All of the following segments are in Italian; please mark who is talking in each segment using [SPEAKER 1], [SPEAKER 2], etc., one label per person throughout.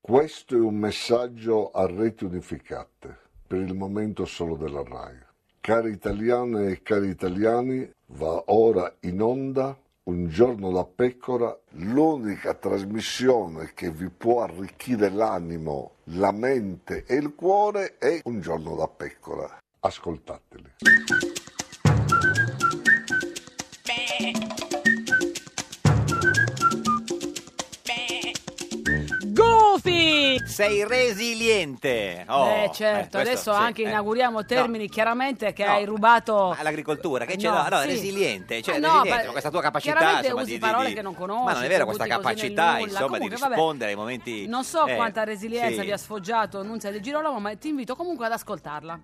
[SPEAKER 1] Questo è un messaggio a reti unificate, per il momento solo della RAI. Cari italiane e cari italiani, va ora in onda Un giorno da pecora, l'unica trasmissione che vi può arricchire l'animo, la mente e il cuore è Un giorno da pecora. Ascoltateli.
[SPEAKER 2] Goofy!
[SPEAKER 3] Sei resiliente. Oh,
[SPEAKER 2] eh certo,
[SPEAKER 3] eh, questo,
[SPEAKER 2] adesso
[SPEAKER 3] sì,
[SPEAKER 2] anche
[SPEAKER 3] eh.
[SPEAKER 2] inauguriamo termini chiaramente che
[SPEAKER 3] No.
[SPEAKER 2] hai rubato...
[SPEAKER 3] All'agricoltura, che
[SPEAKER 2] Eh,
[SPEAKER 3] c'è
[SPEAKER 2] no,
[SPEAKER 3] no, no,
[SPEAKER 2] sì.
[SPEAKER 3] resiliente, cioè
[SPEAKER 2] Eh, no,
[SPEAKER 3] resiliente,
[SPEAKER 2] beh,
[SPEAKER 3] ma questa tua capacità
[SPEAKER 2] chiaramente
[SPEAKER 3] insomma,
[SPEAKER 2] usi
[SPEAKER 3] di, di-
[SPEAKER 2] parole
[SPEAKER 3] di-
[SPEAKER 2] che non conosci,
[SPEAKER 3] Ma non è vero
[SPEAKER 2] che
[SPEAKER 3] questa
[SPEAKER 2] butti così nel
[SPEAKER 3] capacità,
[SPEAKER 2] nulla.
[SPEAKER 3] insomma,
[SPEAKER 2] Comunque,
[SPEAKER 3] di
[SPEAKER 2] vabbè,
[SPEAKER 3] rispondere ai momenti
[SPEAKER 2] Non so
[SPEAKER 3] eh,
[SPEAKER 2] quanta resilienza
[SPEAKER 3] sì.
[SPEAKER 2] vi ha sfoggiato Nunzia De Girolamo, ma ti invito comunque ad ascoltarla.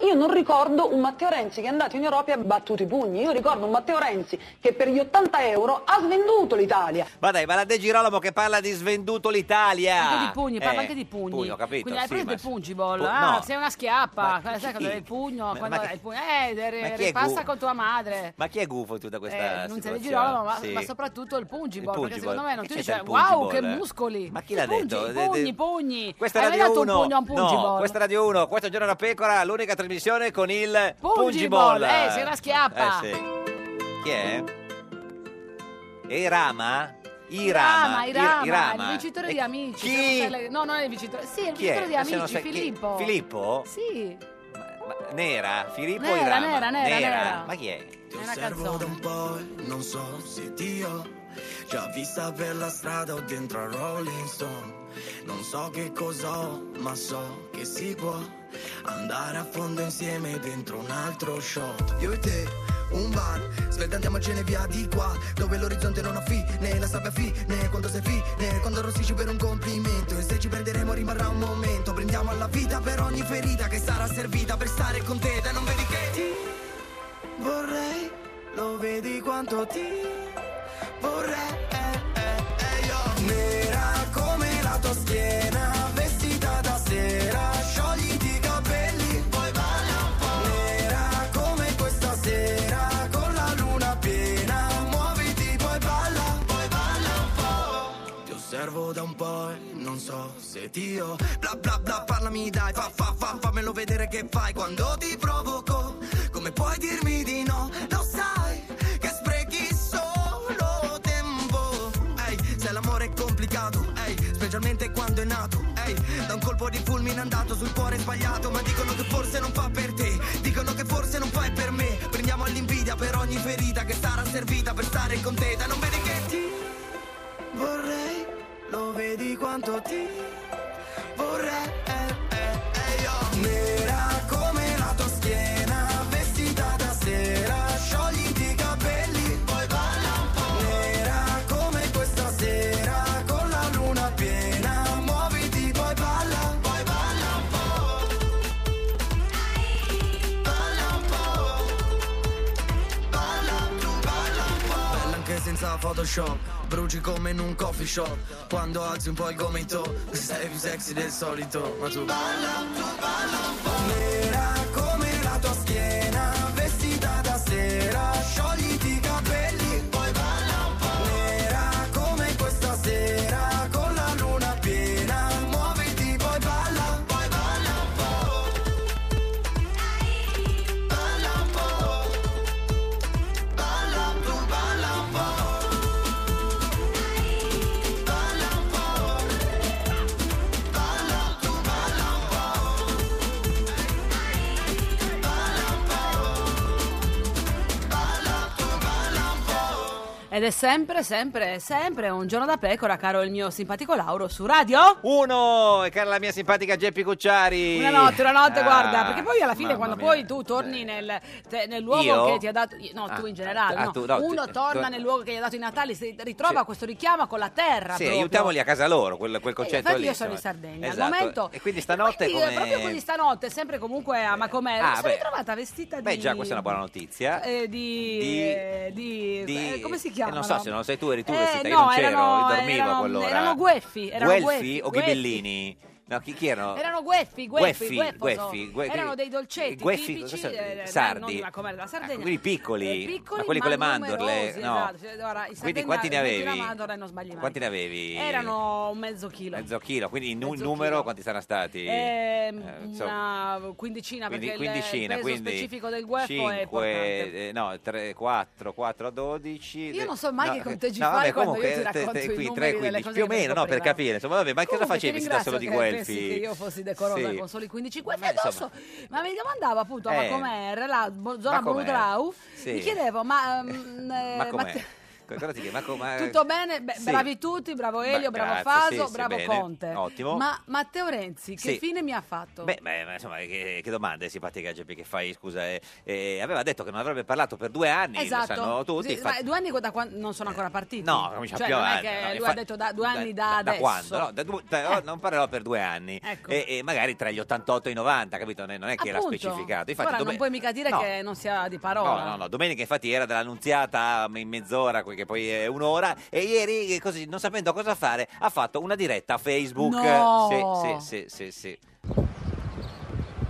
[SPEAKER 4] Io non ricordo un Matteo Renzi che è andato in Europa e ha battuto i pugni, io ricordo un Matteo Renzi che per gli 80 euro ha svenduto l'Italia.
[SPEAKER 3] Ma dai, va la De Girolamo che parla di svenduto l'Italia.
[SPEAKER 2] Anche di pugni, parla
[SPEAKER 3] Eh,
[SPEAKER 2] anche di pugni.
[SPEAKER 3] Pugno, capito?
[SPEAKER 2] Quindi hai
[SPEAKER 3] sì,
[SPEAKER 2] preso
[SPEAKER 3] ma-
[SPEAKER 2] il pungiball,
[SPEAKER 3] Pu-
[SPEAKER 2] ah,
[SPEAKER 3] Oh, no.
[SPEAKER 2] sei una schiappa,
[SPEAKER 3] Ma chi-
[SPEAKER 2] sai quando
[SPEAKER 3] chi?
[SPEAKER 2] hai il pugno,
[SPEAKER 3] Ma-
[SPEAKER 2] quando
[SPEAKER 3] ma chi-
[SPEAKER 2] hai il pugno, eh,
[SPEAKER 3] ma chi
[SPEAKER 2] re-
[SPEAKER 3] è
[SPEAKER 2] ripassa
[SPEAKER 3] gu-
[SPEAKER 2] con tua madre.
[SPEAKER 3] Ma chi è gufo in tutta questa
[SPEAKER 2] Eh, non si
[SPEAKER 3] situazione?
[SPEAKER 2] di Girolamo, ma,
[SPEAKER 3] Sì.
[SPEAKER 2] ma soprattutto il pungiball,
[SPEAKER 3] Il
[SPEAKER 2] perché secondo
[SPEAKER 3] pungiball.
[SPEAKER 2] me non
[SPEAKER 3] Che
[SPEAKER 2] ti
[SPEAKER 3] c'è
[SPEAKER 2] dice
[SPEAKER 3] dal
[SPEAKER 2] wow che
[SPEAKER 3] pungiball, eh?"
[SPEAKER 2] muscoli.
[SPEAKER 3] Ma chi l'ha
[SPEAKER 2] I pugni,
[SPEAKER 3] detto?
[SPEAKER 2] i
[SPEAKER 3] De- de-
[SPEAKER 2] Pugni, pugni.
[SPEAKER 3] Questa è
[SPEAKER 2] Hai
[SPEAKER 3] Radio
[SPEAKER 2] dato
[SPEAKER 3] 1.
[SPEAKER 2] un pugno a un pungiball.
[SPEAKER 3] No, questa è Radio 1, questo è Giorno da Pecora, l'unica trasmissione con il
[SPEAKER 2] Pungiball,
[SPEAKER 3] Pungiball.
[SPEAKER 2] eh, sei una schiappa.
[SPEAKER 3] Eh, sì. Chi è? Irama? Irama,
[SPEAKER 2] Irama, Irama,
[SPEAKER 3] Ir- Irama.
[SPEAKER 2] il vincitore
[SPEAKER 3] E
[SPEAKER 2] di Amici.
[SPEAKER 3] chi?
[SPEAKER 2] se non sai le- No, non è il vincitore. Sì, è il
[SPEAKER 3] Chi è?
[SPEAKER 2] vincitore di
[SPEAKER 3] Ma se non
[SPEAKER 2] Amici,
[SPEAKER 3] sai chi-
[SPEAKER 2] Filippo.
[SPEAKER 3] Filippo?
[SPEAKER 2] Sì,
[SPEAKER 3] Ma- Nera, Filippo
[SPEAKER 2] Nera,
[SPEAKER 3] Irama.
[SPEAKER 2] nera, nera, nera.
[SPEAKER 3] Ma chi è?
[SPEAKER 2] è una
[SPEAKER 5] Osservo da
[SPEAKER 2] canzone.
[SPEAKER 5] un po' e non so se Dio Già vista per la strada o dentro a Rolling Stone Non so che cos'ho, ma so che si può Andare a fondo insieme dentro un altro shot Io e te, un bar, svelta andiamocene via di qua Dove l'orizzonte non ha fine, la sabbia fine Quando sei fine, quando arrossisci per un complimento E se ci perderemo rimarrà un momento Prendiamo alla vita per ogni ferita Che sarà servita per stare con te Te non vedi che ti vorrei, lo vedi quanto ti vorrei. Io nera come la tua schiena, vestita da sera, sciogliti i capelli, poi balla un po'. Nera come questa sera, con la luna piena, muoviti, poi balla, poi balla un po'. Ti osservo da un po' e non so se ti ho Bla bla bla, parlami dai, fa fa fa, fammelo vedere che fai quando ti provoco Come puoi dirmi di no? Lo sai che sprechi solo tempo Ehi, se l'amore è complicato, ehi, specialmente quando è nato Ehi, da un colpo di fulmine andato sul cuore sbagliato Ma dicono che forse non fa per te, dicono che forse non fai per me Prendiamo all'invidia per ogni ferita che sarà servita per stare con te Da non vedi che ti vorrei, lo vedi quanto ti vorrei. Io nera come la tua schiena, vestita da sera, sciogliti i capelli, poi balla un po'. Nera come questa sera, con la luna piena, muoviti, poi balla, poi balla un po'. Balla un po', balla tu balla un po'. Bella anche senza Photoshop, bruci come in un coffee shop, quando alzi un po' il gomito, sei più sexy del solito, ma tu balla, tu balla un po'. Nera come la tua schiena, vestita da sera, sciogliti i capelli, poi balla un po'. Nera come questa sera, con la luna piena, muoviti, poi balla, poi balla un po'. Balla un po', balla tu balla un po'. Balla un po', balla tu balla un po'. Balla un po', balla tu balla un po'.
[SPEAKER 2] Ed è sempre, sempre, sempre un giorno da pecora, caro il mio simpatico Lauro, su radio.
[SPEAKER 3] Uno, e cara la mia simpatica Geppi Cucciari.
[SPEAKER 2] Una notte, una notte,
[SPEAKER 3] Ah,
[SPEAKER 2] guarda, perché poi alla fine
[SPEAKER 3] mamma
[SPEAKER 2] quando
[SPEAKER 3] mia.
[SPEAKER 2] poi tu torni nel, te- nel luogo
[SPEAKER 3] Io?
[SPEAKER 2] che ti ha dato... No, tu
[SPEAKER 3] Ah,
[SPEAKER 2] in generale,
[SPEAKER 3] ah,
[SPEAKER 2] no.
[SPEAKER 3] tu, no,
[SPEAKER 2] Uno
[SPEAKER 3] tu-
[SPEAKER 2] torna
[SPEAKER 3] tu-
[SPEAKER 2] nel luogo che gli ha dato i Natali, si ritrova questo richiamo con la terra
[SPEAKER 3] Sì,
[SPEAKER 2] proprio.
[SPEAKER 3] aiutiamoli a casa loro, quel, quel
[SPEAKER 2] Eh,
[SPEAKER 3] concetto
[SPEAKER 2] infatti
[SPEAKER 3] lì.
[SPEAKER 2] io sono in
[SPEAKER 3] insomma.
[SPEAKER 2] Sardegna
[SPEAKER 3] Esatto.
[SPEAKER 2] al momento
[SPEAKER 3] E quindi stanotte
[SPEAKER 2] E quindi,
[SPEAKER 3] come...
[SPEAKER 2] eh, proprio quindi stanotte sempre comunque a Macomero
[SPEAKER 3] Ah,
[SPEAKER 2] mi sono
[SPEAKER 3] beh.
[SPEAKER 2] ritrovata vestita
[SPEAKER 3] Beh
[SPEAKER 2] di
[SPEAKER 3] già, questa è una buona notizia.
[SPEAKER 2] eh, di,
[SPEAKER 3] Di-
[SPEAKER 2] eh, di-
[SPEAKER 3] di-
[SPEAKER 2] eh, come si
[SPEAKER 3] eh,
[SPEAKER 2] chiama?
[SPEAKER 3] non so se non sei tu, eri tu
[SPEAKER 2] Eh,
[SPEAKER 3] vestita, io
[SPEAKER 2] no,
[SPEAKER 3] non c'ero,
[SPEAKER 2] erano-
[SPEAKER 3] io dormivo
[SPEAKER 2] erano-
[SPEAKER 3] a quell'ora.
[SPEAKER 2] erano guelfi, erano
[SPEAKER 3] Guelfi
[SPEAKER 2] guelfi,
[SPEAKER 3] o
[SPEAKER 2] guelfi.
[SPEAKER 3] ghibellini? No, chi, chi erano?
[SPEAKER 2] Erano gueffi, gueffi,
[SPEAKER 3] Gueffi,
[SPEAKER 2] gueffi,
[SPEAKER 3] gueffi, gue-
[SPEAKER 2] Erano
[SPEAKER 3] quindi-
[SPEAKER 2] dei dolcetti
[SPEAKER 3] gueffi,
[SPEAKER 2] tipici
[SPEAKER 3] cosa sono?
[SPEAKER 2] eh, eh,
[SPEAKER 3] Sardi.
[SPEAKER 2] non- ma come della Sardegna.
[SPEAKER 3] Ah, quindi piccoli,
[SPEAKER 2] Eh, piccoli,
[SPEAKER 3] ma quelli con le mandorle,
[SPEAKER 2] numerosi,
[SPEAKER 3] no.
[SPEAKER 2] esatto. Cioè, Allora, in
[SPEAKER 3] Quindi
[SPEAKER 2] Sardegna
[SPEAKER 3] quanti ne
[SPEAKER 2] metti una
[SPEAKER 3] avevi?
[SPEAKER 2] mandorla e non sbagli mai.
[SPEAKER 3] Quanti ne avevi?
[SPEAKER 2] Erano un mezzo chilo.
[SPEAKER 3] Mezzo chilo, quindi in un numero quanti saranno stati?
[SPEAKER 2] Ehm,
[SPEAKER 3] Eh, insomma,
[SPEAKER 2] una quindicina
[SPEAKER 3] quindi
[SPEAKER 2] perché il- il
[SPEAKER 3] quindicina,
[SPEAKER 2] peso
[SPEAKER 3] quindi
[SPEAKER 2] specifico del gueffo è importante.
[SPEAKER 3] 5, no, 3, 4, 4 a 12.
[SPEAKER 2] Io non so mai che conteggi
[SPEAKER 3] no,
[SPEAKER 2] fai
[SPEAKER 3] vabbè,
[SPEAKER 2] quando
[SPEAKER 3] comunque, eh,
[SPEAKER 2] io ti
[SPEAKER 3] te- te-
[SPEAKER 2] racconto i
[SPEAKER 3] qui,
[SPEAKER 2] numeri
[SPEAKER 3] tre,
[SPEAKER 2] delle
[SPEAKER 3] quindici,
[SPEAKER 2] cose
[SPEAKER 3] più o
[SPEAKER 2] che
[SPEAKER 3] meno,
[SPEAKER 2] facevo
[SPEAKER 3] no, per
[SPEAKER 2] prima.
[SPEAKER 3] capire, insomma, vabbè, ma cosa
[SPEAKER 2] Comunque, ti
[SPEAKER 3] facevi se solo di
[SPEAKER 2] ringrazio che pensi
[SPEAKER 3] guelfi?
[SPEAKER 2] che io fossi decorosa
[SPEAKER 3] Sì.
[SPEAKER 2] con soli 15 guelfi
[SPEAKER 3] Ma
[SPEAKER 2] addosso. Ma mi domandavo appunto, ma
[SPEAKER 3] Eh.
[SPEAKER 2] com'era la bo-
[SPEAKER 3] Ma
[SPEAKER 2] zona
[SPEAKER 3] com'era?
[SPEAKER 2] Brudrau?
[SPEAKER 3] Sì.
[SPEAKER 2] Mi chiedevo, ma... ehm, eh,
[SPEAKER 3] Ma
[SPEAKER 2] ma
[SPEAKER 3] com'è?
[SPEAKER 2] te-
[SPEAKER 3] Co- cosa ti chiedi? Ma com'è?
[SPEAKER 2] Tutto bene? Beh,
[SPEAKER 3] Sì.
[SPEAKER 2] Bravi tutti, bravo Elio,
[SPEAKER 3] Beh,
[SPEAKER 2] bravo
[SPEAKER 3] grazie,
[SPEAKER 2] Faso,
[SPEAKER 3] sì,
[SPEAKER 2] bravo
[SPEAKER 3] bene,
[SPEAKER 2] Conte.
[SPEAKER 3] ottimo.
[SPEAKER 2] Ma Matteo Renzi, che
[SPEAKER 3] Sì.
[SPEAKER 2] fine mi ha fatto?
[SPEAKER 3] Beh, beh, ma insomma, che, che domande simpatica GP che fai, scusa. eh. Eh, aveva detto che non avrebbe parlato per due anni, lo sanno tutti.
[SPEAKER 2] Esatto. Sì,
[SPEAKER 3] infatti-
[SPEAKER 2] ma due anni da quando non sono ancora partiti.
[SPEAKER 3] No, comincia
[SPEAKER 2] cioè,
[SPEAKER 3] più
[SPEAKER 2] non è
[SPEAKER 3] avanti,
[SPEAKER 2] che
[SPEAKER 3] no,
[SPEAKER 2] lui ha
[SPEAKER 3] infatti-
[SPEAKER 2] detto da due anni da, adesso. Eh.
[SPEAKER 3] quando? No, da due- da- non parlerò per due anni
[SPEAKER 2] Ecco.
[SPEAKER 3] e, e magari tra gli 88 e i 90, capito? Non è non è che l'ha
[SPEAKER 2] Appunto.
[SPEAKER 3] specificato. Infatti,
[SPEAKER 2] Ora
[SPEAKER 3] dome-
[SPEAKER 2] non puoi mica dire
[SPEAKER 3] No.
[SPEAKER 2] che non sia di
[SPEAKER 3] No,
[SPEAKER 2] parola.
[SPEAKER 3] no, no, domenica infatti era dell'annunziata in mezz'ora, que- che poi è un'ora, e ieri, eh, così, non sapendo cosa fare, ha fatto una diretta a Facebook.
[SPEAKER 6] No!
[SPEAKER 3] Sì, sì, sì, sì.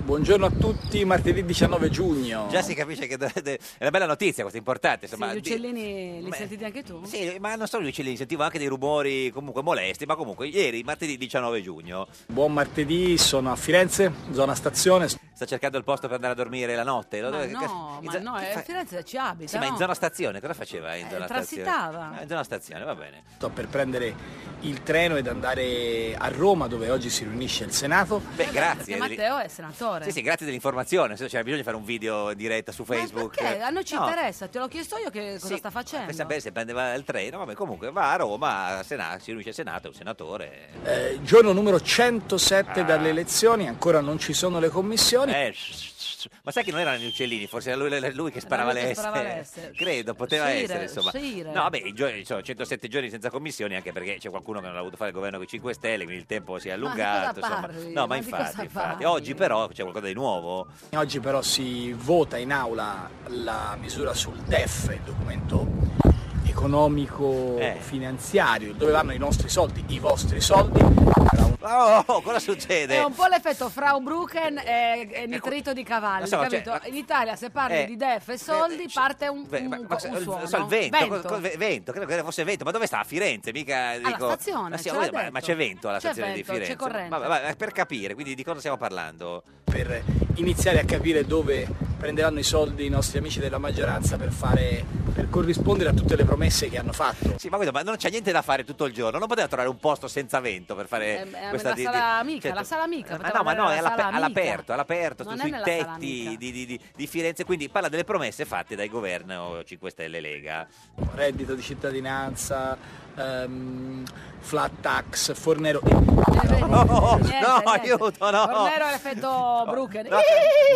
[SPEAKER 6] Buongiorno a tutti, martedì 19 giugno.
[SPEAKER 3] Già si capisce che de- de- è una bella notizia questa, importante.
[SPEAKER 2] Sì,
[SPEAKER 3] Insomma,
[SPEAKER 2] gli
[SPEAKER 3] di-
[SPEAKER 2] uccellini li sentite anche tu?
[SPEAKER 3] Sì, ma non solo gli uccellini, sentivo anche dei rumori comunque molesti, ma comunque ieri, martedì 19 giugno,
[SPEAKER 6] Buon martedì, sono a Firenze, zona stazione.
[SPEAKER 3] sta cercando il posto per andare a dormire la notte. Lo-
[SPEAKER 2] Ma
[SPEAKER 3] che-
[SPEAKER 2] no,
[SPEAKER 3] in
[SPEAKER 2] ma
[SPEAKER 3] zo-
[SPEAKER 2] no,
[SPEAKER 3] che
[SPEAKER 2] eh,
[SPEAKER 3] fa-
[SPEAKER 2] Firenze ci abita.
[SPEAKER 3] Sì, ma in
[SPEAKER 2] no? Eh,
[SPEAKER 3] zona stazione cosa faceva in zona
[SPEAKER 2] transitava.
[SPEAKER 3] stazione? Ah, In zona stazione, va bene.
[SPEAKER 6] Sto per prendere il treno ed andare a Roma dove oggi si riunisce il Senato.
[SPEAKER 3] Beh,
[SPEAKER 2] Perché
[SPEAKER 3] grazie.
[SPEAKER 2] Matteo è senatore.
[SPEAKER 3] Sì, sì, grazie dell'informazione. Se c'era bisogno di fare un video in diretta su Facebook.
[SPEAKER 2] Perché? A noi ci
[SPEAKER 3] No,
[SPEAKER 2] interessa, te l'ho chiesto io che cosa
[SPEAKER 3] Sì,
[SPEAKER 2] sta facendo.
[SPEAKER 3] Per sapere se prendeva il treno, vabbè, comunque va a Roma, a Sena- si riunisce al Senato, è un senatore.
[SPEAKER 6] Eh, giorno numero 107 dalle elezioni, ancora non ci sono le commissioni.
[SPEAKER 3] Ah. Eh, Ma sai che non erano gli uccellini, forse era lui, lui che sparava
[SPEAKER 6] Era
[SPEAKER 3] le
[SPEAKER 6] lui che
[SPEAKER 3] S.
[SPEAKER 6] sparava le S.
[SPEAKER 3] Credo, poteva
[SPEAKER 6] Sire,
[SPEAKER 3] essere, insomma.
[SPEAKER 6] sire.
[SPEAKER 3] No, vabbè, i giorni- insomma, 107 giorni senza commissioni, anche perché c'è qualcuno che non ha voluto fare il governo con i 5 Stelle, quindi il tempo si è
[SPEAKER 6] Ma di
[SPEAKER 3] allungato.
[SPEAKER 6] cosa
[SPEAKER 3] insomma.
[SPEAKER 6] parli?
[SPEAKER 3] No, ma
[SPEAKER 6] Ma di cosa
[SPEAKER 3] infatti, infatti.
[SPEAKER 6] parli?
[SPEAKER 3] Oggi però c'è qualcosa di nuovo.
[SPEAKER 6] Oggi però si vota in aula la misura sul DEF, il documento economico
[SPEAKER 3] Eh.
[SPEAKER 6] finanziario, dove vanno i nostri soldi, i vostri soldi.
[SPEAKER 3] Oh, cosa succede?
[SPEAKER 2] È un po' l'effetto Fraubrucken e, e nitrito di cavalli,
[SPEAKER 3] Ma insomma,
[SPEAKER 2] capito?
[SPEAKER 3] Ecco, cioè,
[SPEAKER 2] In Italia se parli
[SPEAKER 3] eh,
[SPEAKER 2] di def e soldi parte un,
[SPEAKER 3] Beh, ma
[SPEAKER 2] un-
[SPEAKER 3] cosa-
[SPEAKER 2] un suono.
[SPEAKER 3] so, il vento, co- co- vento, credo che fosse vento, ma dove sta? A Firenze, mica
[SPEAKER 2] Alla
[SPEAKER 3] dico-
[SPEAKER 2] stazione,
[SPEAKER 3] Ma, sì,
[SPEAKER 2] ce
[SPEAKER 3] ma-
[SPEAKER 2] l'ha
[SPEAKER 3] ma-
[SPEAKER 2] detto.
[SPEAKER 3] ma c'è vento alla
[SPEAKER 2] C'è
[SPEAKER 3] stazione
[SPEAKER 2] vento,
[SPEAKER 3] di
[SPEAKER 2] c'è
[SPEAKER 3] Firenze.
[SPEAKER 2] corrente.
[SPEAKER 3] Ma, ma- ma per capire, quindi di cosa stiamo parlando?
[SPEAKER 6] per iniziare a capire dove prenderanno i soldi i nostri amici della maggioranza per, fare, per corrispondere a tutte le promesse che hanno fatto.
[SPEAKER 3] Sì, ma, guarda, ma non c'è niente da fare tutto il giorno, non poteva trovare un posto senza vento per fare
[SPEAKER 2] Eh, beh,
[SPEAKER 3] questa
[SPEAKER 2] la
[SPEAKER 3] di- di-
[SPEAKER 2] sala amica,
[SPEAKER 3] certo.
[SPEAKER 2] la sala amica.
[SPEAKER 3] Ma
[SPEAKER 2] poteva
[SPEAKER 3] no, ma no,
[SPEAKER 2] andare
[SPEAKER 3] è
[SPEAKER 2] alla
[SPEAKER 3] all'ape-
[SPEAKER 2] sala amica.
[SPEAKER 3] all'aperto, all'aperto,
[SPEAKER 2] Non
[SPEAKER 3] su-
[SPEAKER 2] è
[SPEAKER 3] sui
[SPEAKER 2] nella sala
[SPEAKER 3] tetti di, di- di- di Firenze, quindi parla delle promesse fatte dai governo 5 Stelle e Lega.
[SPEAKER 6] Reddito di cittadinanza, ehm, flat tax, fornero...
[SPEAKER 3] Oh, no,
[SPEAKER 2] Eh, niente.
[SPEAKER 3] aiuto, no.
[SPEAKER 2] Fornero è l'effetto Brucken.
[SPEAKER 3] No,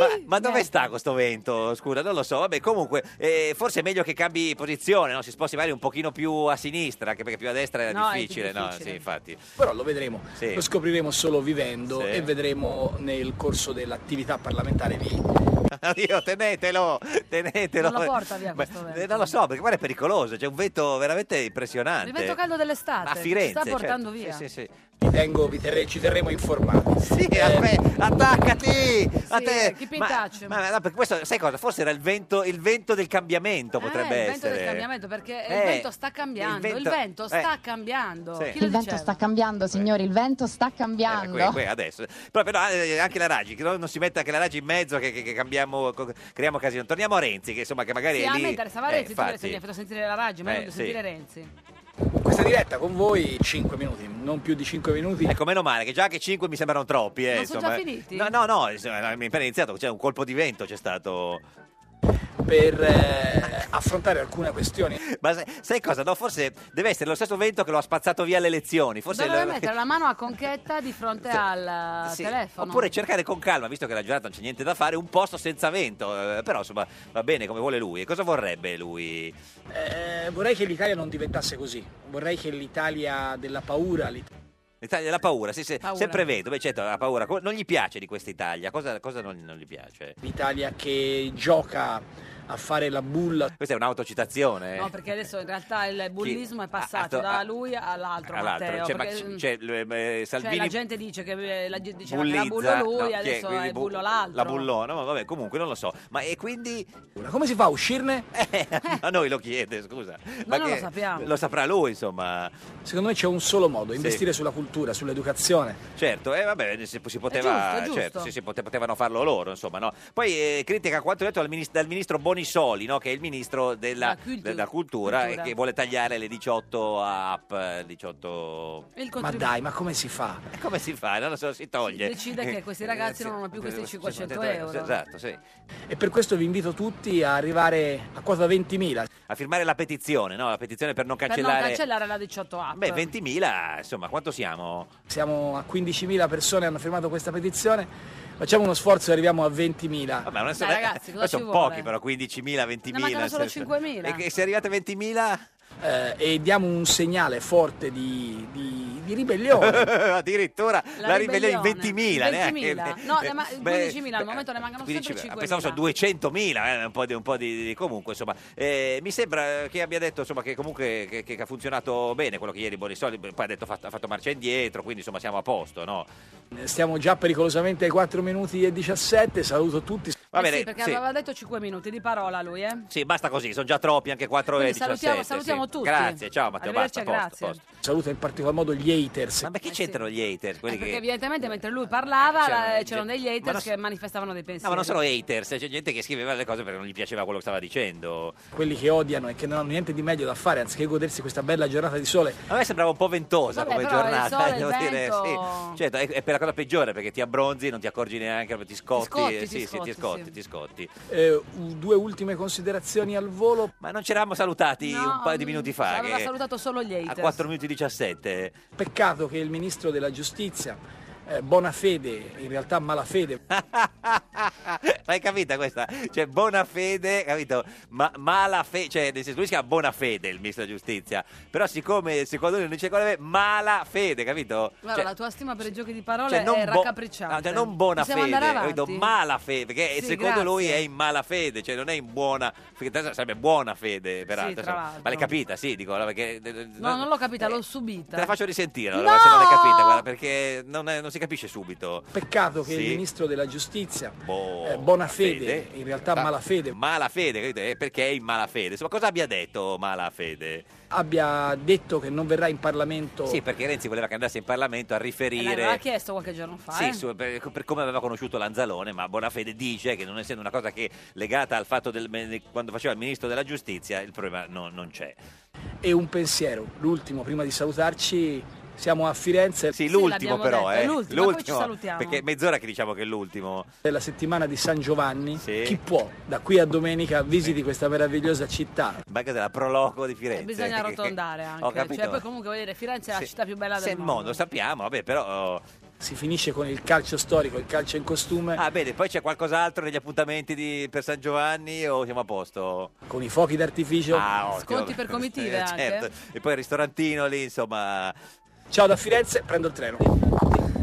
[SPEAKER 3] ma, ma
[SPEAKER 2] certo.
[SPEAKER 3] dove sta questo vento? Scusa, non lo so. Vabbè, comunque, eh, forse è meglio che cambi posizione, no? si sposti magari un pochino più a sinistra, anche perché più a destra era
[SPEAKER 6] No, è più
[SPEAKER 3] difficile. No,
[SPEAKER 6] difficile.
[SPEAKER 3] sì, infatti.
[SPEAKER 6] Però lo vedremo,
[SPEAKER 3] Sì.
[SPEAKER 6] lo scopriremo solo vivendo
[SPEAKER 3] Sì.
[SPEAKER 6] e vedremo nel corso dell'attività parlamentare di...
[SPEAKER 3] Dio, tenetelo, tenetelo.
[SPEAKER 2] Non lo porta via
[SPEAKER 3] Beh,
[SPEAKER 2] questo
[SPEAKER 3] eh, non lo so, perché guarda è pericoloso, c'è un vento veramente impressionante.
[SPEAKER 2] Il vento caldo dell'estate.
[SPEAKER 3] a Firenze.
[SPEAKER 2] ci sta
[SPEAKER 3] certo.
[SPEAKER 2] portando via. Eh,
[SPEAKER 3] Sì, sì, sì.
[SPEAKER 6] Vi tengo, vi terrei- ci terremo informati. Eh,
[SPEAKER 3] Sì, a me, attaccati! a
[SPEAKER 2] Sì,
[SPEAKER 3] te.
[SPEAKER 2] chi
[SPEAKER 3] ma,
[SPEAKER 2] pintaccio.
[SPEAKER 3] ma no, perché questo, sai cosa? Forse era il vento, il vento del cambiamento potrebbe
[SPEAKER 2] Eh, il vento
[SPEAKER 3] essere.
[SPEAKER 2] del cambiamento, perché
[SPEAKER 3] Eh,
[SPEAKER 2] il vento sta cambiando, il
[SPEAKER 3] il
[SPEAKER 2] vento,
[SPEAKER 3] vento-
[SPEAKER 2] sta
[SPEAKER 3] eh.
[SPEAKER 2] cambiando.
[SPEAKER 3] Sì.
[SPEAKER 2] Chi lo
[SPEAKER 7] Il vento
[SPEAKER 2] diceva?
[SPEAKER 7] sta cambiando, signori, il vento sta
[SPEAKER 3] Eh,
[SPEAKER 7] cambiando.
[SPEAKER 3] que- que- adesso. Però, però, eh, anche la Raggi, che non non si metta anche la Raggi in mezzo, che, che- che cambiamo, co- creiamo casino. Torniamo a Renzi, che insomma, che magari
[SPEAKER 2] Sì,
[SPEAKER 3] è
[SPEAKER 2] a
[SPEAKER 3] lì.
[SPEAKER 2] me interessava
[SPEAKER 3] Eh,
[SPEAKER 2] Renzi, tu adesso
[SPEAKER 3] infatti.
[SPEAKER 2] mi hai fatto sentire la Raggi, ma
[SPEAKER 3] Eh,
[SPEAKER 2] io voglio
[SPEAKER 3] sì.
[SPEAKER 2] sentire Renzi.
[SPEAKER 6] Questa diretta con voi 5 minuti, non più di 5 minuti.
[SPEAKER 3] Ecco, meno male, che già che 5 mi sembrano troppi. Eh,
[SPEAKER 6] Non sono già
[SPEAKER 3] insomma. eh.
[SPEAKER 6] finiti?
[SPEAKER 3] No, no, no, insomma, no, mi è appena iniziato, c'è un colpo di vento, c'è stato.
[SPEAKER 6] Per eh, affrontare alcune questioni.
[SPEAKER 3] Ma sai, sai cosa? No, forse deve essere lo stesso vento che lo ha spazzato via le elezioni. Forse
[SPEAKER 2] Doveva
[SPEAKER 3] lo-
[SPEAKER 2] mettere la mano a conchetta di fronte al
[SPEAKER 3] Sì,
[SPEAKER 2] telefono.
[SPEAKER 3] Oppure cercare con calma, visto che la giornata non c'è niente da fare, un posto senza vento. eh, però insomma va bene come vuole lui. E cosa vorrebbe lui?
[SPEAKER 6] Eh, vorrei che l'Italia non diventasse così. Vorrei che l'Italia della paura, l'It-
[SPEAKER 3] L'Italia la paura, sì, sì,
[SPEAKER 6] Paura.
[SPEAKER 3] sempre vento. Beh, certo, la paura. Co- Non gli piace di questa Italia. Cosa, cosa non, non gli piace?
[SPEAKER 6] l'Italia che gioca a fare la bulla.
[SPEAKER 3] Questa è un'autocitazione.
[SPEAKER 2] No, perché adesso in realtà il bullismo è passato
[SPEAKER 3] Ah, ah,
[SPEAKER 2] da lui all'altro,
[SPEAKER 3] Tra l'altro,
[SPEAKER 2] Matteo.
[SPEAKER 3] cioè, ma
[SPEAKER 2] perché,
[SPEAKER 3] c-
[SPEAKER 2] mm,
[SPEAKER 3] c'è, l- eh,
[SPEAKER 2] cioè,
[SPEAKER 3] Salvini
[SPEAKER 2] la gente dice che eh, la, gente diceva che
[SPEAKER 3] bullizza,
[SPEAKER 2] la bullo
[SPEAKER 3] no,
[SPEAKER 2] lui,
[SPEAKER 3] chi è?
[SPEAKER 2] adesso
[SPEAKER 3] Quindi
[SPEAKER 2] è
[SPEAKER 3] bu-
[SPEAKER 2] bullo l'altro.
[SPEAKER 3] La bullona, ma vabbè, comunque non lo so. Ma e quindi
[SPEAKER 6] Come si fa a uscirne?
[SPEAKER 3] a noi lo chiede, scusa. Ma
[SPEAKER 6] non lo
[SPEAKER 3] che-
[SPEAKER 6] sappiamo.
[SPEAKER 3] Lo saprà lui, insomma.
[SPEAKER 6] Secondo me c'è un solo modo, investire sulla cultura, sull'educazione.
[SPEAKER 3] Certo, eh, vabbè, si, si
[SPEAKER 6] È
[SPEAKER 3] poteva,
[SPEAKER 6] giusto, è giusto.
[SPEAKER 3] certo, sì, sì, pote- potevano farlo loro, insomma, no? Poi eh, critica quanto detto dal, minis- dal ministro Bonisoli, no? che è il ministro della,
[SPEAKER 2] La cultu-
[SPEAKER 3] della cultura,
[SPEAKER 2] cultura.
[SPEAKER 3] e che vuole tagliare le 18 app, eh, 18
[SPEAKER 2] Il
[SPEAKER 6] Ma
[SPEAKER 2] contribu-
[SPEAKER 6] dai, ma come si fa?
[SPEAKER 3] E come si fa? Non lo so, si toglie. Eh,
[SPEAKER 2] Decide che questi ragazzi non hanno più questi 500 euro.
[SPEAKER 3] Esatto, sì.
[SPEAKER 6] E per questo vi invito tutti a arrivare a quota 20.000.
[SPEAKER 3] A firmare la petizione, no? La petizione per non
[SPEAKER 2] Per non
[SPEAKER 3] cancellare...
[SPEAKER 2] cancellare la 18 app.
[SPEAKER 3] Ah, Beh, 20.000, insomma, quanto siamo?
[SPEAKER 6] Siamo a 15.000 persone che hanno firmato questa petizione. Facciamo uno sforzo e arriviamo a 20.000.
[SPEAKER 3] Vabbè, non eh,
[SPEAKER 2] Dai, ragazzi, cosa
[SPEAKER 3] ma
[SPEAKER 2] ci
[SPEAKER 3] sono
[SPEAKER 2] vuole?
[SPEAKER 3] pochi però, 15.000, 20.000.
[SPEAKER 2] Ne mancano
[SPEAKER 3] nel
[SPEAKER 2] solo
[SPEAKER 3] senso-
[SPEAKER 2] 5.000.
[SPEAKER 3] E che- se arrivate a 20.000...
[SPEAKER 6] Eh, e diamo un segnale forte di, di- di ribellione.
[SPEAKER 3] Addirittura la, ribellione in 20.000.
[SPEAKER 2] 20.000.
[SPEAKER 3] neanche-
[SPEAKER 2] No,
[SPEAKER 3] eh,
[SPEAKER 2] ne ma-
[SPEAKER 3] beh,
[SPEAKER 2] 15.000 al momento ne mancano sempre
[SPEAKER 3] 15.000,
[SPEAKER 2] 5.000.
[SPEAKER 3] pensavo sono 200.000, eh, un po' di, un po' di- di- comunque insomma. Eh, mi sembra che abbia detto insomma, che comunque che, che ha funzionato bene quello che ieri Borisoli poi ha detto fatto- ha fatto marcia indietro, quindi insomma siamo a posto, no?
[SPEAKER 6] Stiamo già pericolosamente ai 4 minuti e 17. Saluto tutti.
[SPEAKER 3] Va
[SPEAKER 2] Eh
[SPEAKER 3] bene,
[SPEAKER 2] sì, perché
[SPEAKER 3] sì.
[SPEAKER 2] aveva detto 5 minuti di parola lui, eh.
[SPEAKER 3] Sì, basta così, sono già troppi, anche 4
[SPEAKER 2] Quindi
[SPEAKER 3] e 17.
[SPEAKER 2] salutiamo- salutiamo
[SPEAKER 3] sì.
[SPEAKER 2] tutti.
[SPEAKER 3] Grazie, ciao Matteo,
[SPEAKER 2] Arrivederci,
[SPEAKER 3] basta, posto,
[SPEAKER 2] grazie. Eh,
[SPEAKER 3] posto.
[SPEAKER 6] Saluto in particolar modo gli haters.
[SPEAKER 3] Ma che c'entrano gli haters? Quelli
[SPEAKER 2] Perché
[SPEAKER 3] che...
[SPEAKER 2] evidentemente mentre lui parlava
[SPEAKER 3] C'era-
[SPEAKER 2] la- c'erano degli haters
[SPEAKER 3] ma non so-
[SPEAKER 2] che manifestavano dei pensieri.
[SPEAKER 3] No, ma non sono haters, c'è gente che scriveva le cose perché non gli piaceva quello che stava dicendo.
[SPEAKER 6] Quelli che odiano e che non hanno niente di meglio da fare anziché godersi questa bella giornata di sole.
[SPEAKER 3] A me sembrava un po' ventosa
[SPEAKER 6] Vabbè,
[SPEAKER 3] come
[SPEAKER 6] però il
[SPEAKER 3] giornata,
[SPEAKER 6] sole, il
[SPEAKER 3] devo dire,
[SPEAKER 6] vento-
[SPEAKER 3] sì. Certo, è, è per la cosa peggiore perché ti abbronzi, non ti accorgi neanche, ti scotti,
[SPEAKER 6] scotti,
[SPEAKER 3] eh,
[SPEAKER 6] ti
[SPEAKER 3] sì, sì,
[SPEAKER 6] scotti,
[SPEAKER 3] ti
[SPEAKER 6] sì.
[SPEAKER 3] scotti, ti scotti.
[SPEAKER 6] Eh, u- due ultime considerazioni al volo.
[SPEAKER 3] Ma non ci eravamo salutati
[SPEAKER 2] No,
[SPEAKER 3] un paio di
[SPEAKER 2] mm,
[SPEAKER 3] minuti fa,
[SPEAKER 2] Aveva
[SPEAKER 3] che
[SPEAKER 2] salutato solo gli
[SPEAKER 3] a
[SPEAKER 2] haters.
[SPEAKER 3] 4 minuti 17.
[SPEAKER 6] Peccato che il ministro della giustizia, eh, buona fede, in realtà malafede,
[SPEAKER 3] L'hai capita questa? Cioè, buona fede, capito? Ma mala fede, cioè, nel senso, lui si chiama buona fede il ministro della giustizia, però siccome secondo lui non dice quale mala fede, capito?
[SPEAKER 2] Guarda,
[SPEAKER 3] Cioè,
[SPEAKER 2] la tua stima per i giochi di parole
[SPEAKER 3] cioè, non
[SPEAKER 2] è
[SPEAKER 3] bo-
[SPEAKER 2] raccapricciante.
[SPEAKER 3] Ah, cioè, non buona
[SPEAKER 2] Possiamo
[SPEAKER 3] fede,
[SPEAKER 2] andare
[SPEAKER 3] capito?
[SPEAKER 2] avanti?
[SPEAKER 3] mala fede, perché
[SPEAKER 2] Sì,
[SPEAKER 3] secondo
[SPEAKER 2] grazie.
[SPEAKER 3] lui è in mala fede, cioè non è in buona, perché tanto sarebbe buona fede, peraltro.
[SPEAKER 2] tra
[SPEAKER 3] insomma.
[SPEAKER 2] l'altro.
[SPEAKER 3] ma l'hai capita, sì, dico, allora, perché... eh,
[SPEAKER 2] No, non l'ho capita, l'ho subita.
[SPEAKER 3] Te la faccio risentire,
[SPEAKER 2] No!
[SPEAKER 3] allora, se non l'hai capita, guarda, perché non, è- non si capisce subito.
[SPEAKER 6] Peccato che il
[SPEAKER 3] Sì.
[SPEAKER 6] ministro della giustizia,
[SPEAKER 3] Boh,
[SPEAKER 6] eh, buona fede, in realtà
[SPEAKER 3] Ta-
[SPEAKER 6] malafede,
[SPEAKER 3] Malafede, capito? Eh, perché è in malafede? Insomma, cosa abbia detto malafede?
[SPEAKER 6] abbia detto che non verrà in Parlamento.
[SPEAKER 3] Sì, perché Renzi voleva che andasse in Parlamento a riferire...
[SPEAKER 2] L'aveva chiesto qualche giorno fa.
[SPEAKER 3] Sì,
[SPEAKER 2] eh.
[SPEAKER 3] su- per, per come aveva conosciuto Lanzalone, ma Bonafede dice che non essendo una cosa che legata al fatto del me- quando faceva il ministro della giustizia, il problema no- non c'è.
[SPEAKER 6] E un pensiero, l'ultimo, prima di salutarci, siamo a Firenze.
[SPEAKER 3] Sì, l'ultimo però, eh. Perché è
[SPEAKER 6] Perché
[SPEAKER 3] mezz'ora che diciamo che è l'ultimo.
[SPEAKER 6] è la settimana di San Giovanni, chi può da qui a domenica visiti questa meravigliosa città.
[SPEAKER 3] Ma cos'è la proloco di Firenze?
[SPEAKER 2] Bisogna arrotondare anche.
[SPEAKER 3] Ho capito.
[SPEAKER 2] Cioè, poi comunque voglio dire, Firenze è la
[SPEAKER 3] Sì.
[SPEAKER 2] città più bella
[SPEAKER 3] Se
[SPEAKER 2] del
[SPEAKER 3] il
[SPEAKER 2] mondo.
[SPEAKER 3] mondo, sappiamo, vabbè, però oh.
[SPEAKER 6] Si finisce con il calcio storico, il calcio in costume,
[SPEAKER 3] Ah, bene, poi c'è qualcos'altro negli appuntamenti di- per San Giovanni o siamo a posto?
[SPEAKER 6] con i fuochi d'artificio.
[SPEAKER 3] Ah, ottimo.
[SPEAKER 2] Sconti per comitive
[SPEAKER 3] Eh,
[SPEAKER 2] anche.
[SPEAKER 3] certo. E poi il ristorantino lì, insomma.
[SPEAKER 6] Ciao da Firenze, prendo il treno.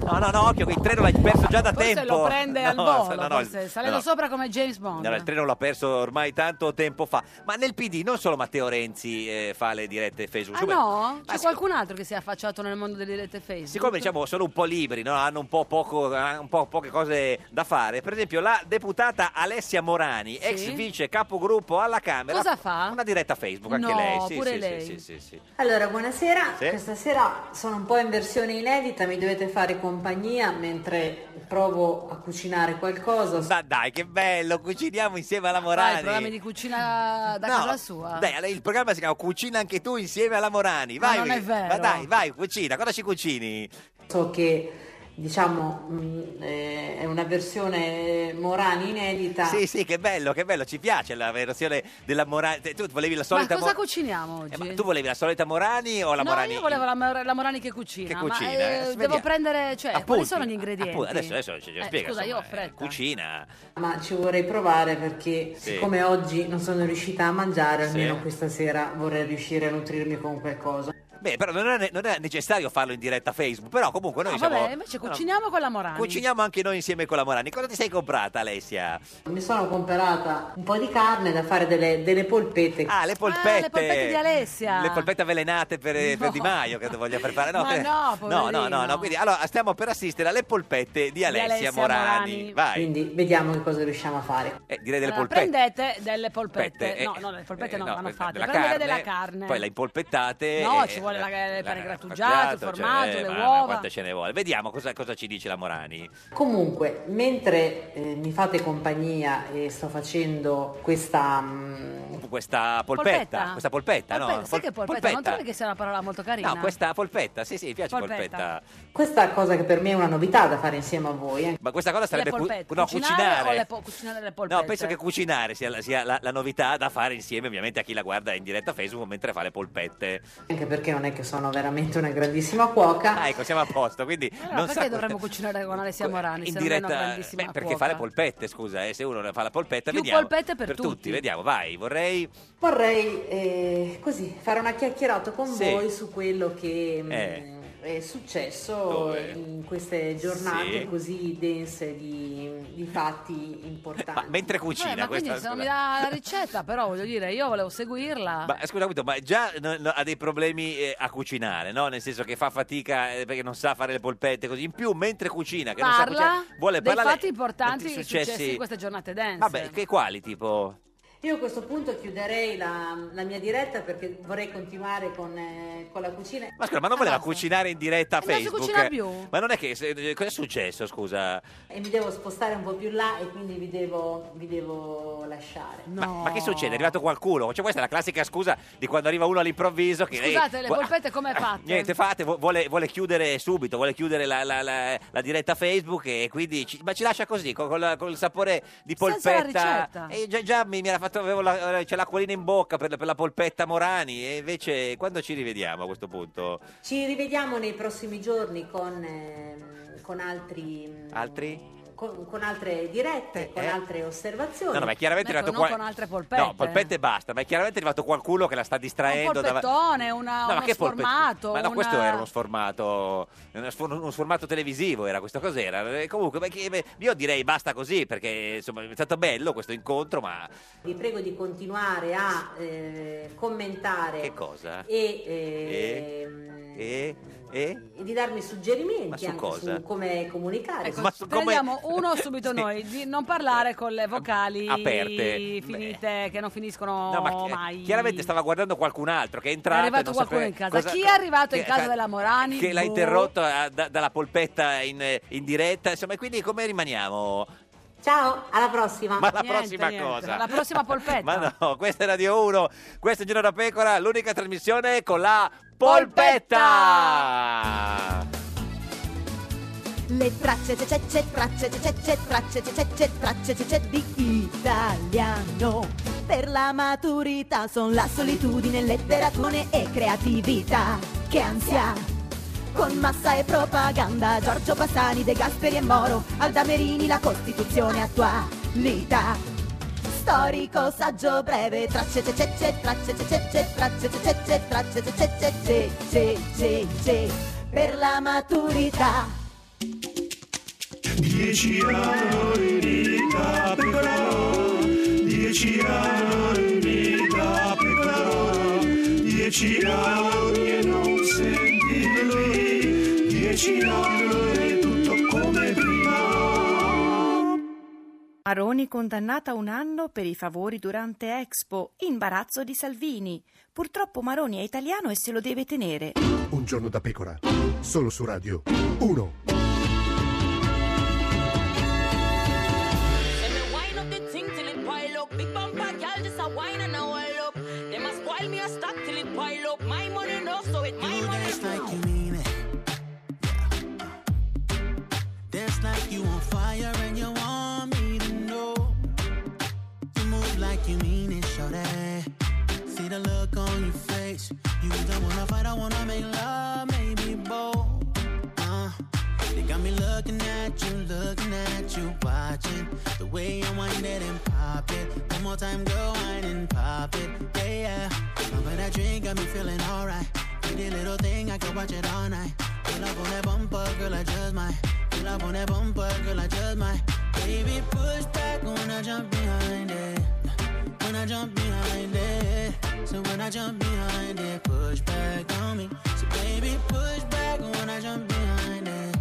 [SPEAKER 3] No, no, no, occhio, che il treno l'hai perso già da
[SPEAKER 2] Forse
[SPEAKER 3] tempo.
[SPEAKER 2] lo prende al
[SPEAKER 3] No,
[SPEAKER 2] volo,
[SPEAKER 3] no, no,
[SPEAKER 2] forse,
[SPEAKER 3] il-
[SPEAKER 2] salendo
[SPEAKER 3] no, no.
[SPEAKER 2] sopra come James Bond.
[SPEAKER 3] No, no, il treno l'ha perso ormai tanto tempo fa. Ma nel PD non solo Matteo Renzi eh, fa le dirette Facebook.
[SPEAKER 2] Ah
[SPEAKER 3] Cioè,
[SPEAKER 2] no?
[SPEAKER 3] ma
[SPEAKER 2] C'è qualcun altro che si è affacciato nel mondo delle dirette Facebook?
[SPEAKER 3] Siccome diciamo sono un po' liberi, no? hanno un po, poco, hanno un po' poche cose da fare, per esempio la deputata Alessia Morani, ex
[SPEAKER 2] Sì.
[SPEAKER 3] vice capogruppo alla Camera,
[SPEAKER 2] Cosa fa?
[SPEAKER 3] una diretta Facebook anche
[SPEAKER 2] No,
[SPEAKER 3] lei. Sì,
[SPEAKER 2] pure
[SPEAKER 3] sì,
[SPEAKER 2] lei.
[SPEAKER 3] Sì, sì, sì, sì.
[SPEAKER 8] Allora, buonasera.
[SPEAKER 3] Sì.
[SPEAKER 8] Questa sera sono un po' in versione inedita, mi dovete fare compagnia mentre provo a cucinare qualcosa.
[SPEAKER 3] Ma dai, che bello, cuciniamo insieme alla Morani.
[SPEAKER 2] Vai, programmi di cucina da
[SPEAKER 3] No,
[SPEAKER 2] casa sua.
[SPEAKER 3] Dai, allora il programma si chiama Cucina anche tu insieme alla Morani. Vai,
[SPEAKER 8] non è vero.
[SPEAKER 3] Ma dai, vai, cucina, cosa ci cucini?
[SPEAKER 8] So che diciamo mh, eh, è una versione Morani inedita.
[SPEAKER 3] Sì, sì, che bello, che bello, ci piace la versione della Morani. Te- Tu volevi la
[SPEAKER 2] Ma
[SPEAKER 3] solita
[SPEAKER 2] cosa
[SPEAKER 3] Mo-
[SPEAKER 2] cuciniamo oggi?
[SPEAKER 3] Eh, ma tu volevi la solita Morani o la
[SPEAKER 2] no,
[SPEAKER 3] Morani?
[SPEAKER 2] io volevo la, Mor- la Morani che cucina.
[SPEAKER 3] Che
[SPEAKER 2] ma,
[SPEAKER 3] cucina,
[SPEAKER 2] eh,
[SPEAKER 3] eh,
[SPEAKER 2] devo
[SPEAKER 3] svegliamo.
[SPEAKER 2] prendere, cioè,
[SPEAKER 3] Appunti,
[SPEAKER 2] quali sono gli ingredienti?
[SPEAKER 3] appunto, adesso, adesso ci
[SPEAKER 2] Eh,
[SPEAKER 3] spiega.
[SPEAKER 2] Scusa, io ho
[SPEAKER 3] insomma, eh,
[SPEAKER 2] fretta.
[SPEAKER 3] Cucina.
[SPEAKER 8] Ma ci vorrei provare perché
[SPEAKER 3] Sì.
[SPEAKER 8] siccome oggi non sono riuscita a mangiare,
[SPEAKER 3] Sì.
[SPEAKER 8] almeno questa sera vorrei riuscire a nutrirmi con qualcosa.
[SPEAKER 3] Beh, però non è, ne- non è necessario farlo in diretta Facebook, però comunque noi
[SPEAKER 2] Ah,
[SPEAKER 9] No,
[SPEAKER 3] siamo...
[SPEAKER 9] vabbè, invece
[SPEAKER 3] no, no.
[SPEAKER 9] cuciniamo con la Morani.
[SPEAKER 3] Cuciniamo anche noi insieme con la Morani. Cosa ti sei comprata, Alessia?
[SPEAKER 2] Mi sono comprata un po' di carne da fare delle, delle polpette.
[SPEAKER 3] Ah, le polpette.
[SPEAKER 9] le polpette di Alessia.
[SPEAKER 3] Le polpette avvelenate per, per Di Maio, che voglia preparare.
[SPEAKER 9] Ma
[SPEAKER 3] che-
[SPEAKER 9] no,
[SPEAKER 3] no, no, no,
[SPEAKER 9] poverino.
[SPEAKER 3] no. Quindi, allora, stiamo per assistere alle polpette di Alessia,
[SPEAKER 9] Alessia Morani.
[SPEAKER 3] Morani. Vai.
[SPEAKER 2] Quindi vediamo che cosa riusciamo a fare.
[SPEAKER 3] Eh, direi delle
[SPEAKER 9] Allora,
[SPEAKER 3] polpette.
[SPEAKER 9] prendete delle polpette.
[SPEAKER 3] Polpette, eh,
[SPEAKER 9] no, no, le polpette
[SPEAKER 3] eh,
[SPEAKER 9] non vanno
[SPEAKER 3] eh,
[SPEAKER 9] fatte.
[SPEAKER 3] della
[SPEAKER 9] Prendete della carne.
[SPEAKER 3] Poi le impolpettate.
[SPEAKER 9] No,
[SPEAKER 3] eh,
[SPEAKER 9] ci vuole la- il pane grattugiato, il
[SPEAKER 3] cioè,
[SPEAKER 9] formaggio,
[SPEAKER 3] eh,
[SPEAKER 9] le
[SPEAKER 3] mamma,
[SPEAKER 9] uova.
[SPEAKER 3] Quanta ce ne vuole. Vediamo cosa, cosa ci dice la Morani.
[SPEAKER 2] Comunque, mentre eh, mi fate compagnia e sto facendo questa... mm,
[SPEAKER 3] Questa polpetta.
[SPEAKER 9] Polpetta?
[SPEAKER 3] Questa polpetta, no?
[SPEAKER 9] Sai
[SPEAKER 3] Pol-
[SPEAKER 9] che polpetta? Non trovi che sia una parola molto carina?
[SPEAKER 3] No, questa polpetta, sì, sì, mi piace polpetta.
[SPEAKER 9] Polpetta.
[SPEAKER 2] questa cosa che per me è una novità da fare insieme a voi. eh.
[SPEAKER 3] Ma questa cosa
[SPEAKER 9] Le
[SPEAKER 3] sarebbe cu-
[SPEAKER 9] polpette.
[SPEAKER 3] no,
[SPEAKER 9] cucinare,
[SPEAKER 3] cucinare.
[SPEAKER 9] o le po- cucinare le polpette?
[SPEAKER 3] No, penso che cucinare sia, la, sia la- la novità da fare insieme, ovviamente, a chi la guarda in diretta Facebook mentre fa le polpette.
[SPEAKER 2] Anche perché non è che sono veramente una grandissima cuoca.
[SPEAKER 3] Ah, ecco, siamo a posto. Quindi
[SPEAKER 9] Allora,
[SPEAKER 3] non
[SPEAKER 9] perché
[SPEAKER 3] sa-
[SPEAKER 9] dovremmo cucinare con Alessia Morani?
[SPEAKER 3] in
[SPEAKER 9] se
[SPEAKER 3] diretta,
[SPEAKER 9] non è una grandissima
[SPEAKER 3] beh, perché
[SPEAKER 9] cuoca?
[SPEAKER 3] fa le polpette, scusa, eh, se uno fa la polpetta,
[SPEAKER 9] Più
[SPEAKER 3] vediamo.
[SPEAKER 9] polpette per
[SPEAKER 3] tutti.
[SPEAKER 9] tutti.
[SPEAKER 3] vediamo, vai, vorrei.
[SPEAKER 2] Vorrei eh, così fare una chiacchierata con
[SPEAKER 3] Sì.
[SPEAKER 2] voi su quello che
[SPEAKER 9] Mm.
[SPEAKER 2] mm, mh,
[SPEAKER 3] Eh.
[SPEAKER 2] è successo
[SPEAKER 3] Dove?
[SPEAKER 2] in queste giornate
[SPEAKER 3] Sì.
[SPEAKER 2] così dense di, di fatti importanti.
[SPEAKER 3] Ma mentre
[SPEAKER 9] Vabbè,
[SPEAKER 3] cucina
[SPEAKER 9] ma
[SPEAKER 3] questa.
[SPEAKER 9] quindi se non mi
[SPEAKER 3] scusa.
[SPEAKER 9] dà la ricetta, però voglio dire, io volevo seguirla.
[SPEAKER 3] Ma scusa, capito, ma già no, no, ha dei problemi eh, a cucinare, no? Nel senso che fa fatica eh, perché non sa fare le polpette così. In più, mentre cucina, che non sa
[SPEAKER 9] Parla
[SPEAKER 3] cucinare, vuole
[SPEAKER 9] dei
[SPEAKER 3] parlare
[SPEAKER 9] fatti importanti
[SPEAKER 3] dei
[SPEAKER 9] successi in queste giornate dense.
[SPEAKER 3] Vabbè, che quali tipo?
[SPEAKER 2] Io a questo punto chiuderei la, la mia diretta perché vorrei continuare con, eh, con la cucina.
[SPEAKER 3] Ma scusa, ma non voleva
[SPEAKER 9] basta.
[SPEAKER 3] cucinare in diretta a
[SPEAKER 9] Eh, non si
[SPEAKER 3] Facebook?
[SPEAKER 9] cucina più.
[SPEAKER 3] Ma non è che. se- eh, cosa è successo, scusa?
[SPEAKER 2] E mi devo spostare un po' più là e quindi vi devo, vi devo lasciare.
[SPEAKER 3] Ma,
[SPEAKER 9] No.
[SPEAKER 3] ma che succede? È arrivato qualcuno? Cioè, questa è la classica scusa di quando arriva uno all'improvviso. Che, eh,
[SPEAKER 9] Scusate, le
[SPEAKER 3] vu-
[SPEAKER 9] polpette come fate?
[SPEAKER 3] Niente, fate, vu- vuole, vuole chiudere subito, vuole chiudere la, la- la- la diretta Facebook e quindi. ci- ma ci lascia così, con, con la- con il sapore di
[SPEAKER 9] Senza la
[SPEAKER 3] polpetta.
[SPEAKER 9] ricetta.
[SPEAKER 3] E già, già mi, mi era fatto. Avevo la, eh, c'è l'acquolina in bocca per, la- per la polpetta Morani. E invece, quando ci rivediamo a questo punto?
[SPEAKER 2] Ci rivediamo nei prossimi giorni con, ehm, con altri... mm,
[SPEAKER 3] Altri?
[SPEAKER 2] Con, con altre dirette, con
[SPEAKER 3] Eh.
[SPEAKER 2] altre osservazioni.
[SPEAKER 3] No, no, ma è chiaramente
[SPEAKER 9] Ecco,
[SPEAKER 3] arrivato
[SPEAKER 9] non
[SPEAKER 3] qual-
[SPEAKER 9] con altre polpette. eh.
[SPEAKER 3] No, polpette basta, ma è chiaramente arrivato qualcuno che la sta
[SPEAKER 9] un
[SPEAKER 3] distraendo. dava-
[SPEAKER 9] polpettone, una,
[SPEAKER 3] No, ma
[SPEAKER 9] uno
[SPEAKER 3] che polpette?
[SPEAKER 9] sformato.
[SPEAKER 3] Ma no,
[SPEAKER 9] una-
[SPEAKER 3] questo era uno sformato, uno sfor- uno sformato televisivo, era questo cos'era? Eh, Comunque, beh, che- beh, io direi basta così, perché insomma è stato bello questo incontro, ma
[SPEAKER 2] Vi prego di continuare a eh, commentare
[SPEAKER 3] che cosa?
[SPEAKER 2] e, eh, ehm,
[SPEAKER 3] E? E?
[SPEAKER 2] e di darmi suggerimenti
[SPEAKER 3] Ma su
[SPEAKER 2] anche
[SPEAKER 3] cosa?
[SPEAKER 2] su come comunicare.
[SPEAKER 9] Ecco,
[SPEAKER 3] Ma su- come-
[SPEAKER 9] prendiamo uno subito
[SPEAKER 3] Sì.
[SPEAKER 9] noi, di non parlare con le vocali
[SPEAKER 3] Aperte.
[SPEAKER 9] finite,
[SPEAKER 3] Beh.
[SPEAKER 9] che non finiscono
[SPEAKER 3] No, ma chi-
[SPEAKER 9] mai.
[SPEAKER 3] chiaramente stava guardando qualcun altro che è entrato.
[SPEAKER 9] È arrivato
[SPEAKER 3] e non
[SPEAKER 9] qualcuno
[SPEAKER 3] sapeva
[SPEAKER 9] in casa.
[SPEAKER 3] cosa-
[SPEAKER 9] Chi è arrivato in
[SPEAKER 3] che-
[SPEAKER 9] casa della Morani?
[SPEAKER 3] Che l'ha
[SPEAKER 9] Boh.
[SPEAKER 3] interrotto eh, da- dalla polpetta in, eh, in diretta. Insomma, e quindi come rimaniamo?
[SPEAKER 2] Ciao, alla prossima.
[SPEAKER 3] Ma la
[SPEAKER 9] Niente,
[SPEAKER 3] prossima
[SPEAKER 9] niente.
[SPEAKER 3] cosa.
[SPEAKER 9] La prossima polpetta.
[SPEAKER 3] Ma no, questa è Radio 1, questo è Giro da Pecora, l'unica trasmissione con la polpetta.
[SPEAKER 10] Le tracce c'è c'è c'è tracce c'è c'è c'è tracce c'è c'è c'è tracce c'è c'è di italiano. Per la maturità son la solitudine, letterazione e creatività. Che ansia! Con massa e propaganda, Giorgio Passani, De Gasperi e Moro, Aldamerini la Costituzione attualità. Storico, saggio breve, tracce c'è c'è c'è tracce c'è c'è c'è tracce c'è c'è c'è tracce c'è c'è c'è c'è c'è c'è c'è per la maturità.
[SPEAKER 11] Dieci anni di capra, dieci anni di capra, dieci anni e non sentirli, dieci anni e tutto come prima.
[SPEAKER 12] Maroni condannata a un anno per i favori durante Expo. Imbarazzo di Salvini. Purtroppo Maroni è italiano e se lo deve tenere.
[SPEAKER 13] Un giorno da pecora, solo su Radio 1.
[SPEAKER 14] Say me wine up the thing till it pile up. Big bumper girl just a wine and a while up. Them a spoil me a stock till it pile up. My money enough so it my
[SPEAKER 11] You
[SPEAKER 14] money
[SPEAKER 11] dance like you
[SPEAKER 14] enough.
[SPEAKER 11] mean it. Dance like you on fire and you want me to know. You move like you mean it, shawty. See the look on your face. You don't wanna fight, I wanna make love, maybe both. Uh, they got me looking at you, looking at you, watching the way you wind it and pop it. One more time, go wine and pop it, yeah, yeah. But that drink got me feeling alright. Pretty little thing, I could watch it all night. Pull up on that bumper, girl, I just might. Pull up on that bumper, girl, I just might. Baby, push back when I jump behind it. When I jump behind it. So when I jump behind it, push back on me. So baby, push back when I jump behind it.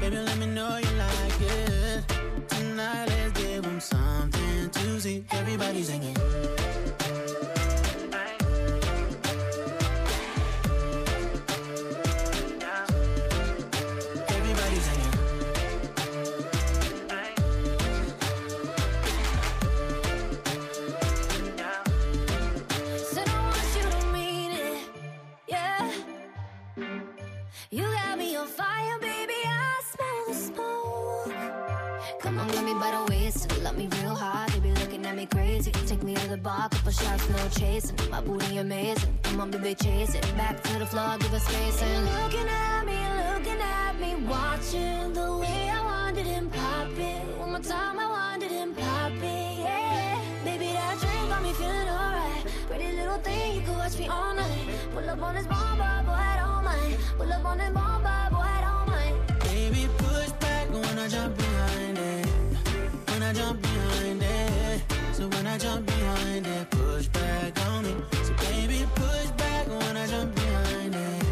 [SPEAKER 11] Baby, let me know you like it. Tonight, let's give 'em something to see. Everybody singing. Everybody singing.
[SPEAKER 15] Said I want you to mean it, yeah. You got me on fire, baby. I smell the smoke. Come on, grab me by the waist and love me real hard. They be looking at me crazy. Take me to the bar, couple shots, no chasing. My booty amazing. Come on, baby, chase it. Back to the floor, give us space and looking at me, looking at me, watching the way I wanted and pop it. One more time, I wanted and pop it, yeah. Baby, that drink got me feeling alright. Pretty little thing, you could watch me all night. Pull up on this bomber, boy, I don't mind. Pull up on this bomber, boy, I don't mind.
[SPEAKER 11] Baby, push back when I jump behind it. When I jump behind it. So when I jump behind it, push back on me. So baby, push back when I jump behind it.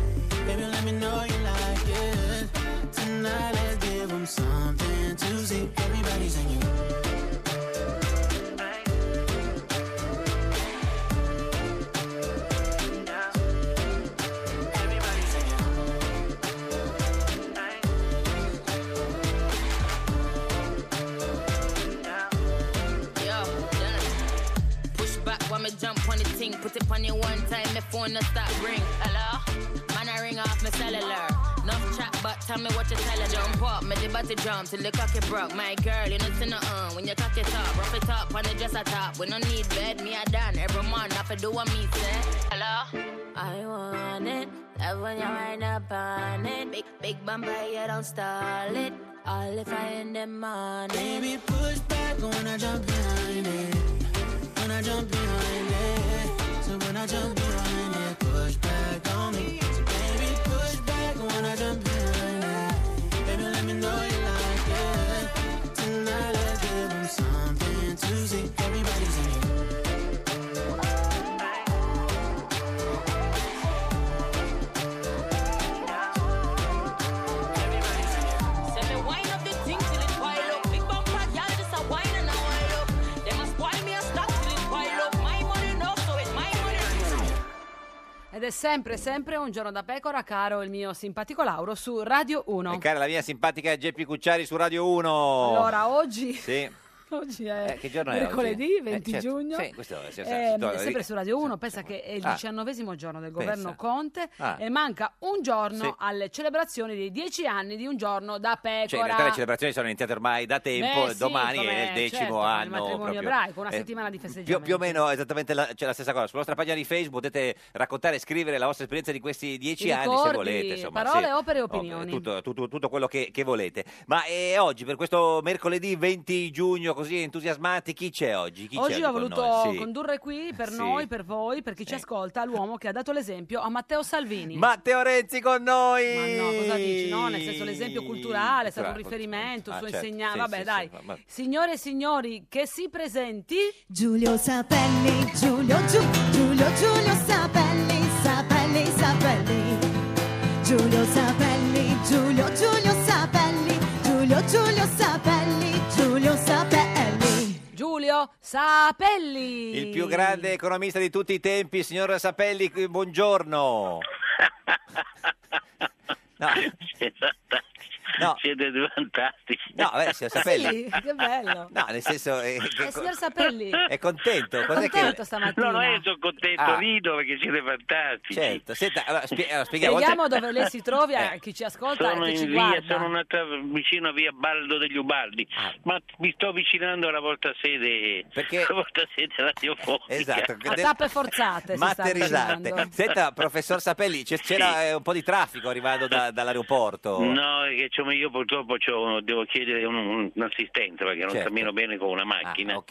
[SPEAKER 11] Baby, let me know you like it. Tonight, let's give 'em something to see. Everybody singing. Everybody singing.
[SPEAKER 14] Yo, Dennis. Push back when me jump on the thing. Put it on you one time, the phone not stop ring. Hello? Man, I ring off my cellular. No chat, but tell me what you tell her. Jump up, me the body jump till the cocky broke. My girl, you know see nothing when you cock it up. Rough it up on the dress I top. We no need bed, me I done. Every month, I fi do what me say. Hello? I want it. Love when you wind up on it. Big, big bumper, you don't stall it. All if I in the morning.
[SPEAKER 11] Baby, push back when I jump behind it. When I jump behind it. So when I jump behind it, push back on me. So baby, push back when I jump behind it. Baby, let me know you like it. Tonight, let's give 'em something to see. Everybody singing.
[SPEAKER 14] Say me wind up the thing till it pile up. Big bumper, y'all just a wine and a while up. Them a spoil me a stop till it pile up. My money no, so it's my money.
[SPEAKER 2] Ed è sempre, sempre un giorno da pecora, caro il mio simpatico Lauro su Radio 1.
[SPEAKER 3] E cara la mia simpatica Geppi Cucciari su Radio 1.
[SPEAKER 2] Allora, oggi,
[SPEAKER 3] Sì.
[SPEAKER 2] oggi è
[SPEAKER 3] Eh, che giorno è oggi?
[SPEAKER 2] mercoledì 20
[SPEAKER 3] Eh, certo.
[SPEAKER 2] giugno.
[SPEAKER 3] Sì, questo è- sì, sì, sì,
[SPEAKER 2] Ehm,
[SPEAKER 3] sì, sì,
[SPEAKER 2] sempre
[SPEAKER 3] sì.
[SPEAKER 2] su Radio 1, pensa che è il
[SPEAKER 3] Ah.
[SPEAKER 2] diciannovesimo giorno del
[SPEAKER 3] Pensa.
[SPEAKER 2] governo Conte
[SPEAKER 3] Ah.
[SPEAKER 2] e manca un giorno
[SPEAKER 3] Sì.
[SPEAKER 2] alle celebrazioni dei dieci anni di un giorno da
[SPEAKER 3] Cioè, in realtà le
[SPEAKER 2] pecora.
[SPEAKER 3] celebrazioni sono iniziate ormai da tempo,
[SPEAKER 2] Beh, sì,
[SPEAKER 3] domani è
[SPEAKER 2] com'è,
[SPEAKER 3] il decimo
[SPEAKER 2] certo, con il
[SPEAKER 3] anno.
[SPEAKER 2] matrimonio
[SPEAKER 3] proprio.
[SPEAKER 2] ebraico, una
[SPEAKER 3] Eh,
[SPEAKER 2] settimana di
[SPEAKER 3] Più,
[SPEAKER 2] festeggiamenti.
[SPEAKER 3] più o meno esattamente la, c'è la stessa cosa. Sulla nostra pagina di Facebook potete raccontare e scrivere la vostra esperienza di questi dieci
[SPEAKER 2] I
[SPEAKER 3] anni, se
[SPEAKER 2] ricordi,
[SPEAKER 3] volete. Insomma,
[SPEAKER 2] parole,
[SPEAKER 3] sì.
[SPEAKER 2] opere e
[SPEAKER 3] Opere,
[SPEAKER 2] opinioni.
[SPEAKER 3] tutto, tutto- tutto quello che, che volete. Ma eh, oggi, per questo mercoledì 20 giugno, così entusiasmanti, chi c'è oggi? Chi c'è
[SPEAKER 2] Oggi ho
[SPEAKER 3] con
[SPEAKER 2] voluto
[SPEAKER 3] noi? Sì.
[SPEAKER 2] condurre qui per
[SPEAKER 3] Sì.
[SPEAKER 2] noi, per voi, per chi ci ascolta, l'uomo che ha dato l'esempio a Matteo Salvini.
[SPEAKER 3] Matteo Renzi con noi!
[SPEAKER 2] Ma no, cosa dici? No, nel senso l'esempio culturale, è stato un
[SPEAKER 3] Culturale,
[SPEAKER 2] riferimento, il
[SPEAKER 3] ah,
[SPEAKER 2] suo
[SPEAKER 3] certo.
[SPEAKER 2] insegnante.
[SPEAKER 3] Sì,
[SPEAKER 2] Vabbè,
[SPEAKER 3] sì,
[SPEAKER 2] dai.
[SPEAKER 3] sì, ma- ma-
[SPEAKER 2] Signore e signori, che si presenti?
[SPEAKER 10] Giulio Sapelli, Giulio Giu, Giulio Giulio Sapelli, Sapelli Sapelli. Giulio Sapelli, Giulio Giulio Sapelli, Giulio Giulio Sapelli, Giulio Sapelli.
[SPEAKER 2] Giulio Sapelli.
[SPEAKER 3] Il più grande economista di tutti i tempi, signor Sapelli, qui- buongiorno. No. No.
[SPEAKER 16] Siete due fantastici.
[SPEAKER 3] No, beh, signor
[SPEAKER 2] Sì,
[SPEAKER 3] Sapelli.
[SPEAKER 2] che bello.
[SPEAKER 3] No, nel senso... È,
[SPEAKER 2] Eh, signor Sapelli,
[SPEAKER 3] è contento? Ecco, Cos'è
[SPEAKER 2] contento
[SPEAKER 3] che...
[SPEAKER 2] stamattina.
[SPEAKER 16] No, no, io sono contento,
[SPEAKER 3] Ah.
[SPEAKER 16] rido perché siete fantastici.
[SPEAKER 3] Certo, senta, allora, spie- allora, spieghiamo. Eh,
[SPEAKER 2] Vediamo
[SPEAKER 3] oltre-
[SPEAKER 2] dove lei si trovi, a chi ci ascolta
[SPEAKER 16] Sono
[SPEAKER 2] e chi
[SPEAKER 16] in
[SPEAKER 2] ci
[SPEAKER 16] via,
[SPEAKER 2] guarda.
[SPEAKER 3] Ah.
[SPEAKER 16] sono nata vicino a via Baldo degli Ubaldi, ma mi sto avvicinando alla vostra sede, alla vostra sede radiofonica.
[SPEAKER 3] Esatto,
[SPEAKER 2] A tappe forzate si sta
[SPEAKER 3] Materializzate.
[SPEAKER 2] avvicinando.
[SPEAKER 3] Senta, professor Sapelli, c'è- c'era eh, un po' di traffico arrivando da- dall'aeroporto.
[SPEAKER 16] No, è che c'è
[SPEAKER 17] insomma io purtroppo c'ho- devo chiedere un, un- un assistente perché non
[SPEAKER 3] Certo. Ah,
[SPEAKER 17] cammino bene con una macchina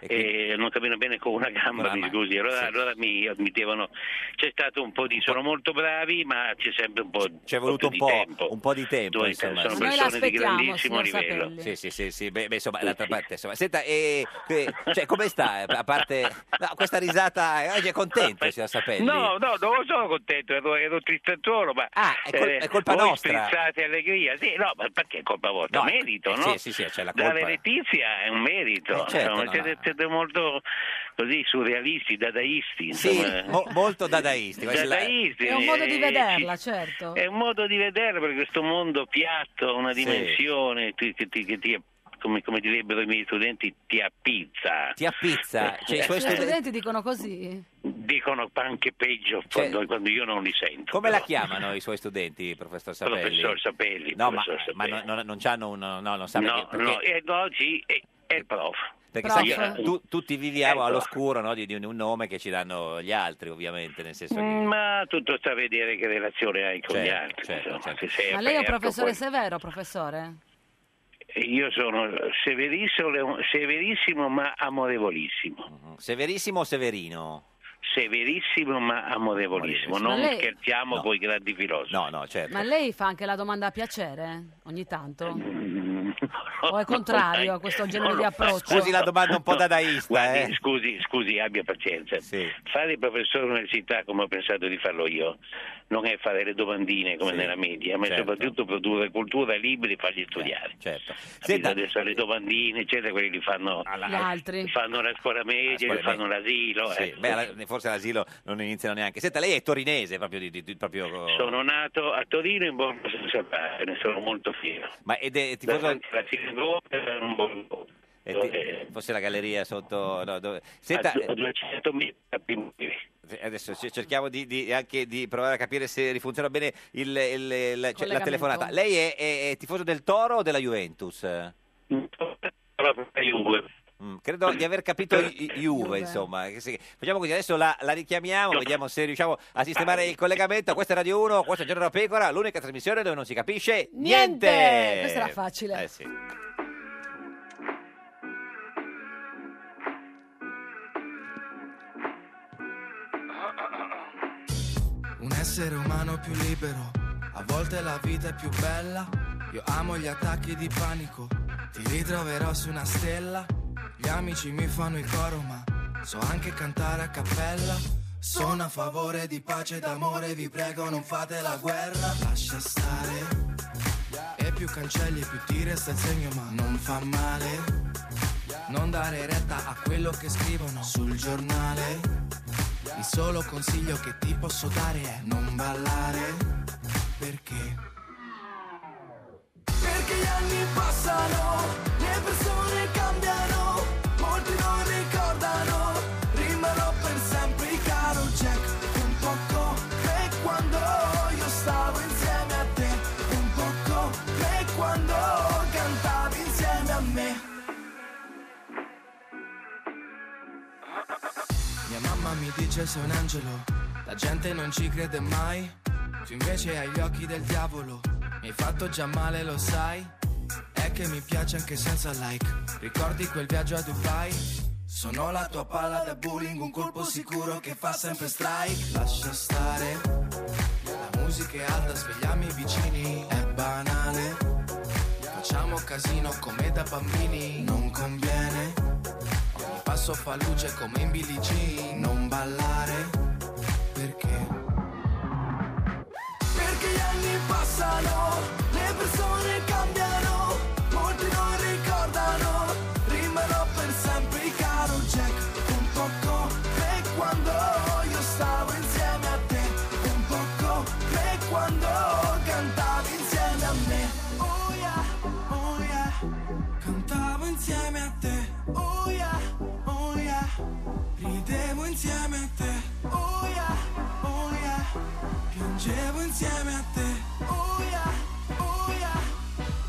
[SPEAKER 17] e, non cammino bene con una gamba,
[SPEAKER 3] Una
[SPEAKER 17] mi
[SPEAKER 3] ma-
[SPEAKER 17] scusi. Allora,
[SPEAKER 3] sì.
[SPEAKER 17] allora mi ammettevano, c'è stato un po' di, sono molto bravi ma c'è sempre un po'
[SPEAKER 3] Ci è voluto un
[SPEAKER 17] di
[SPEAKER 3] po',
[SPEAKER 17] tempo.
[SPEAKER 3] un po' di tempo.
[SPEAKER 17] Dove
[SPEAKER 3] insomma.
[SPEAKER 17] sono Ma noi persone di l'aspettiamo, grandissimo signor livello. Sapelli.
[SPEAKER 3] Sì, sì, sì, sì, Beh, beh, insomma, d'altra parte, insomma. Senta, e, e- cioè, come sta? A parte no, questa risata, eh, oggi è contento, signor Sapelli?
[SPEAKER 17] No, no, non sono contento, ero, ero tristettolo, ma
[SPEAKER 3] Ah, è
[SPEAKER 1] eh,
[SPEAKER 3] col- è colpa
[SPEAKER 17] voi
[SPEAKER 3] nostra.
[SPEAKER 17] sprezzate allegria, sì, no, ma perché è colpa vostra?
[SPEAKER 3] No,
[SPEAKER 17] merito,
[SPEAKER 3] eh,
[SPEAKER 17] no?
[SPEAKER 3] sì, sì, sì, c'è la colpa.
[SPEAKER 17] Dare letizia è un merito,
[SPEAKER 3] Eh, certo,
[SPEAKER 17] insomma,
[SPEAKER 3] no,
[SPEAKER 17] siete, siete molto così surrealisti, dadaisti,
[SPEAKER 3] Sì,
[SPEAKER 17] insomma.
[SPEAKER 3] mo- molto dadaisti. questa è la-
[SPEAKER 17] Dadaisti,
[SPEAKER 2] È un modo di
[SPEAKER 17] eh,
[SPEAKER 2] vederla, certo.
[SPEAKER 17] È un modo di vederla perché questo mondo piatto ha una
[SPEAKER 3] Sì.
[SPEAKER 17] dimensione ti- che ti, che ti- come, come direbbero i miei studenti, ti appizza. Eh,
[SPEAKER 3] Ti appizza, cioè, i suoi
[SPEAKER 2] I
[SPEAKER 3] studenti-
[SPEAKER 2] studenti dicono così.
[SPEAKER 17] Dicono anche peggio
[SPEAKER 3] Cioè
[SPEAKER 17] quando, quando io non li sento.
[SPEAKER 3] Come la
[SPEAKER 17] però.
[SPEAKER 3] chiamano i suoi studenti, professor Sapelli?
[SPEAKER 17] Professor Sapelli.
[SPEAKER 3] No, ma,
[SPEAKER 17] professor
[SPEAKER 3] ma non, non, non c'hanno un... No, non sa
[SPEAKER 17] No,
[SPEAKER 3] perché...
[SPEAKER 17] no,
[SPEAKER 3] perché-
[SPEAKER 17] eh, no, sì, è, è il prof.
[SPEAKER 3] perché
[SPEAKER 17] Prof.
[SPEAKER 3] sai che tu- tutti viviamo
[SPEAKER 17] Ecco.
[SPEAKER 3] all'oscuro no, di, di un un nome che ci danno gli altri, ovviamente, nel senso che...
[SPEAKER 17] Mm, Ma tutto sta a vedere che relazione hai con
[SPEAKER 3] Certo,
[SPEAKER 17] gli altri. insomma, se
[SPEAKER 16] Eh,
[SPEAKER 17] sei
[SPEAKER 2] Ma lei è un
[SPEAKER 16] ecco
[SPEAKER 17] aperto,
[SPEAKER 2] professore
[SPEAKER 17] poi-
[SPEAKER 2] severo, professore?
[SPEAKER 17] Io sono severissimo, severissimo ma amorevolissimo.
[SPEAKER 3] Mm-hmm. Severissimo o Severino?
[SPEAKER 17] Severissimo ma amorevolissimo.
[SPEAKER 2] Ma
[SPEAKER 17] Non
[SPEAKER 2] lei-
[SPEAKER 17] scherziamo con i grandi filosofi.
[SPEAKER 3] No, no, certo.
[SPEAKER 2] Ma lei fa anche la domanda a piacere eh, ogni tanto? O
[SPEAKER 17] dai.
[SPEAKER 2] è contrario a questo genere
[SPEAKER 17] No,
[SPEAKER 2] di
[SPEAKER 17] no.
[SPEAKER 2] approccio?
[SPEAKER 3] Scusi la domanda un po' dadaista,
[SPEAKER 17] Guardi,
[SPEAKER 3] eh.
[SPEAKER 17] scusi, scusi, abbia pazienza. Fare il professore all'università come ho pensato di farlo io non è fare le domandine come
[SPEAKER 3] Sì,
[SPEAKER 17] nella media, ma è
[SPEAKER 3] certo.
[SPEAKER 17] soprattutto produrre cultura, libri e farli studiare.
[SPEAKER 3] Certo.
[SPEAKER 17] Capito? adesso le domandine, eccetera, quelli li fanno,
[SPEAKER 2] Gli altri.
[SPEAKER 17] fanno la scuola media,
[SPEAKER 3] scuola
[SPEAKER 17] li fanno
[SPEAKER 3] media.
[SPEAKER 17] l'asilo.
[SPEAKER 3] Sì,
[SPEAKER 17] eh.
[SPEAKER 3] beh, alla- forse all'asilo non iniziano neanche. Senta, lei è torinese, proprio... Di, di- di- proprio...
[SPEAKER 17] Sono nato a Torino in Borgo San Sapare, ne sono molto fiero.
[SPEAKER 3] Ma ed è tifoso...
[SPEAKER 17] Davanti alla sinagoga era un Eh, borgo.
[SPEAKER 3] e ti- forse la galleria sotto... no, dove- Senta,
[SPEAKER 17] a du- a 200 metri da Pimpieri.
[SPEAKER 3] eh, adesso ce- cerchiamo di, di- anche di provare a capire se rifunziona bene il- il- il- cioè, la
[SPEAKER 17] Collegamento.
[SPEAKER 3] telefonata. Lei è, è- è tifoso del Toro o della Juventus?
[SPEAKER 17] Proprio Juve.
[SPEAKER 3] Mm, credo di aver capito i- i- Juve, insomma. Che se- Facciamo così, adesso la, la richiamiamo, vediamo se riusciamo a sistemare il collegamento. Questa è Radio 1, questo è Giorno da Pecora, l'unica trasmissione dove non si capisce niente.
[SPEAKER 2] Questa era facile. Ecco,
[SPEAKER 3] Eh sì.
[SPEAKER 16] Un essere umano più libero, a volte la vita è più bella. Io amo gli attacchi di panico, ti ritroverò su una stella. Gli amici mi fanno il coro, ma so anche cantare a cappella. Sono a favore di pace e d'amore, vi prego non fate la guerra. Lascia stare, e più cancelli, più ti resta il segno, ma non fa male. Non dare retta a quello che scrivono sul giornale. Il solo consiglio che ti posso dare è non ballare. Perché? Perché gli anni passano, le persone cambiano, molti non ricordano, rimarrò per sempre il caro Jack, un po' come quando io stavo insieme a te, un po' come quando cantavi insieme a me. Mia mamma mi dice sei un angelo, la gente non ci crede mai. Tu invece hai gli occhi del diavolo, mi hai fatto già male, lo sai. È che mi piace anche senza like. Ricordi quel viaggio a Dubai? Sono la tua palla da bowling, un colpo sicuro che fa sempre strike. Lascia stare, la musica è alta, svegliami vicini, è banale. Facciamo casino come da bambini, non conviene. Ogni passo fa luce come in Billie Jean Non ballare Perché? Perché gli anni passano Le persone cambiano Molti non ricordano Rimarrò per sempre il caro Jack Un po' come quando io stavo insieme a te Un po' come quando cantavi insieme a me Oh yeah, oh yeah Cantavo insieme a te, oh yeah, oh yeah Ridevo insieme a te, oh yeah, oh yeah Piangevo insieme a te, oh yeah, oh yeah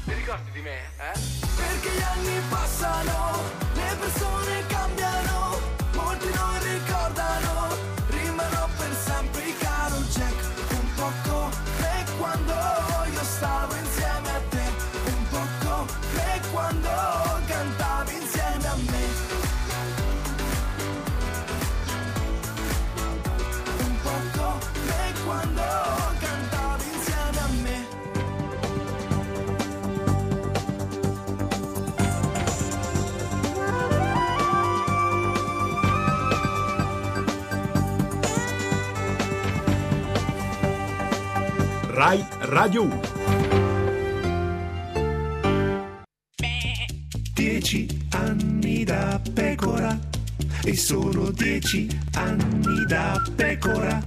[SPEAKER 16] Ti ricordi di me, eh? Perché gli anni passano, le persone cambiano Molti non ricordano, rimarrò per sempre il caro Jack Un po' come quando io stavo insieme a te
[SPEAKER 18] Rai Radio 1.
[SPEAKER 19] 10 anni da pecora e sono 10 anni da pecora.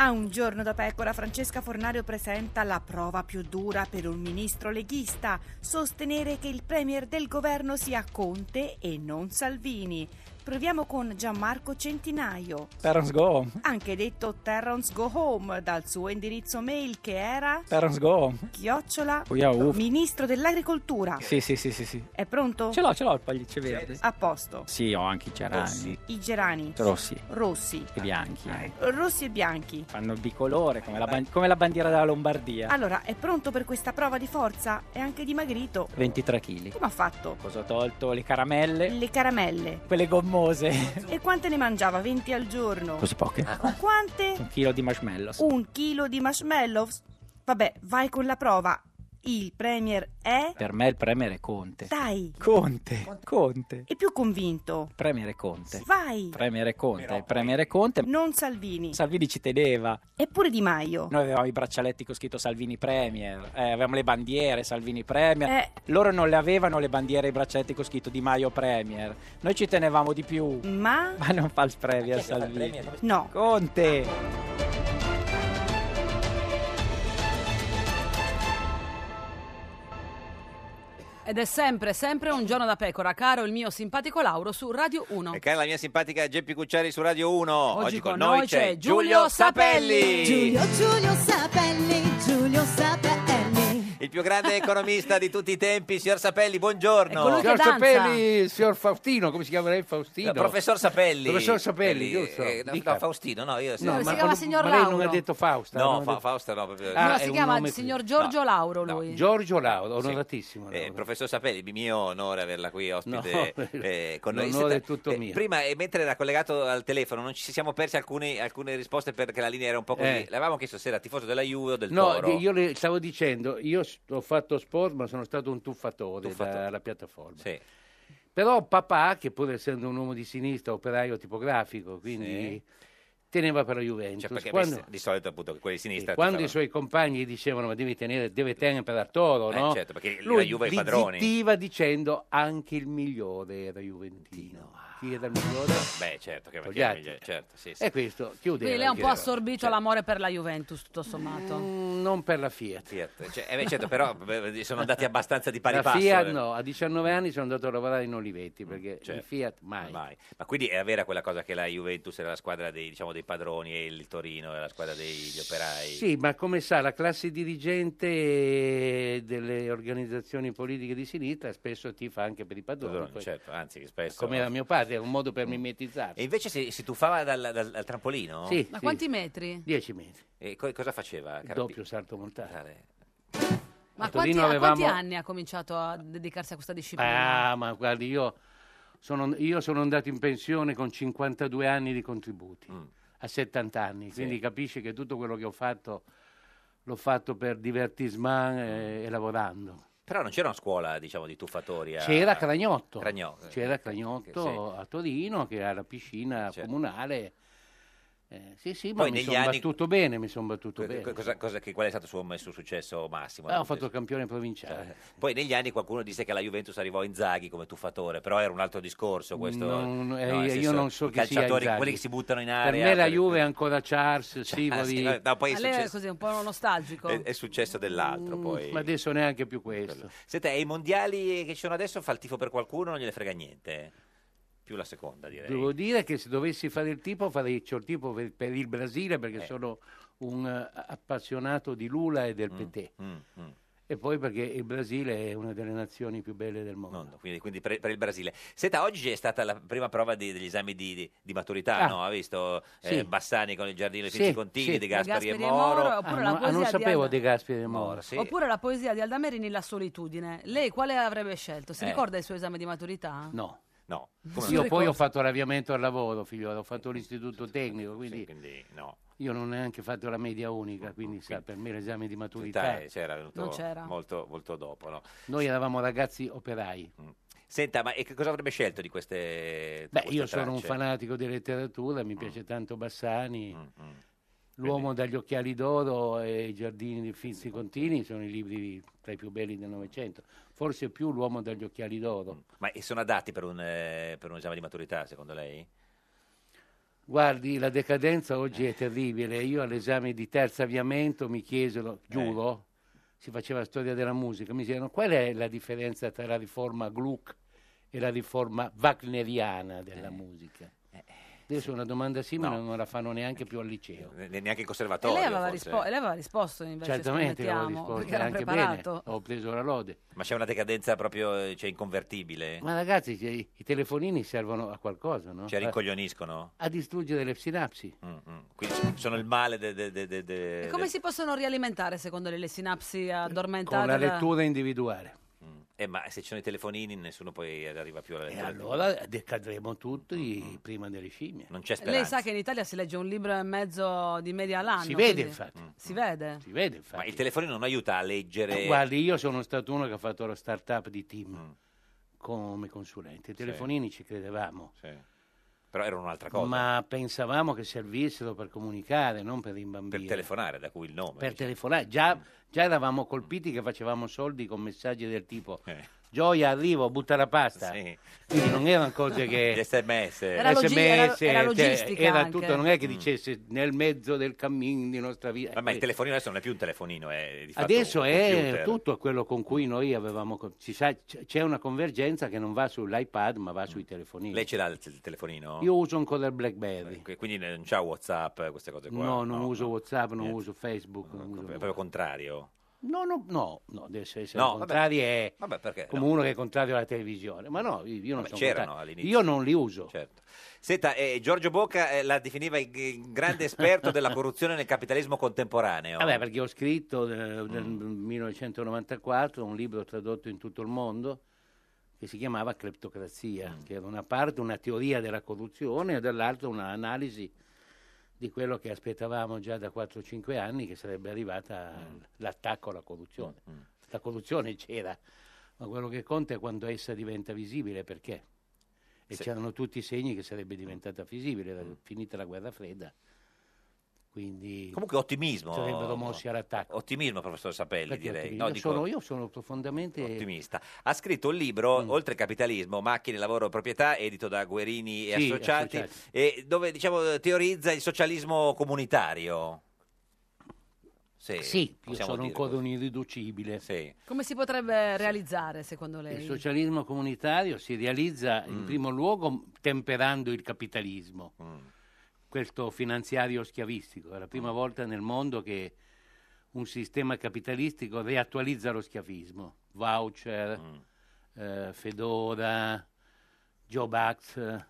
[SPEAKER 12] A un giorno da pecora, Francesca Fornario presenta la prova più dura per un ministro leghista, sostenere che il premier del governo sia Conte e non Salvini. Proviamo con Gianmarco Centinaio,
[SPEAKER 20] Parents go home.
[SPEAKER 12] anche detto Terrence Go Home, dal suo indirizzo mail che era
[SPEAKER 20] Parents go home.
[SPEAKER 12] chiocciola
[SPEAKER 20] Oh, yeah, uff.
[SPEAKER 12] ministro dell'agricoltura.
[SPEAKER 20] Sì, sì, sì, sì, sì.
[SPEAKER 12] È pronto?
[SPEAKER 20] Ce l'ho, ce l'ho il pagliaccio verde.
[SPEAKER 12] A posto.
[SPEAKER 20] Sì, ho anche i cerani.
[SPEAKER 12] I gerani.
[SPEAKER 20] Rossi.
[SPEAKER 12] Rossi.
[SPEAKER 20] E bianchi. eh.
[SPEAKER 12] Rossi e bianchi.
[SPEAKER 20] Fanno il bicolore, come la, ban- come la bandiera della Lombardia.
[SPEAKER 12] Allora, è pronto per questa prova di forza? È anche dimagrito.
[SPEAKER 20] 23 kg.
[SPEAKER 12] Come ha fatto?
[SPEAKER 20] Cosa ho tolto? Le caramelle.
[SPEAKER 12] Le caramelle.
[SPEAKER 20] Quelle gommose.
[SPEAKER 12] E quante ne mangiava? 20 al giorno.
[SPEAKER 20] Così poche.
[SPEAKER 12] Ah. Quante?
[SPEAKER 20] Un chilo di marshmallows.
[SPEAKER 12] Un chilo di marshmallows? Vabbè, vai con la prova. Il premier è...
[SPEAKER 20] Per me il premier è Conte.
[SPEAKER 12] Dai!
[SPEAKER 20] Conte. Conte.
[SPEAKER 12] E più convinto.
[SPEAKER 20] Premier è Conte.
[SPEAKER 12] Vai!
[SPEAKER 20] Premier è Conte. Il premier è Conte.
[SPEAKER 12] Non Salvini.
[SPEAKER 20] Salvini ci teneva.
[SPEAKER 12] Eppure Di Maio.
[SPEAKER 20] Noi avevamo i braccialetti con scritto Salvini Premier, eh, avevamo le bandiere Salvini Premier.
[SPEAKER 12] Eh.
[SPEAKER 20] Loro non le avevano le bandiere e i braccialetti con scritto Di Maio Premier. Noi ci tenevamo di più.
[SPEAKER 12] Ma...
[SPEAKER 20] Ma non fa il Premier Salvini.
[SPEAKER 12] No.
[SPEAKER 20] Conte.
[SPEAKER 2] Ed è sempre, sempre un giorno da pecora, caro il mio simpatico Lauro su Radio 1.
[SPEAKER 3] E cara la mia simpatica Geppi Cucciari su Radio 1. Oggi,
[SPEAKER 2] con noi c'è Giulio Sapelli.
[SPEAKER 10] Giulio, Giulio Sapelli, Giulio Sapelli.
[SPEAKER 3] Il più grande economista di tutti i tempi, signor Sapelli, buongiorno.
[SPEAKER 17] signor Sapelli, signor Faustino, come si chiama lei Faustino?
[SPEAKER 3] No, professor Sapelli.
[SPEAKER 17] Professor Sapelli,
[SPEAKER 3] Eh,
[SPEAKER 17] giusto.
[SPEAKER 3] eh, no,
[SPEAKER 17] Dica.
[SPEAKER 3] no, Faustino, no, io
[SPEAKER 17] No,
[SPEAKER 3] sì.
[SPEAKER 17] ma- ma- ma lei non ha detto Fausta. non
[SPEAKER 3] No,
[SPEAKER 17] ha
[SPEAKER 3] Fa-
[SPEAKER 17] detto-
[SPEAKER 3] Fausto no, proprio.
[SPEAKER 17] Ah,
[SPEAKER 2] No,
[SPEAKER 17] è
[SPEAKER 2] si
[SPEAKER 17] un
[SPEAKER 2] chiama
[SPEAKER 17] nome-
[SPEAKER 2] signor Giorgio Lauro lui.
[SPEAKER 17] Giorgio Laudo, onoratissimo.
[SPEAKER 3] Eh, professor Sapelli, mi- mio onore averla qui ospite
[SPEAKER 17] No,
[SPEAKER 3] eh, con noi.
[SPEAKER 17] l'onore
[SPEAKER 3] Senta,
[SPEAKER 17] è tutto
[SPEAKER 3] eh,
[SPEAKER 17] mio.
[SPEAKER 3] Prima, eh, mentre era collegato al telefono, non ci siamo persi alcune, alcune risposte perché la linea era un po' così.
[SPEAKER 17] Eh.
[SPEAKER 3] L'avevamo chiesto se era tifoso della Juve o del
[SPEAKER 17] No,
[SPEAKER 3] Toro.
[SPEAKER 17] di- io le stavo dicendo, io s- ho fatto sport, ma sono stato un tuffatore,
[SPEAKER 3] Tuffatore.
[SPEAKER 17] alla piattaforma.
[SPEAKER 3] Sì.
[SPEAKER 17] Però papà, che pur essendo un uomo di sinistra, operaio tipografico, quindi teneva per la Juventus.
[SPEAKER 3] Cioè, perché
[SPEAKER 17] Quando-
[SPEAKER 3] di solito appunto quelli di sinistra
[SPEAKER 17] Quando i
[SPEAKER 3] tifano-
[SPEAKER 17] suoi compagni dicevano ma devi tenere, deve tenere per al Toro,
[SPEAKER 3] Eh,
[SPEAKER 17] no?
[SPEAKER 3] certo, perché la
[SPEAKER 17] Lui
[SPEAKER 3] Juve è i
[SPEAKER 17] li
[SPEAKER 3] padroni.
[SPEAKER 17] zittiva dicendo anche il migliore era Juventino. Chi era il migliore?
[SPEAKER 3] Beh, certo che
[SPEAKER 17] Togliatti.
[SPEAKER 3] perché- certo, sì, sì.
[SPEAKER 17] E questo chiude.
[SPEAKER 2] Quindi lei ha un po'
[SPEAKER 17] eh.
[SPEAKER 2] assorbito l'amore per la Juventus, tutto sommato.
[SPEAKER 17] Mm, non per la Fiat.
[SPEAKER 3] Fiat, cioè, eh, beh, certo, però beh, sono andati abbastanza di pari
[SPEAKER 17] la
[SPEAKER 3] passo.
[SPEAKER 17] Fiat
[SPEAKER 3] eh.
[SPEAKER 17] no, a 19 anni sono andato a lavorare in Olivetti perché
[SPEAKER 3] certo.
[SPEAKER 17] il Fiat mai.
[SPEAKER 3] Ma quindi è vera quella cosa che la Juventus era la squadra dei, diciamo, dei padroni e il Torino era la squadra degli operai.
[SPEAKER 17] Sì, ma come sa, la classe dirigente delle organizzazioni politiche di sinistra spesso tifa anche per i padroni.
[SPEAKER 3] Padroni,
[SPEAKER 17] poi-
[SPEAKER 3] certo, anzi, che spesso.
[SPEAKER 17] Come era mio padre, era un modo per mimetizzarsi.
[SPEAKER 3] E invece si, si tuffava dal, dal- dal trampolino?
[SPEAKER 17] Sì,
[SPEAKER 2] Ma quanti metri?
[SPEAKER 17] 10 metri.
[SPEAKER 3] E co- cosa faceva? Carpi-
[SPEAKER 17] Doppio salto montale.
[SPEAKER 2] Ma
[SPEAKER 17] A
[SPEAKER 2] quanti,
[SPEAKER 17] Torino
[SPEAKER 2] a quanti
[SPEAKER 17] avevamo-
[SPEAKER 2] anni ha cominciato a dedicarsi a questa disciplina?
[SPEAKER 17] Ah, ma guardi, io sono, io sono andato in pensione con 52 anni di contributi,
[SPEAKER 3] Mm.
[SPEAKER 17] a 70 anni, quindi capisci che tutto quello che ho fatto l'ho fatto per divertissement e, e lavorando.
[SPEAKER 3] Però non c'era una scuola, diciamo, di tuffatori. a-
[SPEAKER 17] C'era Cragnotto,
[SPEAKER 3] Cragnotto. eh.
[SPEAKER 17] c'era Cragnotto
[SPEAKER 3] Che
[SPEAKER 17] a Torino che era la piscina comunale. Eh, sì, sì, ma
[SPEAKER 3] Certo. Poi
[SPEAKER 17] mi
[SPEAKER 3] negli
[SPEAKER 17] sono
[SPEAKER 3] anni-
[SPEAKER 17] battuto bene, mi sono battuto
[SPEAKER 3] sì.
[SPEAKER 17] bene.
[SPEAKER 3] Co- cosa- cosa- che- qual è stato il suo, il suo successo massimo?
[SPEAKER 17] Ah, ho fatto il campione provinciale.
[SPEAKER 3] eh. Poi negli anni qualcuno disse che la Juventus arrivò a Inzaghi come tuffatore, però era un altro discorso questo.
[SPEAKER 17] Non-
[SPEAKER 3] no,
[SPEAKER 17] eh,
[SPEAKER 3] nel
[SPEAKER 17] io
[SPEAKER 3] senso,
[SPEAKER 17] non so
[SPEAKER 3] i
[SPEAKER 17] chi sia
[SPEAKER 3] calciatori,
[SPEAKER 17] Inzaghi.
[SPEAKER 3] quelli che si buttano in
[SPEAKER 17] Per
[SPEAKER 3] aria.
[SPEAKER 17] me la
[SPEAKER 3] per-
[SPEAKER 17] Juve è ancora Charles, Sivoli.
[SPEAKER 3] sì, no, no, poi è
[SPEAKER 2] A lei è
[SPEAKER 3] successo,
[SPEAKER 2] così un po' nostalgico.
[SPEAKER 17] Eh,
[SPEAKER 3] è- è successo dell'altro. Poi.
[SPEAKER 17] Ma adesso neanche più questo.
[SPEAKER 3] Senta, e i mondiali che ci sono adesso fa il tifo per qualcuno, non gliene frega niente. Più la seconda, direi.
[SPEAKER 17] Devo dire che se dovessi fare il tipo, farei il tipo per, per il Brasile
[SPEAKER 3] Eh.
[SPEAKER 17] perché sono un eh, appassionato di Lula e
[SPEAKER 3] Mm,
[SPEAKER 17] del PT. E poi perché il Brasile è una delle nazioni più belle del mondo.
[SPEAKER 3] Quindi, quindi per, per il Brasile. Senta, oggi è stata la prima prova di- degli esami di, di- di maturità,
[SPEAKER 17] Ah.
[SPEAKER 3] no? Ha visto eh,
[SPEAKER 17] Sì.
[SPEAKER 3] Bassani con il Giardino dei
[SPEAKER 17] Sì,
[SPEAKER 3] Finti Contini,
[SPEAKER 17] sì.
[SPEAKER 3] De Gasperi,
[SPEAKER 2] De Gasperi
[SPEAKER 3] e
[SPEAKER 2] e
[SPEAKER 3] Moro.
[SPEAKER 2] Moro, oppure
[SPEAKER 17] Ah, no-
[SPEAKER 2] la
[SPEAKER 17] ah,
[SPEAKER 2] poesia
[SPEAKER 17] non
[SPEAKER 2] di
[SPEAKER 17] sapevo
[SPEAKER 2] Alda-
[SPEAKER 17] De Gasperi e Moro.
[SPEAKER 2] Oppure la poesia di Aldamerini, La solitudine. Lei quale avrebbe scelto? Si
[SPEAKER 17] Eh.
[SPEAKER 2] ricorda il suo esame di maturità?
[SPEAKER 17] No.
[SPEAKER 3] No.
[SPEAKER 2] Come
[SPEAKER 17] Io
[SPEAKER 2] no?
[SPEAKER 17] poi ho fatto l'avviamento al lavoro, figliolo, ho fatto l'istituto tecnico, quindi,
[SPEAKER 3] no. Mm,
[SPEAKER 17] io non ho neanche fatto la media unica, quindi sa, per me l'esame di maturità...
[SPEAKER 3] Dai, c'era venuto
[SPEAKER 17] Non Eh, c'era.
[SPEAKER 3] Molto, molto dopo, no?
[SPEAKER 17] Noi eravamo ragazzi operai.
[SPEAKER 3] Senta, ma e che cosa avrebbe scelto di queste
[SPEAKER 17] Beh,
[SPEAKER 3] queste
[SPEAKER 17] io sono un
[SPEAKER 3] tracce?
[SPEAKER 17] fanatico di letteratura, mi piace tanto Bassani. L'uomo dagli occhiali d'oro e i giardini di Finzi Contini sono i libri tra i più belli del Novecento. Forse più l'uomo dagli occhiali d'oro.
[SPEAKER 3] Ma e sono adatti per un, eh, per un esame di maturità, secondo lei?
[SPEAKER 17] Guardi, la decadenza oggi è terribile. Io all'esame di terzo avviamento mi
[SPEAKER 3] Eh.
[SPEAKER 17] chiesero, giuro, si faceva storia della musica, mi dicevano qual è la differenza tra la riforma Gluck e la riforma wagneriana
[SPEAKER 3] Eh.
[SPEAKER 17] della musica. Adesso una domanda simile non la fanno neanche più al liceo.
[SPEAKER 3] Eh, Ne- Neanche in
[SPEAKER 2] E
[SPEAKER 3] conservatorio,
[SPEAKER 2] lei aveva,
[SPEAKER 3] forse.
[SPEAKER 2] rispo- e lei aveva risposto invece,
[SPEAKER 17] Certamente che avevo
[SPEAKER 2] scommettiamo,
[SPEAKER 17] risposto,
[SPEAKER 2] perché era
[SPEAKER 17] anche
[SPEAKER 2] preparato.
[SPEAKER 17] bene, ho preso la lode.
[SPEAKER 3] Ma c'è una decadenza proprio, eh, cioè, inconvertibile?
[SPEAKER 17] Ma ragazzi, cioè, i i telefonini servono a qualcosa, no?
[SPEAKER 3] Cioè,
[SPEAKER 17] A-
[SPEAKER 3] rincoglioniscono?
[SPEAKER 17] a distruggere le sinapsi.
[SPEAKER 3] Mm. Quindi so-
[SPEAKER 17] Eh.
[SPEAKER 3] sono il male de- de- de- de- de-
[SPEAKER 2] E come
[SPEAKER 3] de-
[SPEAKER 2] si possono rialimentare secondo lei le sinapsi addormentate?
[SPEAKER 17] Con la
[SPEAKER 2] da-
[SPEAKER 17] lettura individuale.
[SPEAKER 3] Eh, ma se ci sono i telefonini nessuno poi arriva più alla
[SPEAKER 17] E
[SPEAKER 3] lettura. Mm,
[SPEAKER 17] allora decadremo tutti prima delle scimmie.
[SPEAKER 3] Non c'è
[SPEAKER 2] Lei
[SPEAKER 3] speranza.
[SPEAKER 2] sa che in Italia si legge un libro e mezzo di media all'anno.
[SPEAKER 17] Si vede,
[SPEAKER 2] quindi-
[SPEAKER 17] infatti. Mm,
[SPEAKER 2] Si vede.
[SPEAKER 17] Si vede, infatti. Eh,
[SPEAKER 3] Ma il telefonino non aiuta a leggere...
[SPEAKER 17] Guardi, io sono stato uno che ha fatto la start-up di team come consulente. I
[SPEAKER 3] Mm. Sì.
[SPEAKER 17] telefonini ci credevamo,
[SPEAKER 3] Sì. Però era un'altra cosa.
[SPEAKER 17] ma pensavamo che servissero per comunicare, non per
[SPEAKER 3] Per
[SPEAKER 17] rimbambire.
[SPEAKER 3] telefonare, da cui il nome. Mm.
[SPEAKER 17] Per telefonare. Già, già eravamo colpiti che facevamo soldi con messaggi del tipo...
[SPEAKER 3] Eh.
[SPEAKER 17] Gioia, arrivo, butta la pasta. Quindi non erano cose che.
[SPEAKER 3] Gli sms.
[SPEAKER 2] Era logi- era- era logistica
[SPEAKER 17] cioè, era
[SPEAKER 2] anche.
[SPEAKER 17] tutto, non è che dicesse nel mezzo del cammin di nostra vita.
[SPEAKER 3] Mm. Ma, ma il telefonino adesso non è più un telefonino, è di fatto
[SPEAKER 17] Adesso
[SPEAKER 3] un
[SPEAKER 17] è
[SPEAKER 3] computer.
[SPEAKER 17] tutto quello con cui noi avevamo. co- si sa, c- c'è una convergenza che non va sull'iPad, ma va sui telefonini.
[SPEAKER 3] Mm. Lei ce l'ha il, il telefonino?
[SPEAKER 17] Io uso ancora il Blackberry.
[SPEAKER 3] Que- Quindi non c'ha Whatsapp, eh, queste cose qua?
[SPEAKER 17] no, non uso WhatsApp, non
[SPEAKER 3] Niente.
[SPEAKER 17] uso Facebook. non
[SPEAKER 3] È
[SPEAKER 17] uso-
[SPEAKER 3] proprio contrario.
[SPEAKER 17] No, no, no, no, adesso essere
[SPEAKER 3] No,
[SPEAKER 17] contrari
[SPEAKER 3] vabbè.
[SPEAKER 17] è
[SPEAKER 3] Vabbè, perché
[SPEAKER 17] come
[SPEAKER 3] no?
[SPEAKER 17] uno che è contrario alla televisione. Ma no, io non
[SPEAKER 3] Vabbè,
[SPEAKER 17] sono
[SPEAKER 3] c'erano
[SPEAKER 17] contrario.
[SPEAKER 3] all'inizio.
[SPEAKER 17] Io non li uso.
[SPEAKER 3] Certo. Senta, eh, Giorgio Bocca eh, la definiva il, il grande esperto della corruzione nel capitalismo contemporaneo.
[SPEAKER 17] Vabbè, perché ho scritto eh, nel
[SPEAKER 3] Mm.
[SPEAKER 17] 1994 un libro tradotto in tutto il mondo che si chiamava Cleptocrazia,
[SPEAKER 3] Mm.
[SPEAKER 17] che era una parte una teoria della corruzione e dall'altra un'analisi di quello che aspettavamo già da 4-5 anni che sarebbe arrivata
[SPEAKER 3] Mm.
[SPEAKER 17] l'attacco alla corruzione. La corruzione c'era, ma quello che conta è quando essa diventa visibile, perché? E
[SPEAKER 3] Sì. Mm.
[SPEAKER 17] c'erano tutti i segni che sarebbe diventata visibile, era finita la guerra fredda. Quindi
[SPEAKER 3] Comunque ottimismo.
[SPEAKER 17] Sarebbero mossi all'attacco.
[SPEAKER 3] Ottimismo, professor Sapelli,
[SPEAKER 17] Perché
[SPEAKER 3] direi.
[SPEAKER 17] ottimismo?
[SPEAKER 3] No,
[SPEAKER 17] io,
[SPEAKER 3] dico-
[SPEAKER 17] sono, io Mm. sono profondamente
[SPEAKER 3] ottimista. Ha scritto un libro, oltre capitalismo, macchine, lavoro, proprietà, edito da Guerini e
[SPEAKER 17] Sì,
[SPEAKER 3] associati,
[SPEAKER 17] Associati.
[SPEAKER 3] e dove diciamo, teorizza il socialismo comunitario. Se
[SPEAKER 17] Sì, io
[SPEAKER 3] possiamo
[SPEAKER 17] sono
[SPEAKER 3] dire
[SPEAKER 17] ancora
[SPEAKER 3] così.
[SPEAKER 17] un irriducibile.
[SPEAKER 2] Come si potrebbe realizzare secondo
[SPEAKER 17] Il
[SPEAKER 3] Eh,
[SPEAKER 2] lei?
[SPEAKER 17] socialismo comunitario si realizza
[SPEAKER 3] Mm.
[SPEAKER 17] in primo luogo temperando il capitalismo,
[SPEAKER 3] Mm.
[SPEAKER 17] questo finanziario schiavistico. È la prima volta nel mondo che un sistema capitalistico riattualizza lo schiavismo. Voucher,
[SPEAKER 3] Mm.
[SPEAKER 17] eh, Fedora, Job Act,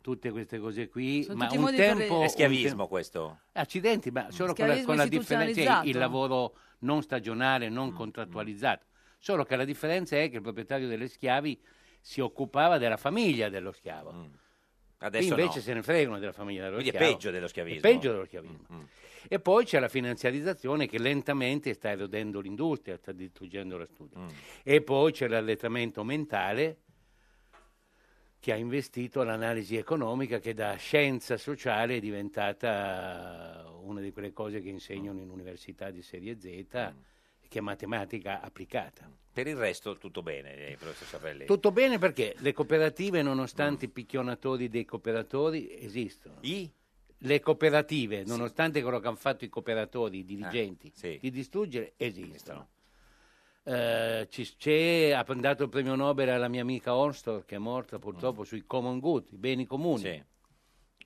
[SPEAKER 17] tutte queste cose qui.
[SPEAKER 3] Sono
[SPEAKER 17] Ma
[SPEAKER 3] tutti
[SPEAKER 17] un
[SPEAKER 3] modi per-
[SPEAKER 17] tempo,
[SPEAKER 3] Mm. È
[SPEAKER 17] un
[SPEAKER 3] schiavismo
[SPEAKER 17] te-
[SPEAKER 3] questo?
[SPEAKER 17] Accidenti, ma solo con la,
[SPEAKER 3] Schiavismo
[SPEAKER 17] con la differenza cioè, il
[SPEAKER 3] istituzionalizzato. Mm,
[SPEAKER 17] lavoro non stagionale, non contrattualizzato. Solo che la differenza è che il proprietario delle schiavi si occupava della famiglia dello schiavo.
[SPEAKER 3] Mm. Adesso
[SPEAKER 17] Qui invece
[SPEAKER 3] no.
[SPEAKER 17] se ne fregano della famiglia dello
[SPEAKER 3] Quindi è
[SPEAKER 17] schiavo.
[SPEAKER 3] peggio dello schiavismo. Mm,
[SPEAKER 17] È peggio dello schiavismo. E poi c'è la finanziarizzazione che lentamente sta erodendo l'industria, sta distruggendo la
[SPEAKER 3] Mm.
[SPEAKER 17] studia. E poi c'è l'allettamento mentale che ha investito l'analisi economica che da scienza sociale è diventata una di quelle cose che insegnano in università di serie Z, che è matematica applicata.
[SPEAKER 3] Per il resto tutto bene, eh, professor Sapelli.
[SPEAKER 17] Tutto bene perché le cooperative, nonostante i picchionatori dei cooperatori, esistono. Le cooperative, nonostante quello che hanno fatto i cooperatori, i dirigenti, di distruggere, esistono. Eh, ci- c'è, ha dato il premio Nobel alla mia amica Orstor, che è morta purtroppo, sui common good, i beni comuni,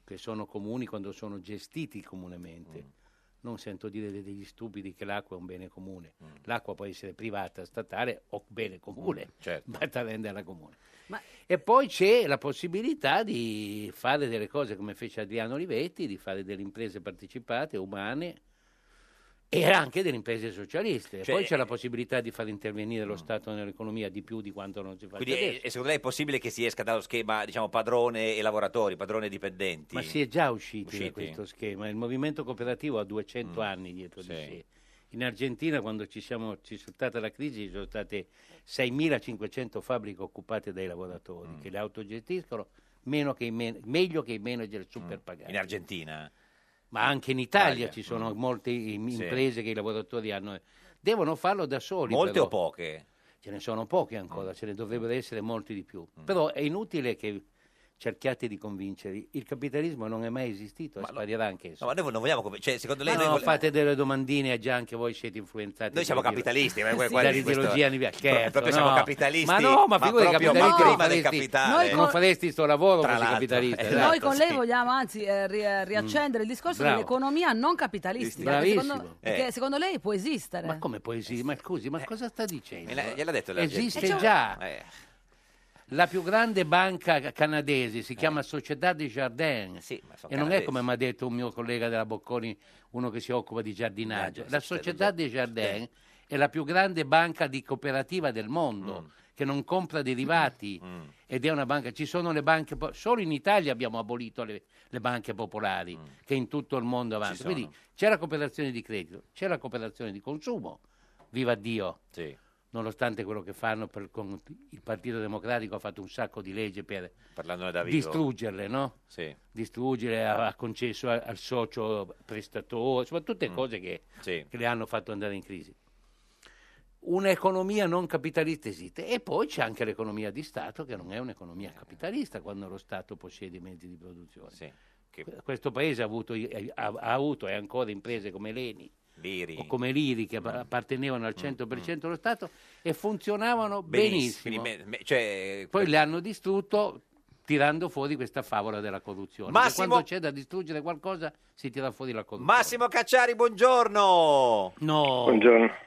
[SPEAKER 17] che sono comuni quando sono gestiti comunemente. Non sento dire de- degli stupidi che l'acqua è un bene comune.
[SPEAKER 3] Mm.
[SPEAKER 17] L'acqua può essere privata, statale o bene comune,
[SPEAKER 3] Mm, certo.
[SPEAKER 17] basta renderla comune. E poi c'è la possibilità di fare delle cose come fece Adriano Olivetti, di fare delle imprese partecipate, umane, e anche delle imprese socialiste.
[SPEAKER 3] Cioè- mm.
[SPEAKER 17] poi c'è la possibilità di far intervenire lo Stato nell'economia di più di quanto non si fa
[SPEAKER 3] Quindi
[SPEAKER 17] adesso.
[SPEAKER 3] è- è secondo lei è possibile che si esca dallo schema diciamo, padrone e lavoratori, padrone e dipendenti?
[SPEAKER 17] Ma si è già usciti,
[SPEAKER 3] Usciti? Mm.
[SPEAKER 17] da questo schema. Il movimento cooperativo ha 200 anni dietro
[SPEAKER 3] Sì.
[SPEAKER 17] di sé. In Argentina, quando ci, siamo, ci sono stata la crisi, ci sono state 6.500 fabbriche occupate dai lavoratori
[SPEAKER 3] Mm.
[SPEAKER 17] che le autogestiscono meno che i men- meglio che i manager superpagati.
[SPEAKER 3] Mm. In Argentina.
[SPEAKER 17] Ma anche in Italia
[SPEAKER 3] Italia,
[SPEAKER 17] ci sono
[SPEAKER 3] mm.
[SPEAKER 17] molte im-
[SPEAKER 3] Sì.
[SPEAKER 17] imprese che i lavoratori hanno. Devono farlo da soli.
[SPEAKER 3] Molte
[SPEAKER 17] però.
[SPEAKER 3] o poche?
[SPEAKER 17] Ce ne sono poche ancora,
[SPEAKER 3] Mm.
[SPEAKER 17] ce ne dovrebbero essere molti di più. Però è inutile che cerchiate di convincerli. Il capitalismo non è mai esistito e sparirà anche esso.
[SPEAKER 3] No, ma noi non vogliamo... conv- Cioè, secondo lei...
[SPEAKER 17] Ma
[SPEAKER 3] noi
[SPEAKER 17] no,
[SPEAKER 3] vole-
[SPEAKER 17] fate delle domandine, già anche voi siete influenzati.
[SPEAKER 3] Noi siamo
[SPEAKER 17] per dire-
[SPEAKER 3] capitalisti, ma que-
[SPEAKER 17] Dalla
[SPEAKER 3] quelli- questo-
[SPEAKER 17] ideologia di
[SPEAKER 3] Pro- proprio siamo capitalisti,
[SPEAKER 17] Ma no, ma
[SPEAKER 3] ma
[SPEAKER 17] figurati
[SPEAKER 3] proprio
[SPEAKER 17] capitalisti,
[SPEAKER 3] prima
[SPEAKER 17] non
[SPEAKER 3] del
[SPEAKER 17] faresti-
[SPEAKER 3] capitale. Noi
[SPEAKER 17] Non
[SPEAKER 3] con-
[SPEAKER 17] faresti sto lavoro
[SPEAKER 3] Tra
[SPEAKER 17] per
[SPEAKER 3] l'altro,
[SPEAKER 17] capitalista.
[SPEAKER 3] esatto.
[SPEAKER 2] Noi con lei vogliamo anzi eh, ri- riaccendere il discorso
[SPEAKER 17] Mm. Bravo.
[SPEAKER 2] dell'economia non capitalistica. che
[SPEAKER 17] Bravissimo.
[SPEAKER 2] secondo,
[SPEAKER 17] Eh.
[SPEAKER 2] Perché secondo lei può esistere.
[SPEAKER 17] Ma come poesia? Ma scusi, ma cosa sta dicendo?
[SPEAKER 3] Me l'ha- gliel'ha detto l'Argentina.
[SPEAKER 17] Esiste
[SPEAKER 3] Eh, c'è un-
[SPEAKER 17] già.
[SPEAKER 3] Eh.
[SPEAKER 17] La più grande banca ca- canadese si chiama Società di Jardin.
[SPEAKER 3] Eh. ma
[SPEAKER 17] e
[SPEAKER 3] sono
[SPEAKER 17] non è
[SPEAKER 3] canadesi.
[SPEAKER 17] come mi ha detto un mio collega della Bocconi, uno che si occupa di giardinaggio. La Società di Jardin è la più grande banca di cooperativa del mondo, che non compra derivati. Ed è una banca, ci sono le banche, po- solo in Italia abbiamo abolito le, le banche popolari, che in tutto il mondo avanzano.
[SPEAKER 3] sono.
[SPEAKER 17] Quindi c'è la cooperazione di credito, c'è la cooperazione di consumo, viva Dio,
[SPEAKER 3] Sì.
[SPEAKER 17] nonostante quello che fanno per- con il Partito Democratico ha fatto un sacco di leggi per
[SPEAKER 3] Parlandone da vivo.
[SPEAKER 17] distruggerle, no?
[SPEAKER 3] Sì.
[SPEAKER 17] Distruggere, ha, ha concesso a- al socio prestatore, insomma tutte
[SPEAKER 3] Mm.
[SPEAKER 17] cose che, che le hanno fatto andare in crisi. Un'economia non capitalista esiste e poi c'è anche l'economia di Stato che non è
[SPEAKER 3] Eh.
[SPEAKER 17] un'economia capitalista quando lo Stato possiede i mezzi di produzione. Que- Questo paese ha avuto, i- eh, ha- ha avuto e ancora imprese come l'Eni
[SPEAKER 3] Liri. Mm.
[SPEAKER 17] o come l'Iri che appartenevano al 100% allo Stato e funzionavano benissimo.
[SPEAKER 3] Quindi me- me- cioè,
[SPEAKER 17] Poi le hanno distrutto tirando fuori questa favola della corruzione. Che
[SPEAKER 3] Massimo-
[SPEAKER 17] Quando c'è da distruggere qualcosa si tira fuori la corruzione.
[SPEAKER 3] Massimo Cacciari, buongiorno.
[SPEAKER 17] No.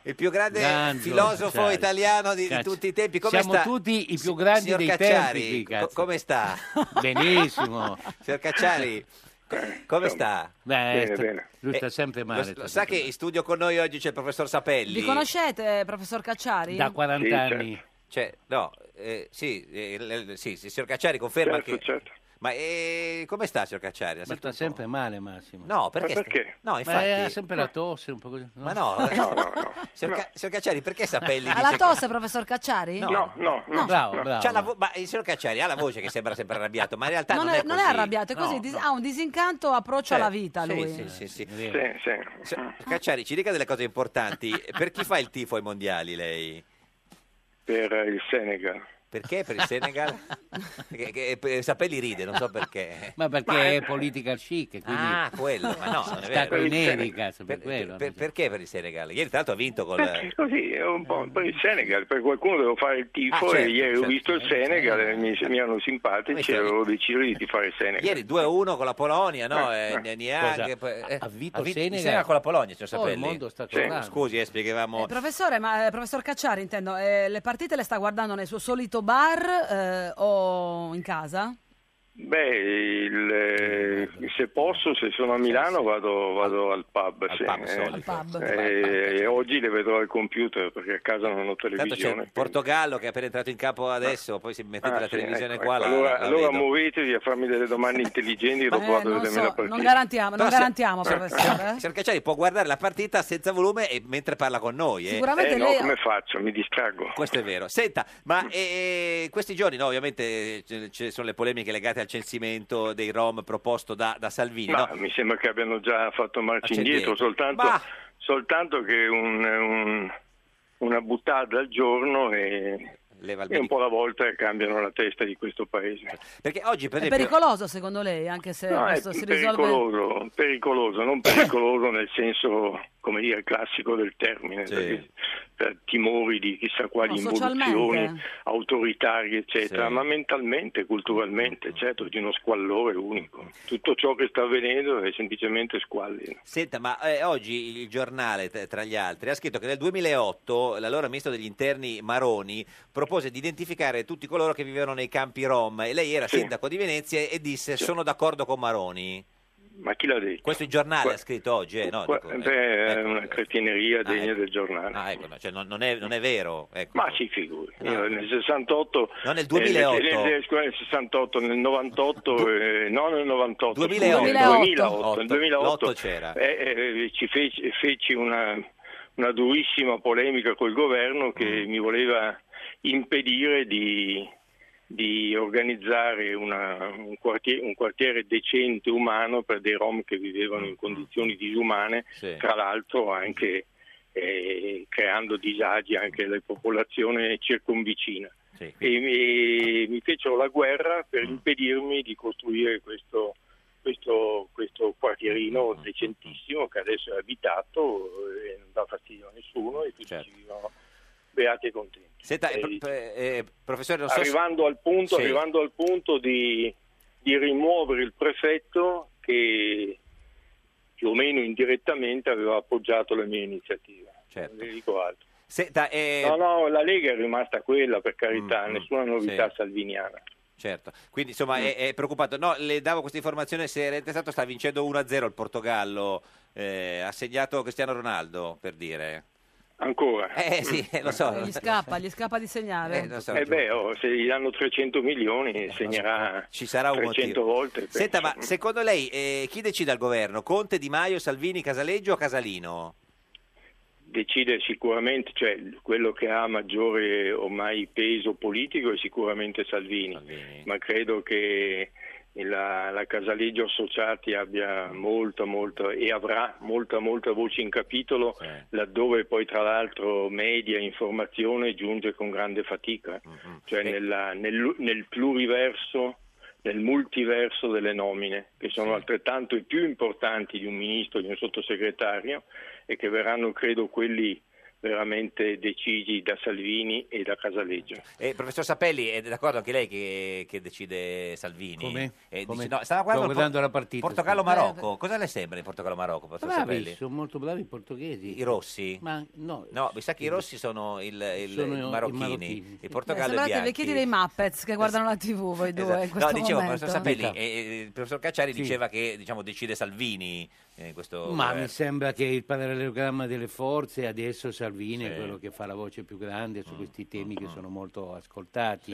[SPEAKER 3] Il più grande
[SPEAKER 17] Grande
[SPEAKER 3] filosofo
[SPEAKER 17] Cacciari.
[SPEAKER 3] italiano di, di
[SPEAKER 17] Cacci-
[SPEAKER 3] tutti i tempi. Come
[SPEAKER 17] cioè, Siamo
[SPEAKER 3] sta?
[SPEAKER 17] tutti i più
[SPEAKER 3] Si-
[SPEAKER 17] grandi
[SPEAKER 3] signor
[SPEAKER 17] dei
[SPEAKER 3] Cacciari,
[SPEAKER 17] tempi qui,
[SPEAKER 3] co-
[SPEAKER 17] cazzo.
[SPEAKER 3] come sta?
[SPEAKER 17] Benissimo.
[SPEAKER 3] signor Cacciari, co- come sta?
[SPEAKER 17] Beh, sta- lui sta
[SPEAKER 3] Eh,
[SPEAKER 17] sempre male.
[SPEAKER 3] lo-
[SPEAKER 17] sta
[SPEAKER 3] lo sa
[SPEAKER 17] sempre
[SPEAKER 3] che in studio con noi oggi c'è il professor Sapelli?
[SPEAKER 2] Vi conoscete, professor Cacciari?
[SPEAKER 17] Da 40 anni.
[SPEAKER 3] Cioè, no, eh, sì, eh, l- l- sì, sì, signor Cacciari conferma che... Ma eh, come sta, signor Cacciari? La
[SPEAKER 17] Ma
[SPEAKER 3] sento
[SPEAKER 17] sta
[SPEAKER 3] un po'.
[SPEAKER 17] sempre male Massimo.
[SPEAKER 3] No, perché Ma sta- perché? no, infatti-
[SPEAKER 17] Ma Eh, ha sempre la tosse un po' così.
[SPEAKER 3] Ma no, Signor, Ca- signor Cacciari, perché Sapelli
[SPEAKER 2] Ha
[SPEAKER 3] dice...
[SPEAKER 2] la tosse, professor Cacciari?
[SPEAKER 17] Bravo, bravo.
[SPEAKER 3] C'ha la vo- ma il signor Cacciari ha la voce che sembra sempre arrabbiato, ma in realtà non,
[SPEAKER 2] Non, è, non è
[SPEAKER 3] così.
[SPEAKER 2] arrabbiato, è così,
[SPEAKER 3] No,
[SPEAKER 2] dis-
[SPEAKER 3] no.
[SPEAKER 2] ha un disincanto approccio alla
[SPEAKER 3] Sì,
[SPEAKER 2] vita
[SPEAKER 3] Eh, sì,
[SPEAKER 2] lui.
[SPEAKER 3] Sì, sì, sì.
[SPEAKER 18] Mm.
[SPEAKER 3] Signor Cacciari, ci dica delle cose importanti. Per chi fa il tifo ai mondiali lei?
[SPEAKER 18] per il Senegal.
[SPEAKER 3] Perché per il Senegal? Che- che- eh, Sapelli ride, non so perché.
[SPEAKER 17] Ma perché è politica chic, quindi
[SPEAKER 3] Ah, quello, ma no, non è
[SPEAKER 17] sta
[SPEAKER 3] vero.
[SPEAKER 17] con i neri, cazzo, per
[SPEAKER 3] Per-
[SPEAKER 17] quello.
[SPEAKER 3] per- perché per il Senegal? Ieri tra l'altro ha vinto col...
[SPEAKER 18] Perché così è un po' per il Senegal, per qualcuno devo fare il tifo
[SPEAKER 3] Ah, certo,
[SPEAKER 18] e ieri
[SPEAKER 3] certo.
[SPEAKER 18] ho visto il Senegal e mi, mi erano simpatici e avevo deciso di fare il Senegal.
[SPEAKER 3] Ieri 2-1 con la Polonia, no? Eh, ne- neanche, poi- eh, ha vinto il Senegal con la Polonia, signor
[SPEAKER 17] Oh, il
[SPEAKER 3] Sapelli.
[SPEAKER 17] mondo sta
[SPEAKER 3] Sì.
[SPEAKER 17] tornando.
[SPEAKER 3] Scusi, eh, spiegavamo...
[SPEAKER 2] Eh, Professore, ma eh, professor Cacciari, intendo, eh, le partite le sta guardando nel suo solito bar eh, o in casa?
[SPEAKER 18] Beh, il, eh, se posso, se sono a Milano vado, vado al pub. sì,
[SPEAKER 3] pub,
[SPEAKER 18] eh.
[SPEAKER 3] solito. Eh, Al pub.
[SPEAKER 18] Eh, e oggi le vedrò al computer perché a casa non ho
[SPEAKER 3] Tanto c'è
[SPEAKER 18] televisione.
[SPEAKER 3] il Portogallo che è appena entrato in campo adesso, poi se mettete
[SPEAKER 18] Ah,
[SPEAKER 3] la
[SPEAKER 18] sì,
[SPEAKER 3] televisione
[SPEAKER 18] ecco,
[SPEAKER 3] qua
[SPEAKER 18] ecco.
[SPEAKER 3] la-
[SPEAKER 18] allora,
[SPEAKER 3] la
[SPEAKER 18] allora
[SPEAKER 3] vedo.
[SPEAKER 18] muovetevi a farmi delle domande intelligenti che dopo vado a
[SPEAKER 2] non,
[SPEAKER 18] vedermi la partita.
[SPEAKER 2] non garantiamo, non
[SPEAKER 3] Però se-
[SPEAKER 2] garantiamo
[SPEAKER 3] se-
[SPEAKER 2] professore. eh.
[SPEAKER 3] Signor Cacciari può guardare la partita senza volume e mentre parla con noi. eh.
[SPEAKER 2] Sicuramente Eh, no, lei- come
[SPEAKER 18] faccio? Mi distraggo.
[SPEAKER 3] Questo è vero. Senta, ma eh, questi giorni, no, ovviamente ci sono le polemiche legate al censimento dei Rom proposto da, da Salvini.
[SPEAKER 18] Ma
[SPEAKER 3] no?
[SPEAKER 18] mi sembra che abbiano già fatto marcia
[SPEAKER 3] Marcia
[SPEAKER 18] indietro,
[SPEAKER 3] indietro.
[SPEAKER 18] Soltanto,
[SPEAKER 3] Ma-
[SPEAKER 18] soltanto che un- un- una buttata al giorno e,
[SPEAKER 3] il
[SPEAKER 18] e un po' alla volta cambiano la testa di questo paese.
[SPEAKER 3] Perché oggi, per
[SPEAKER 2] È pericoloso secondo lei, anche se
[SPEAKER 18] No, è
[SPEAKER 2] questo si risolve...
[SPEAKER 18] pericoloso, pericoloso, non pericoloso nel senso, come dire, classico del termine, perché per timori di chissà quali
[SPEAKER 2] No,
[SPEAKER 18] involuzioni
[SPEAKER 2] socialmente.
[SPEAKER 18] autoritarie, eccetera,
[SPEAKER 3] Sì.
[SPEAKER 18] ma mentalmente, culturalmente, certo, di uno squallore unico. Tutto ciò che sta avvenendo è semplicemente squallido.
[SPEAKER 3] Senta, ma eh, oggi il giornale, t- tra gli altri, ha scritto che nel 2008 l'allora ministro degli interni Maroni propose di identificare tutti coloro che vivevano nei campi Rom e lei era
[SPEAKER 18] Sì.
[SPEAKER 3] sindaco di Venezia e disse sono d'accordo con Maroni.
[SPEAKER 18] Ma chi l'ha detto?
[SPEAKER 3] Questo il giornale
[SPEAKER 18] Que-
[SPEAKER 3] ha scritto oggi, eh? No,
[SPEAKER 18] Qua-
[SPEAKER 3] dico, eh,
[SPEAKER 18] beh, è una cretineria degna del giornale.
[SPEAKER 3] ah, ecco, no, cioè, non, non è, non è vero. Ecco.
[SPEAKER 18] Ma si figuri, Io nel 68...
[SPEAKER 3] No, nel
[SPEAKER 18] eh,
[SPEAKER 3] 2008.
[SPEAKER 18] nel- nel- scusa, nel 68, nel 98, eh, no nel 98, scusa,
[SPEAKER 3] 2008.
[SPEAKER 18] nel 2008, nel
[SPEAKER 3] L'otto
[SPEAKER 18] 2008
[SPEAKER 3] c'era.
[SPEAKER 18] eh, eh, ci feci, feci una, una durissima polemica col governo
[SPEAKER 3] Mm.
[SPEAKER 18] che mi voleva impedire di, di organizzare una- un, quartiere, un quartiere decente, umano per dei rom che vivevano in condizioni disumane,
[SPEAKER 3] Mm. Sì.
[SPEAKER 18] tra l'altro anche eh, creando disagi anche alla popolazione circonvicina.
[SPEAKER 3] Sì, quindi-
[SPEAKER 18] E mi, e mi fecero la guerra
[SPEAKER 3] Mm.
[SPEAKER 18] per impedirmi di costruire questo, questo, questo
[SPEAKER 3] Mm.
[SPEAKER 18] quartierino decentissimo che adesso è abitato e non dà fastidio a nessuno e tutti
[SPEAKER 3] Certo.
[SPEAKER 18] ci vivono beati e contenti.
[SPEAKER 3] Senta, eh,
[SPEAKER 18] E-
[SPEAKER 3] pro- eh, eh, professore, non so se-
[SPEAKER 18] arrivando, al punto,
[SPEAKER 3] Sì.
[SPEAKER 18] arrivando al punto di, di rimuovere il prefetto che più o meno indirettamente aveva appoggiato la mia iniziativa.
[SPEAKER 3] Certo.
[SPEAKER 18] Non vi dico altro.
[SPEAKER 3] Senta, eh, Mm,
[SPEAKER 18] No, no, la Lega è rimasta quella, per carità, nessuna novità
[SPEAKER 3] sì.
[SPEAKER 18] salviniana.
[SPEAKER 3] Certo, quindi
[SPEAKER 18] Mm.
[SPEAKER 3] insomma è, è preoccupato. No, le davo questa informazione se era interessato, sta vincendo 1-0 il Portogallo, eh, ha segnato Cristiano Ronaldo per dire.
[SPEAKER 18] Ancora?
[SPEAKER 3] Eh sì, lo so.
[SPEAKER 2] Eh, Gli scappa, gli scappa di segnare.
[SPEAKER 3] Eh, non so.
[SPEAKER 18] Eh beh, oh, se gli danno 300 milioni segnerà
[SPEAKER 3] Eh, Ci sarà un
[SPEAKER 18] 300
[SPEAKER 3] motivo.
[SPEAKER 18] volte.
[SPEAKER 3] Senta, ma
[SPEAKER 18] penso.
[SPEAKER 3] secondo lei eh, chi decide al governo? Conte, Di Maio, Salvini, Casaleggio o Casalino?
[SPEAKER 18] decide sicuramente, cioè quello che ha maggiore ormai peso politico è sicuramente Salvini, ma credo che la, la Casaleggio Associati abbia molta, molta e avrà molta, molta voce in capitolo, laddove poi tra l'altro media e informazione giunge con grande fatica,
[SPEAKER 3] Mm.
[SPEAKER 18] cioè nella- nel, nel pluriverso nel multiverso delle nomine, che sono altrettanto i più importanti di un ministro, di un sottosegretario, e che verranno, credo, quelli veramente decisi da Salvini e da Casaleggio.
[SPEAKER 3] Eh, professor Sapelli, è d'accordo anche lei che, che decide Salvini?
[SPEAKER 18] Come?
[SPEAKER 3] Eh,
[SPEAKER 17] Come?
[SPEAKER 3] dice- no, stava
[SPEAKER 17] Sto
[SPEAKER 3] guardando, il
[SPEAKER 17] guardando la partita,
[SPEAKER 3] Portogallo-Marocco, cosa le sembra il Portogallo-Marocco, professor
[SPEAKER 17] Bravi,
[SPEAKER 3] Sapelli?
[SPEAKER 17] sono molto bravi i portoghesi.
[SPEAKER 3] I rossi?
[SPEAKER 17] Ma no,
[SPEAKER 3] No, mi sa che i rossi sono il, il-
[SPEAKER 17] Sono
[SPEAKER 3] i
[SPEAKER 17] i
[SPEAKER 3] marocchini,
[SPEAKER 17] marocchini. Eh,
[SPEAKER 3] il
[SPEAKER 2] Beh,
[SPEAKER 3] Portogallo e i
[SPEAKER 2] sembrate i
[SPEAKER 3] bianchi.
[SPEAKER 2] vecchietti dei Muppets che guardano la TV voi due
[SPEAKER 3] Esatto.
[SPEAKER 2] in questo
[SPEAKER 3] no, dicevo,
[SPEAKER 2] momento.
[SPEAKER 3] professor Sapelli, eh, eh, il professor Cacciari diceva che diciamo, decide Salvini eh, questo
[SPEAKER 17] Ma
[SPEAKER 3] governo.
[SPEAKER 17] mi sembra che il parallelogramma delle forze, adesso Salvini è quello che fa la voce più grande
[SPEAKER 3] Mm.
[SPEAKER 17] su questi temi che sono molto ascoltati,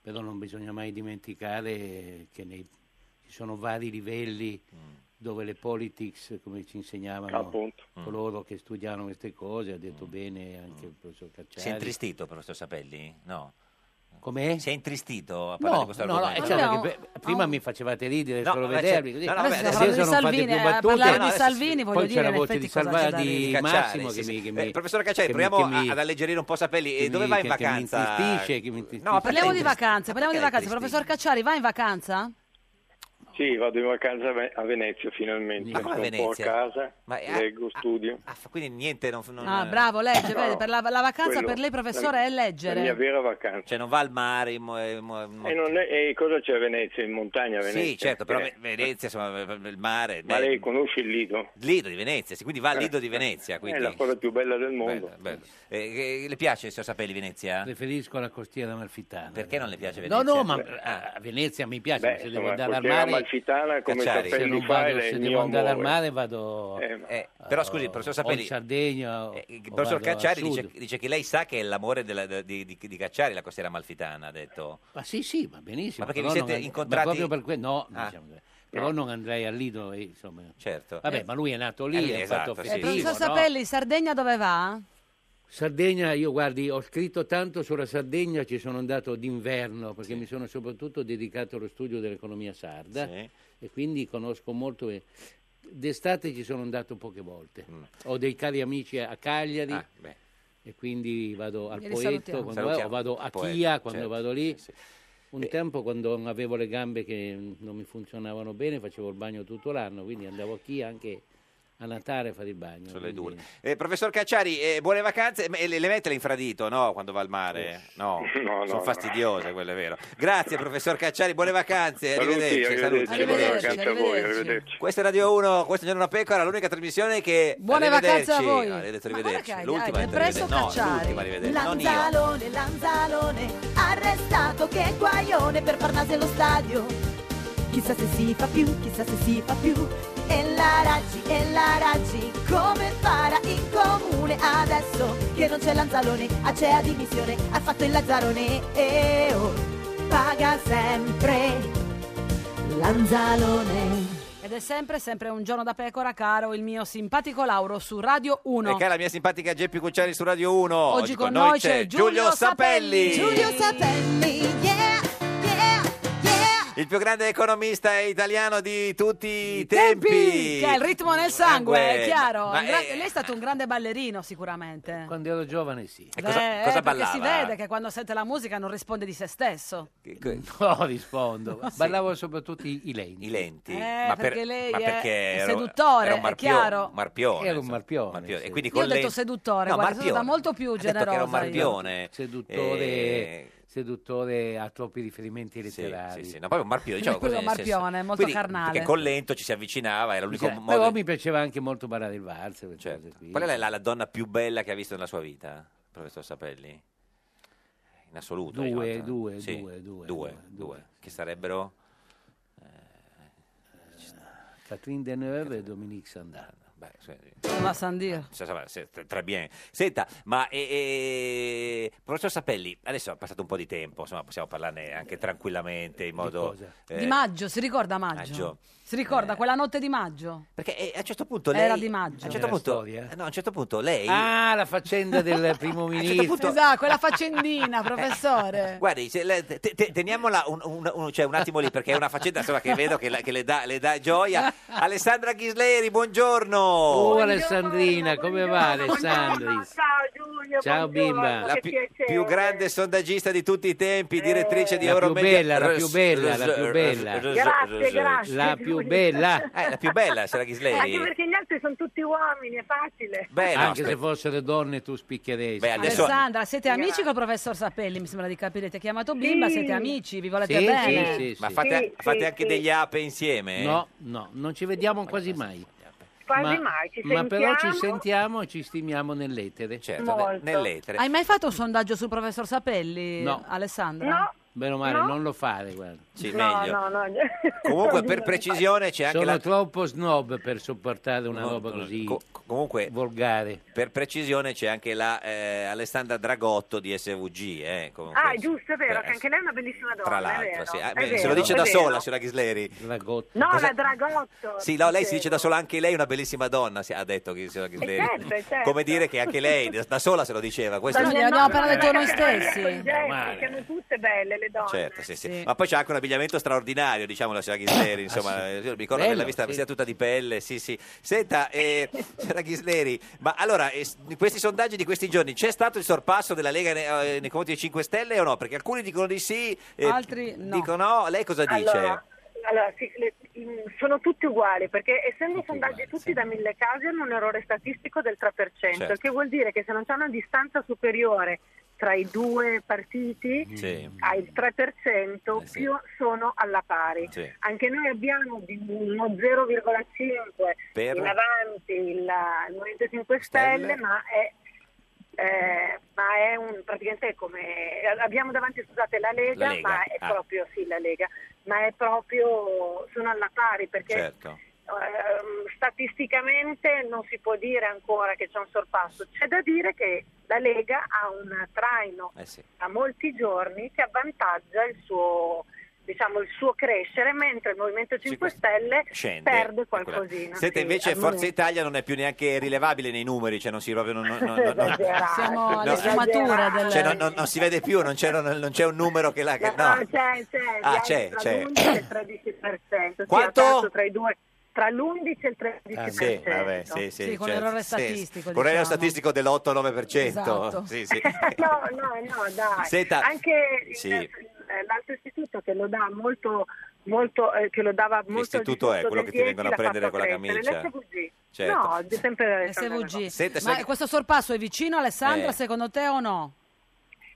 [SPEAKER 17] però non bisogna mai dimenticare che nei- ci sono vari livelli
[SPEAKER 3] Mm.
[SPEAKER 17] dove le politics, come ci insegnavano
[SPEAKER 18] Appunto.
[SPEAKER 3] Mm.
[SPEAKER 17] coloro che studiano queste cose, ha detto bene anche il professor Cacciari.
[SPEAKER 3] Si è intristito, professor Sapelli? No.
[SPEAKER 17] cioè, Come?
[SPEAKER 3] Si è intristito a
[SPEAKER 17] No,
[SPEAKER 3] parlare di questo
[SPEAKER 17] no, no,
[SPEAKER 3] argomento?
[SPEAKER 17] è chiaro che pe- prima mi facevate ridere
[SPEAKER 3] No,
[SPEAKER 17] solo
[SPEAKER 3] vabbè,
[SPEAKER 17] vedervi,
[SPEAKER 3] c'è-
[SPEAKER 17] così.
[SPEAKER 3] no, no, vabbè,
[SPEAKER 17] adesso
[SPEAKER 3] adesso
[SPEAKER 17] non
[SPEAKER 3] parlare di
[SPEAKER 17] fate
[SPEAKER 2] Salvini,
[SPEAKER 17] più
[SPEAKER 2] eh,
[SPEAKER 17] battute.
[SPEAKER 2] parlare di
[SPEAKER 17] No, adesso-
[SPEAKER 2] Salvini, voglio
[SPEAKER 17] Poi
[SPEAKER 2] dire,
[SPEAKER 17] c'è
[SPEAKER 2] in
[SPEAKER 17] la voce di
[SPEAKER 2] effetti cosa c'è da
[SPEAKER 17] Salvini,
[SPEAKER 2] ridere.
[SPEAKER 17] Massimo
[SPEAKER 3] Cacciari,
[SPEAKER 17] che
[SPEAKER 3] sì,
[SPEAKER 17] mi...
[SPEAKER 3] sì.
[SPEAKER 17] Che
[SPEAKER 3] Eh,
[SPEAKER 17] mi
[SPEAKER 3] professor Cacciari,
[SPEAKER 17] che mi-
[SPEAKER 3] proviamo
[SPEAKER 17] che mi-
[SPEAKER 3] ad alleggerire un po' Sapelli. Eh,
[SPEAKER 17] che
[SPEAKER 3] dove
[SPEAKER 17] mi-
[SPEAKER 3] va in
[SPEAKER 17] che- che mi
[SPEAKER 3] vacanza?
[SPEAKER 17] intristisce, che mi intristisce.
[SPEAKER 3] No,
[SPEAKER 2] Parliamo di
[SPEAKER 3] perché-
[SPEAKER 2] vacanze, parliamo di
[SPEAKER 3] perché
[SPEAKER 2] vacanze.
[SPEAKER 3] è tristissimo?
[SPEAKER 2] Professor Cacciari, va in vacanza?
[SPEAKER 18] Sì, vado in vacanza a Ve- a Venezia finalmente,
[SPEAKER 3] Ma
[SPEAKER 18] sto
[SPEAKER 3] come
[SPEAKER 18] un po' a
[SPEAKER 3] Venezia?
[SPEAKER 18] casa,
[SPEAKER 3] Ma è-
[SPEAKER 18] leggo, studio.
[SPEAKER 3] Ah, Quindi niente, non... non-
[SPEAKER 2] Ah, bravo,
[SPEAKER 18] No,
[SPEAKER 2] legge, vede,
[SPEAKER 18] no,
[SPEAKER 2] per la, la vacanza
[SPEAKER 18] quello-
[SPEAKER 2] per lei professore
[SPEAKER 18] la-
[SPEAKER 2] è leggere.
[SPEAKER 18] La mia vera vacanza.
[SPEAKER 3] Cioè non va al mare... mo- eh, mo- mo-
[SPEAKER 18] E, non è- e cosa c'è a Venezia? In montagna a Venezia?
[SPEAKER 3] Sì, certo, però
[SPEAKER 18] Eh,
[SPEAKER 3] Ve- Venezia, insomma, il mare...
[SPEAKER 18] Ma
[SPEAKER 3] beh,
[SPEAKER 18] lei conosce il Lido?
[SPEAKER 3] Lido di Venezia, sì, quindi va al Lido di Venezia.
[SPEAKER 18] È
[SPEAKER 3] Quindi...
[SPEAKER 18] la cosa più bella del mondo.
[SPEAKER 3] Bello, bello. Eh, eh, le piace, signor Sapelli, Venezia?
[SPEAKER 17] Preferisco la costiera amalfitana.
[SPEAKER 3] Perché non le piace
[SPEAKER 17] No,
[SPEAKER 3] Venezia?
[SPEAKER 17] no, ma a Venezia mi piace, ma se devo andare al mare... Eh,
[SPEAKER 18] Malfitana Eh, come
[SPEAKER 3] Cacciari.
[SPEAKER 17] se
[SPEAKER 18] Sapelli
[SPEAKER 17] non
[SPEAKER 18] fa
[SPEAKER 17] vado,
[SPEAKER 18] è
[SPEAKER 17] se
[SPEAKER 18] il
[SPEAKER 17] devo
[SPEAKER 18] mio
[SPEAKER 17] andare al
[SPEAKER 18] amore.
[SPEAKER 17] mare vado
[SPEAKER 3] Eh, però scusi, professor
[SPEAKER 17] o in
[SPEAKER 3] Sapelli,
[SPEAKER 17] Sardegna o-
[SPEAKER 3] il
[SPEAKER 17] o
[SPEAKER 3] professor
[SPEAKER 17] vado a
[SPEAKER 3] Cacciari
[SPEAKER 17] sud.
[SPEAKER 3] dice, dice che lei sa che è l'amore della- di, di- di Cacciari, la costiera malfitana, ha detto.
[SPEAKER 17] Ma sì, sì, va benissimo.
[SPEAKER 3] Ma perché vi
[SPEAKER 17] però
[SPEAKER 3] siete
[SPEAKER 17] non-
[SPEAKER 3] incontrati-
[SPEAKER 17] ma proprio per que- No, non
[SPEAKER 3] Ah.
[SPEAKER 17] siamo- però non andrei al Lido, eh, insomma.
[SPEAKER 3] Certo.
[SPEAKER 17] Vabbè,
[SPEAKER 3] Eh,
[SPEAKER 17] ma lui è nato
[SPEAKER 3] eh,
[SPEAKER 17] lì,
[SPEAKER 3] lì,
[SPEAKER 17] è
[SPEAKER 3] esatto,
[SPEAKER 17] fatto
[SPEAKER 3] sì,
[SPEAKER 2] Eh,
[SPEAKER 17] felice.
[SPEAKER 2] professor
[SPEAKER 17] no?
[SPEAKER 2] Sapelli, Sardegna dove va?
[SPEAKER 17] Sardegna, io guardi, ho scritto tanto sulla Sardegna, ci sono andato d'inverno perché mi sono soprattutto dedicato allo studio dell'economia sarda e quindi conosco molto. e- d'estate ci sono andato poche volte.
[SPEAKER 3] Mm.
[SPEAKER 17] Ho dei cari amici a Cagliari
[SPEAKER 3] Ah,
[SPEAKER 17] e quindi vado al
[SPEAKER 20] Li
[SPEAKER 17] Poetto,
[SPEAKER 20] salutiamo.
[SPEAKER 17] quando vado,
[SPEAKER 20] Salutiamo
[SPEAKER 17] o vado
[SPEAKER 20] il
[SPEAKER 17] a
[SPEAKER 20] Poetto,
[SPEAKER 17] Chia quando
[SPEAKER 20] certo,
[SPEAKER 17] vado lì. Un tempo quando avevo le gambe che non mi funzionavano bene facevo il bagno tutto l'anno, quindi andavo a Chia anche a Natale a fare il bagno.
[SPEAKER 3] Sulle
[SPEAKER 17] quindi-
[SPEAKER 3] dune. Eh, professor Cacciari, eh, buone vacanze. Ma- eh, Le, le mette l'infradito, no? Quando va al mare? No,
[SPEAKER 18] No, no,
[SPEAKER 3] sono
[SPEAKER 18] no.
[SPEAKER 3] fastidiose quelle, vero? Grazie, professor Cacciari, buone vacanze.
[SPEAKER 18] Saluti,
[SPEAKER 3] Arrivederci.
[SPEAKER 18] arrivederci,
[SPEAKER 3] saluti.
[SPEAKER 18] buone vacanze a voi, arrivederci.
[SPEAKER 3] Questa è Radio 1, questo è Giorno una Pecora, l'unica trasmissione che...
[SPEAKER 2] Buone
[SPEAKER 3] Arrivederci.
[SPEAKER 2] vacanze a voi.
[SPEAKER 3] No, le ho detto
[SPEAKER 2] Ma
[SPEAKER 3] arrivederci.
[SPEAKER 2] guarda che hai-
[SPEAKER 3] L'ultima
[SPEAKER 2] hai
[SPEAKER 3] è
[SPEAKER 2] preso
[SPEAKER 3] arrivederci. No,
[SPEAKER 2] Cacciari.
[SPEAKER 3] l'ultima è arrivederci. Non io.
[SPEAKER 10] Lanzalone, Lanzalone, arrestato che guaione per Parnasi allo stadio. Chissà se si fa più, chissà se si fa più. E la Raggi, e la Raggi, come farà in comune adesso che non c'è Lanzalone, a c'è a dimissione, ha fatto il Lazzarone e oh, paga sempre Lanzalone.
[SPEAKER 2] Ed ed è sempre, sempre un giorno da pecora, caro il mio simpatico Lauro su Radio 1.
[SPEAKER 3] E cara la mia simpatica Geppi Cucciari su Radio 1.
[SPEAKER 2] Oggi con noi c'è Giulio
[SPEAKER 3] Sapelli.
[SPEAKER 10] Giulio Sapelli, yeah, yeah.
[SPEAKER 3] Il più grande economista italiano di tutti i tempi.
[SPEAKER 2] Che ha il ritmo nel sangue,
[SPEAKER 3] Sangue.
[SPEAKER 2] è chiaro.
[SPEAKER 3] Ma
[SPEAKER 2] Un gra-
[SPEAKER 3] è-
[SPEAKER 2] Lei è stato un grande ballerino, sicuramente.
[SPEAKER 17] Quando ero giovane sì.
[SPEAKER 3] E cosa-
[SPEAKER 2] Eh,
[SPEAKER 3] cosa
[SPEAKER 2] eh, perché si
[SPEAKER 3] ballava?
[SPEAKER 2] vede che quando sente la musica non risponde di se stesso.
[SPEAKER 17] No, rispondo. Ballavo soprattutto i, i lenti.
[SPEAKER 3] I lenti.
[SPEAKER 2] Eh,
[SPEAKER 3] ma per-
[SPEAKER 2] perché lei
[SPEAKER 3] ma
[SPEAKER 2] è-
[SPEAKER 3] perché
[SPEAKER 2] è
[SPEAKER 3] era-
[SPEAKER 2] seduttore,
[SPEAKER 3] era un
[SPEAKER 2] è
[SPEAKER 3] marpio-
[SPEAKER 2] chiaro.
[SPEAKER 3] un marpione.
[SPEAKER 17] Era un
[SPEAKER 3] insomma,
[SPEAKER 17] marpione,
[SPEAKER 3] E quindi
[SPEAKER 2] Io
[SPEAKER 3] con
[SPEAKER 2] ho detto
[SPEAKER 3] lei-
[SPEAKER 2] seduttore,
[SPEAKER 3] No,
[SPEAKER 2] guarda, sono stata
[SPEAKER 3] marpione.
[SPEAKER 2] molto più
[SPEAKER 3] Ha detto che era un
[SPEAKER 2] generosa. io.
[SPEAKER 3] marpione.
[SPEAKER 17] Seduttore,
[SPEAKER 3] Eh,
[SPEAKER 17] seduttore a troppi riferimenti letterari.
[SPEAKER 3] Sì, sì, no, proprio un marpione. Diciamo
[SPEAKER 2] Quello
[SPEAKER 3] così, nel senso-
[SPEAKER 2] marpione, molto
[SPEAKER 3] quindi,
[SPEAKER 2] carnale.
[SPEAKER 3] Perché con lento ci si avvicinava, era l'unico
[SPEAKER 17] Cioè,
[SPEAKER 3] modo.
[SPEAKER 17] però mi piaceva anche molto ballare il valzer. queste cose qui.
[SPEAKER 3] Qual Certo. è la, la- la donna più bella che ha visto nella sua vita, professor Sapelli? In assoluto.
[SPEAKER 17] Due,
[SPEAKER 3] ricordo.
[SPEAKER 17] due,
[SPEAKER 3] Sì,
[SPEAKER 17] due, due,
[SPEAKER 3] due,
[SPEAKER 17] due,
[SPEAKER 3] due. Che sarebbero?
[SPEAKER 17] Catherine Deneuve e Dominique Sandano.
[SPEAKER 3] Beh, scusi,
[SPEAKER 2] La Sandir.
[SPEAKER 3] sa- sa- se- tra- tra bien. Senta, ma e- e- professor Sapelli, adesso è passato un po' di tempo, insomma, possiamo parlarne anche tranquillamente in modo eh,
[SPEAKER 2] Di maggio, si ricorda maggio?
[SPEAKER 3] maggio. Eh.
[SPEAKER 2] Si ricorda quella notte di maggio?
[SPEAKER 3] Perché a un certo punto
[SPEAKER 2] Era
[SPEAKER 3] lei-
[SPEAKER 2] di
[SPEAKER 3] A
[SPEAKER 2] maggio.
[SPEAKER 3] un certo punto, no, a un certo punto lei
[SPEAKER 17] eh.
[SPEAKER 3] certo
[SPEAKER 17] Ah, la faccenda del primo ministro.
[SPEAKER 2] Esatto, quella faccendina, professore.
[SPEAKER 3] Guardi, se le- te- te- teniamola un, un- un- cioè un attimo lì perché è una faccenda insomma, che vedo che, la- che le, dà, le dà gioia. Alessandra Ghisleri, buongiorno.
[SPEAKER 17] Oh, Alessandrina, come va Alessandri?
[SPEAKER 9] Ciao Giulio,
[SPEAKER 17] Ciao,
[SPEAKER 9] buongiorno,
[SPEAKER 17] bimba.
[SPEAKER 9] che
[SPEAKER 3] La pi-
[SPEAKER 9] piacere.
[SPEAKER 3] più grande sondaggista di tutti i tempi, direttrice di
[SPEAKER 17] Eh, La più
[SPEAKER 3] Euromedia.
[SPEAKER 17] bella, la più bella, la più bella.
[SPEAKER 9] Grazie, grazie,
[SPEAKER 17] La più Giulio. bella.
[SPEAKER 3] Eh, la più bella, sarà
[SPEAKER 9] Anche
[SPEAKER 3] Ghisleri.
[SPEAKER 9] Ah, perché gli altri sono tutti uomini, è facile.
[SPEAKER 3] Beh, no,
[SPEAKER 17] Anche se
[SPEAKER 3] aspetta.
[SPEAKER 17] fossero donne tu spicchieresti.
[SPEAKER 2] Alessandra, siete amici col professor Sapelli, mi sembra di capire. Ti ha chiamato bimba,
[SPEAKER 9] Sì.
[SPEAKER 2] siete amici, vi volete
[SPEAKER 17] Sì,
[SPEAKER 2] bene.
[SPEAKER 17] sì, sì,
[SPEAKER 3] Ma
[SPEAKER 17] sì.
[SPEAKER 3] fate,
[SPEAKER 9] Sì,
[SPEAKER 3] fate
[SPEAKER 9] sì,
[SPEAKER 3] anche
[SPEAKER 9] sì.
[SPEAKER 3] degli ape insieme?
[SPEAKER 17] No, no, non ci vediamo quasi mai.
[SPEAKER 9] Quasi mai, ci
[SPEAKER 17] ma però ci
[SPEAKER 9] sentiamo.
[SPEAKER 17] sentiamo e ci stimiamo nell'etere.
[SPEAKER 9] Certo, ne- Molto. nell'etere.
[SPEAKER 2] Hai mai fatto un sondaggio sul professor Sapelli,
[SPEAKER 17] No.
[SPEAKER 2] Alessandra?
[SPEAKER 9] No.
[SPEAKER 17] Meno male,
[SPEAKER 9] No.
[SPEAKER 17] non lo fare, guarda.
[SPEAKER 3] Sì,
[SPEAKER 9] No, no, no.
[SPEAKER 3] Comunque, per precisione, c'è anche
[SPEAKER 17] Sono
[SPEAKER 3] la...
[SPEAKER 17] troppo snob per sopportare una
[SPEAKER 3] No,
[SPEAKER 17] roba
[SPEAKER 3] no,
[SPEAKER 17] così
[SPEAKER 3] co- comunque,
[SPEAKER 17] volgare.
[SPEAKER 3] Per precisione c'è anche la eh, Alessandra Dragotto di SVG, eh, comunque,
[SPEAKER 9] Ah, è giusto, è vero,
[SPEAKER 3] Beh,
[SPEAKER 9] che anche lei è una bellissima donna,
[SPEAKER 3] tra
[SPEAKER 9] è
[SPEAKER 3] l'altro.
[SPEAKER 9] vero.
[SPEAKER 3] sì. Ah,
[SPEAKER 9] è
[SPEAKER 3] beh, se
[SPEAKER 9] vero,
[SPEAKER 3] lo dice
[SPEAKER 9] è
[SPEAKER 3] da
[SPEAKER 9] vero.
[SPEAKER 3] sola, signora Ghisleri.
[SPEAKER 9] No,
[SPEAKER 3] Cosa-
[SPEAKER 9] la Dragotto.
[SPEAKER 3] Sì, no, lei si dice da sola anche lei è una bellissima donna, si- ha detto che signora Ghisleri.
[SPEAKER 9] certo, è certo.
[SPEAKER 3] Come dire che anche lei da da sola se lo diceva. Questo
[SPEAKER 2] Ma noi
[SPEAKER 3] è...
[SPEAKER 2] glielo abbiamo appena
[SPEAKER 9] No,
[SPEAKER 2] detto
[SPEAKER 9] no,
[SPEAKER 2] noi
[SPEAKER 9] no, no,
[SPEAKER 2] stessi.
[SPEAKER 9] no, no,
[SPEAKER 3] Normale.
[SPEAKER 9] Siamo tutte belle le donne.
[SPEAKER 3] Certo, sì, sì. Ma poi c'è anche un abbigliamento straordinario, diciamo, la signora Ghisleri. Insomma, eh, io mi ricordo di averla
[SPEAKER 17] Bello,
[SPEAKER 3] vista
[SPEAKER 17] sì.
[SPEAKER 3] vestita tutta di pelle. Sì, sì. Senta, eh, signora Ghisleri, ma allora, eh, s- in questi sondaggi di questi giorni c'è stato il sorpasso della Lega ne- eh, nei, confronti dei 5 Stelle o no? Perché alcuni dicono di sì, eh,
[SPEAKER 2] Altri no.
[SPEAKER 3] dicono no. Lei cosa dice?
[SPEAKER 9] Allora, allora, sì, le- mh, sono tutti uguali perché essendo i sondaggi tutti da mille casi hanno un errore statistico del 3%,
[SPEAKER 3] Certo.
[SPEAKER 9] il che vuol dire che se non c'è una distanza superiore tra i due partiti
[SPEAKER 3] Sì.
[SPEAKER 9] al 3% più sono alla pari.
[SPEAKER 3] Eh, Sì.
[SPEAKER 9] Anche noi abbiamo di uno 0,5
[SPEAKER 3] Per?
[SPEAKER 9] in avanti il, il Movimento 5 Stelle,
[SPEAKER 3] Stelle.
[SPEAKER 9] ma è... eh, ma è un praticamente è come abbiamo davanti scusate la Lega,
[SPEAKER 3] La Lega,
[SPEAKER 9] ma è
[SPEAKER 3] ah.
[SPEAKER 9] proprio sì la Lega ma è proprio sono alla pari perché
[SPEAKER 3] Certo.
[SPEAKER 9] ehm, statisticamente non si può dire ancora che c'è un sorpasso. C'è da dire che la Lega ha un traino
[SPEAKER 3] Eh sì.
[SPEAKER 9] da molti giorni che avvantaggia il suo diciamo il suo crescere mentre il Movimento 5 Stelle
[SPEAKER 3] Scende.
[SPEAKER 9] perde
[SPEAKER 3] Quella-
[SPEAKER 9] qualcosina.
[SPEAKER 3] Senta,
[SPEAKER 9] Sì,
[SPEAKER 3] invece
[SPEAKER 9] al
[SPEAKER 3] Forza
[SPEAKER 9] momento.
[SPEAKER 3] Italia non è più neanche rilevabile nei numeri, cioè non si proprio... Non, non- non- non-
[SPEAKER 9] Esagerato,
[SPEAKER 2] Siamo alle
[SPEAKER 3] no,
[SPEAKER 2] sfumature del...
[SPEAKER 3] cioè, non, non- non si vede più, non c'è, non- non c'è un numero che la... Che, no.
[SPEAKER 9] No, c'è, c'è,
[SPEAKER 3] Ah,
[SPEAKER 9] ah,
[SPEAKER 3] c'è, c'è.
[SPEAKER 9] il 13%. sì,
[SPEAKER 3] Quanto?
[SPEAKER 9] ha perso tra i due. Tra l'11 e il 13%.
[SPEAKER 3] Ah, sì, vabbè, sì, sì,
[SPEAKER 9] Sì, con
[SPEAKER 3] certo.
[SPEAKER 9] l'errore
[SPEAKER 3] Sì, sì.
[SPEAKER 9] statistico,
[SPEAKER 3] Con l'errore
[SPEAKER 9] diciamo.
[SPEAKER 3] statistico dell'8-9%.
[SPEAKER 9] Esatto.
[SPEAKER 3] Sì, sì.
[SPEAKER 9] no, no, no, dai.
[SPEAKER 3] Senta,
[SPEAKER 9] Anche il-
[SPEAKER 3] sì.
[SPEAKER 9] eh, l'altro istituto che lo dà molto, molto eh, che lo dava molto
[SPEAKER 3] L'istituto è
[SPEAKER 9] al discorso
[SPEAKER 3] quello
[SPEAKER 9] del
[SPEAKER 3] che ti
[SPEAKER 9] 10,
[SPEAKER 3] vengono a
[SPEAKER 9] l'ha
[SPEAKER 3] prendere
[SPEAKER 9] fatto
[SPEAKER 3] con la
[SPEAKER 9] crescere.
[SPEAKER 3] camicia.
[SPEAKER 9] L'SVG.
[SPEAKER 3] Certo.
[SPEAKER 9] No, è sempre
[SPEAKER 2] SVG.
[SPEAKER 3] Senta,
[SPEAKER 2] Ma
[SPEAKER 3] sai-
[SPEAKER 2] questo sorpasso è vicino, Alessandra,
[SPEAKER 3] Eh.
[SPEAKER 2] secondo te o no?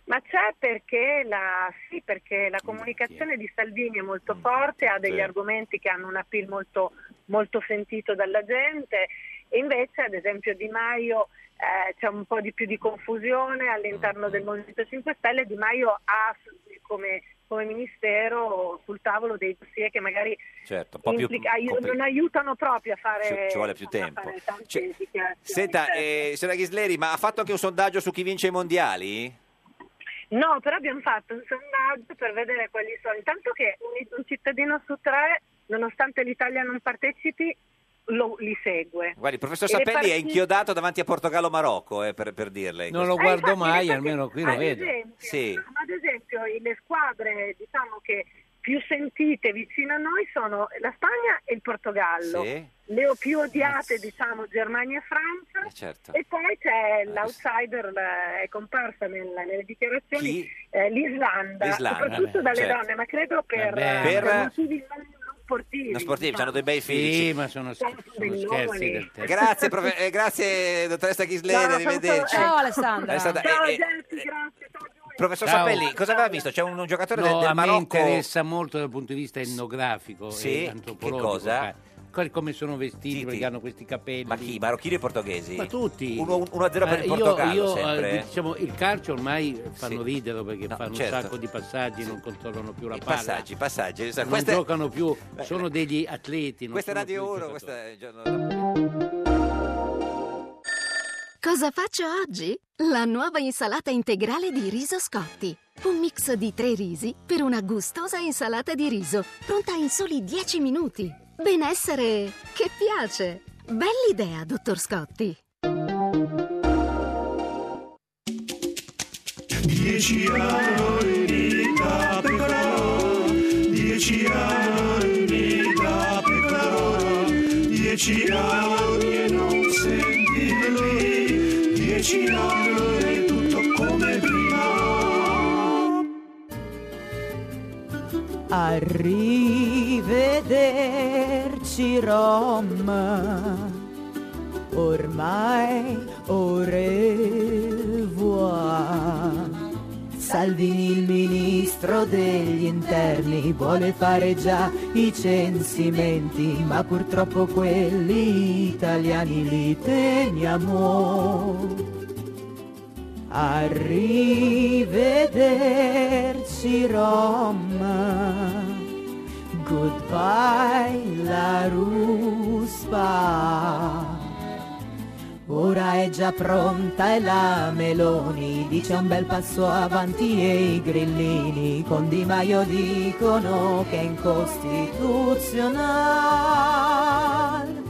[SPEAKER 9] Ma c'è perché la, sì, perché la comunicazione di Salvini è molto
[SPEAKER 3] Mm.
[SPEAKER 9] forte, ha degli
[SPEAKER 2] Sì.
[SPEAKER 9] argomenti che hanno un appeal molto, molto sentito dalla gente e invece ad esempio Di Maio eh, c'è un po' di più di confusione
[SPEAKER 3] Mm-hmm.
[SPEAKER 9] all'interno del Movimento 5 Stelle, Di Maio ha come, come ministero sul tavolo dei dossier che magari
[SPEAKER 3] Certo, un po' più...
[SPEAKER 9] implica- ai-
[SPEAKER 3] compli-
[SPEAKER 9] non aiutano proprio a fare...
[SPEAKER 3] Ci- ci vuole più
[SPEAKER 9] a
[SPEAKER 3] tempo. Cioè,
[SPEAKER 9] fare tante dichiarazioni.
[SPEAKER 3] Senta, eh, signora Ghisleri, ma ha fatto anche un sondaggio su chi vince i mondiali?
[SPEAKER 9] No, però abbiamo fatto un sondaggio per vedere quali sono. Intanto che un, un cittadino su tre nonostante l'Italia non partecipi, lo- li segue.
[SPEAKER 3] Guardi, il professor
[SPEAKER 9] E le
[SPEAKER 3] Sappelli è
[SPEAKER 9] partite-
[SPEAKER 3] inchiodato davanti a Portogallo-Marocco, eh, per, per dirle.
[SPEAKER 9] Non lo
[SPEAKER 3] questo.
[SPEAKER 9] guardo Eh, infatti, mai, infatti, almeno qui lo ad vedo. esempio,
[SPEAKER 3] Sì.
[SPEAKER 9] Ma Ad esempio, le squadre diciamo che più sentite vicino a noi sono la Spagna e il Portogallo.
[SPEAKER 3] Sì.
[SPEAKER 9] Le o- più odiate, diciamo, Germania e Francia.
[SPEAKER 3] Eh, certo.
[SPEAKER 9] E poi c'è l'outsider, la- è comparsa nella- nelle dichiarazioni, eh, l'Islanda,
[SPEAKER 3] L'Islanda,
[SPEAKER 9] soprattutto
[SPEAKER 3] vabbè,
[SPEAKER 9] dalle
[SPEAKER 3] certo.
[SPEAKER 9] donne, ma credo per, eh,
[SPEAKER 3] Vabbè. Per-
[SPEAKER 9] motivi non non sportivi.
[SPEAKER 3] Lo sportivo,
[SPEAKER 9] diciamo.
[SPEAKER 3] hanno dei bei
[SPEAKER 17] Sì,
[SPEAKER 3] fisici.
[SPEAKER 17] ma sono
[SPEAKER 9] Sono dei giovani.
[SPEAKER 3] Grazie, profe- eh, grazie dottoressa Ghislene,
[SPEAKER 9] Ciao,
[SPEAKER 3] arrivederci.
[SPEAKER 9] ciao, ciao.
[SPEAKER 2] Alessandra.
[SPEAKER 3] È stata-
[SPEAKER 9] Ciao
[SPEAKER 3] eh, eh,
[SPEAKER 9] Jesse, grazie.
[SPEAKER 3] professor
[SPEAKER 17] Ciao.
[SPEAKER 3] Sappelli, cosa aveva visto? C'è un, un giocatore
[SPEAKER 17] No,
[SPEAKER 3] del, del
[SPEAKER 17] a me
[SPEAKER 3] Marocco...
[SPEAKER 17] interessa molto dal punto di vista etnografico
[SPEAKER 3] Sì?
[SPEAKER 17] e
[SPEAKER 3] Che
[SPEAKER 17] antropologico.
[SPEAKER 3] cosa?
[SPEAKER 17] eh. Come sono vestiti, perché hanno questi capelli.
[SPEAKER 3] Ma chi? Marocchini e portoghesi?
[SPEAKER 17] Ma tutti.
[SPEAKER 3] 1-0 per
[SPEAKER 17] Eh,
[SPEAKER 3] il
[SPEAKER 17] io-
[SPEAKER 3] Portogallo
[SPEAKER 17] io, eh,
[SPEAKER 3] sempre.
[SPEAKER 17] diciamo, il calcio ormai fanno ridere perché
[SPEAKER 3] No,
[SPEAKER 17] fanno
[SPEAKER 3] certo.
[SPEAKER 17] un sacco di passaggi, non controllano più la
[SPEAKER 3] I
[SPEAKER 17] palla.
[SPEAKER 3] passaggi, i passaggi.
[SPEAKER 17] Non
[SPEAKER 3] Questa è-
[SPEAKER 17] giocano più, sono degli atleti. non
[SPEAKER 3] Questa è
[SPEAKER 17] sono
[SPEAKER 3] Radio
[SPEAKER 17] più
[SPEAKER 3] 1,
[SPEAKER 17] giocatori.
[SPEAKER 3] questa è giorno...
[SPEAKER 21] Cosa faccio oggi? La nuova insalata integrale di riso Scotti. Un mix di tre risi per una gustosa insalata di riso, pronta in soli 10 minuti. Benessere che piace! Bell'idea, dottor Scotti.
[SPEAKER 19] 10 anni da pecora, 10 anni da pecora, 10 anni e non sentirli, 10 anni e tutto come prima.
[SPEAKER 22] Arrivederci Roma, ormai au revoir. Salvini il ministro degli interni vuole fare già i censimenti, ma purtroppo quelli italiani li teniamo. Arrivederci Roma, goodbye la ruspa. Ora è già pronta e la Meloni dice un bel passo avanti e i grillini con Di Maio dicono che è incostituzionale.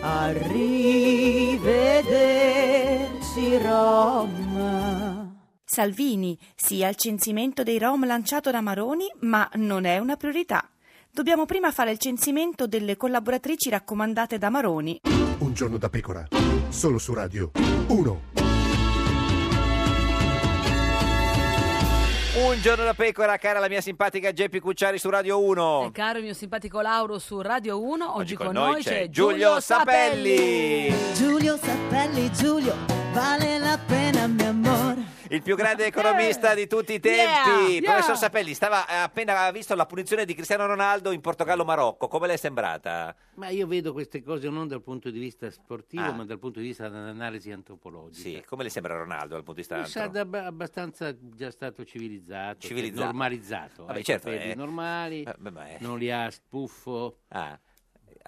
[SPEAKER 22] Arrivederci Roma.
[SPEAKER 12] Salvini, sì al censimento dei Rom lanciato da Maroni, ma non è una priorità. Dobbiamo prima fare il censimento delle collaboratrici raccomandate da Maroni.
[SPEAKER 13] Un giorno da pecora, solo su Radio 1.
[SPEAKER 3] Un giorno da pecora, cara la mia simpatica Geppi Cucciari su Radio 1.
[SPEAKER 2] E caro il mio simpatico Lauro su Radio 1, oggi,
[SPEAKER 3] con noi c'è Giulio Sapelli.
[SPEAKER 22] Giulio Sapelli, Giulio, vale la pena mio amore.
[SPEAKER 3] Il più grande economista di tutti i tempi.
[SPEAKER 22] Yeah,
[SPEAKER 3] Professor
[SPEAKER 22] yeah.
[SPEAKER 3] Sapelli, stava eh, appena aveva visto la punizione di Cristiano Ronaldo in Portogallo-Marocco. Come le è sembrata?
[SPEAKER 17] Ma io vedo queste cose non dal punto di vista sportivo,
[SPEAKER 3] Ah.
[SPEAKER 17] ma dal punto di vista dell'analisi antropologica.
[SPEAKER 3] Sì, come le sembra Ronaldo dal punto di vista
[SPEAKER 17] Mi sa
[SPEAKER 3] antro-
[SPEAKER 17] da abba- abbastanza già stato civilizzato, cioè
[SPEAKER 3] Civilizzato.
[SPEAKER 17] normalizzato.
[SPEAKER 3] Vabbè,
[SPEAKER 17] ha i
[SPEAKER 3] certo,
[SPEAKER 17] capelli
[SPEAKER 3] eh.
[SPEAKER 17] normali,
[SPEAKER 3] Eh, Ah, beh, ma è-
[SPEAKER 17] non li ha spuffo,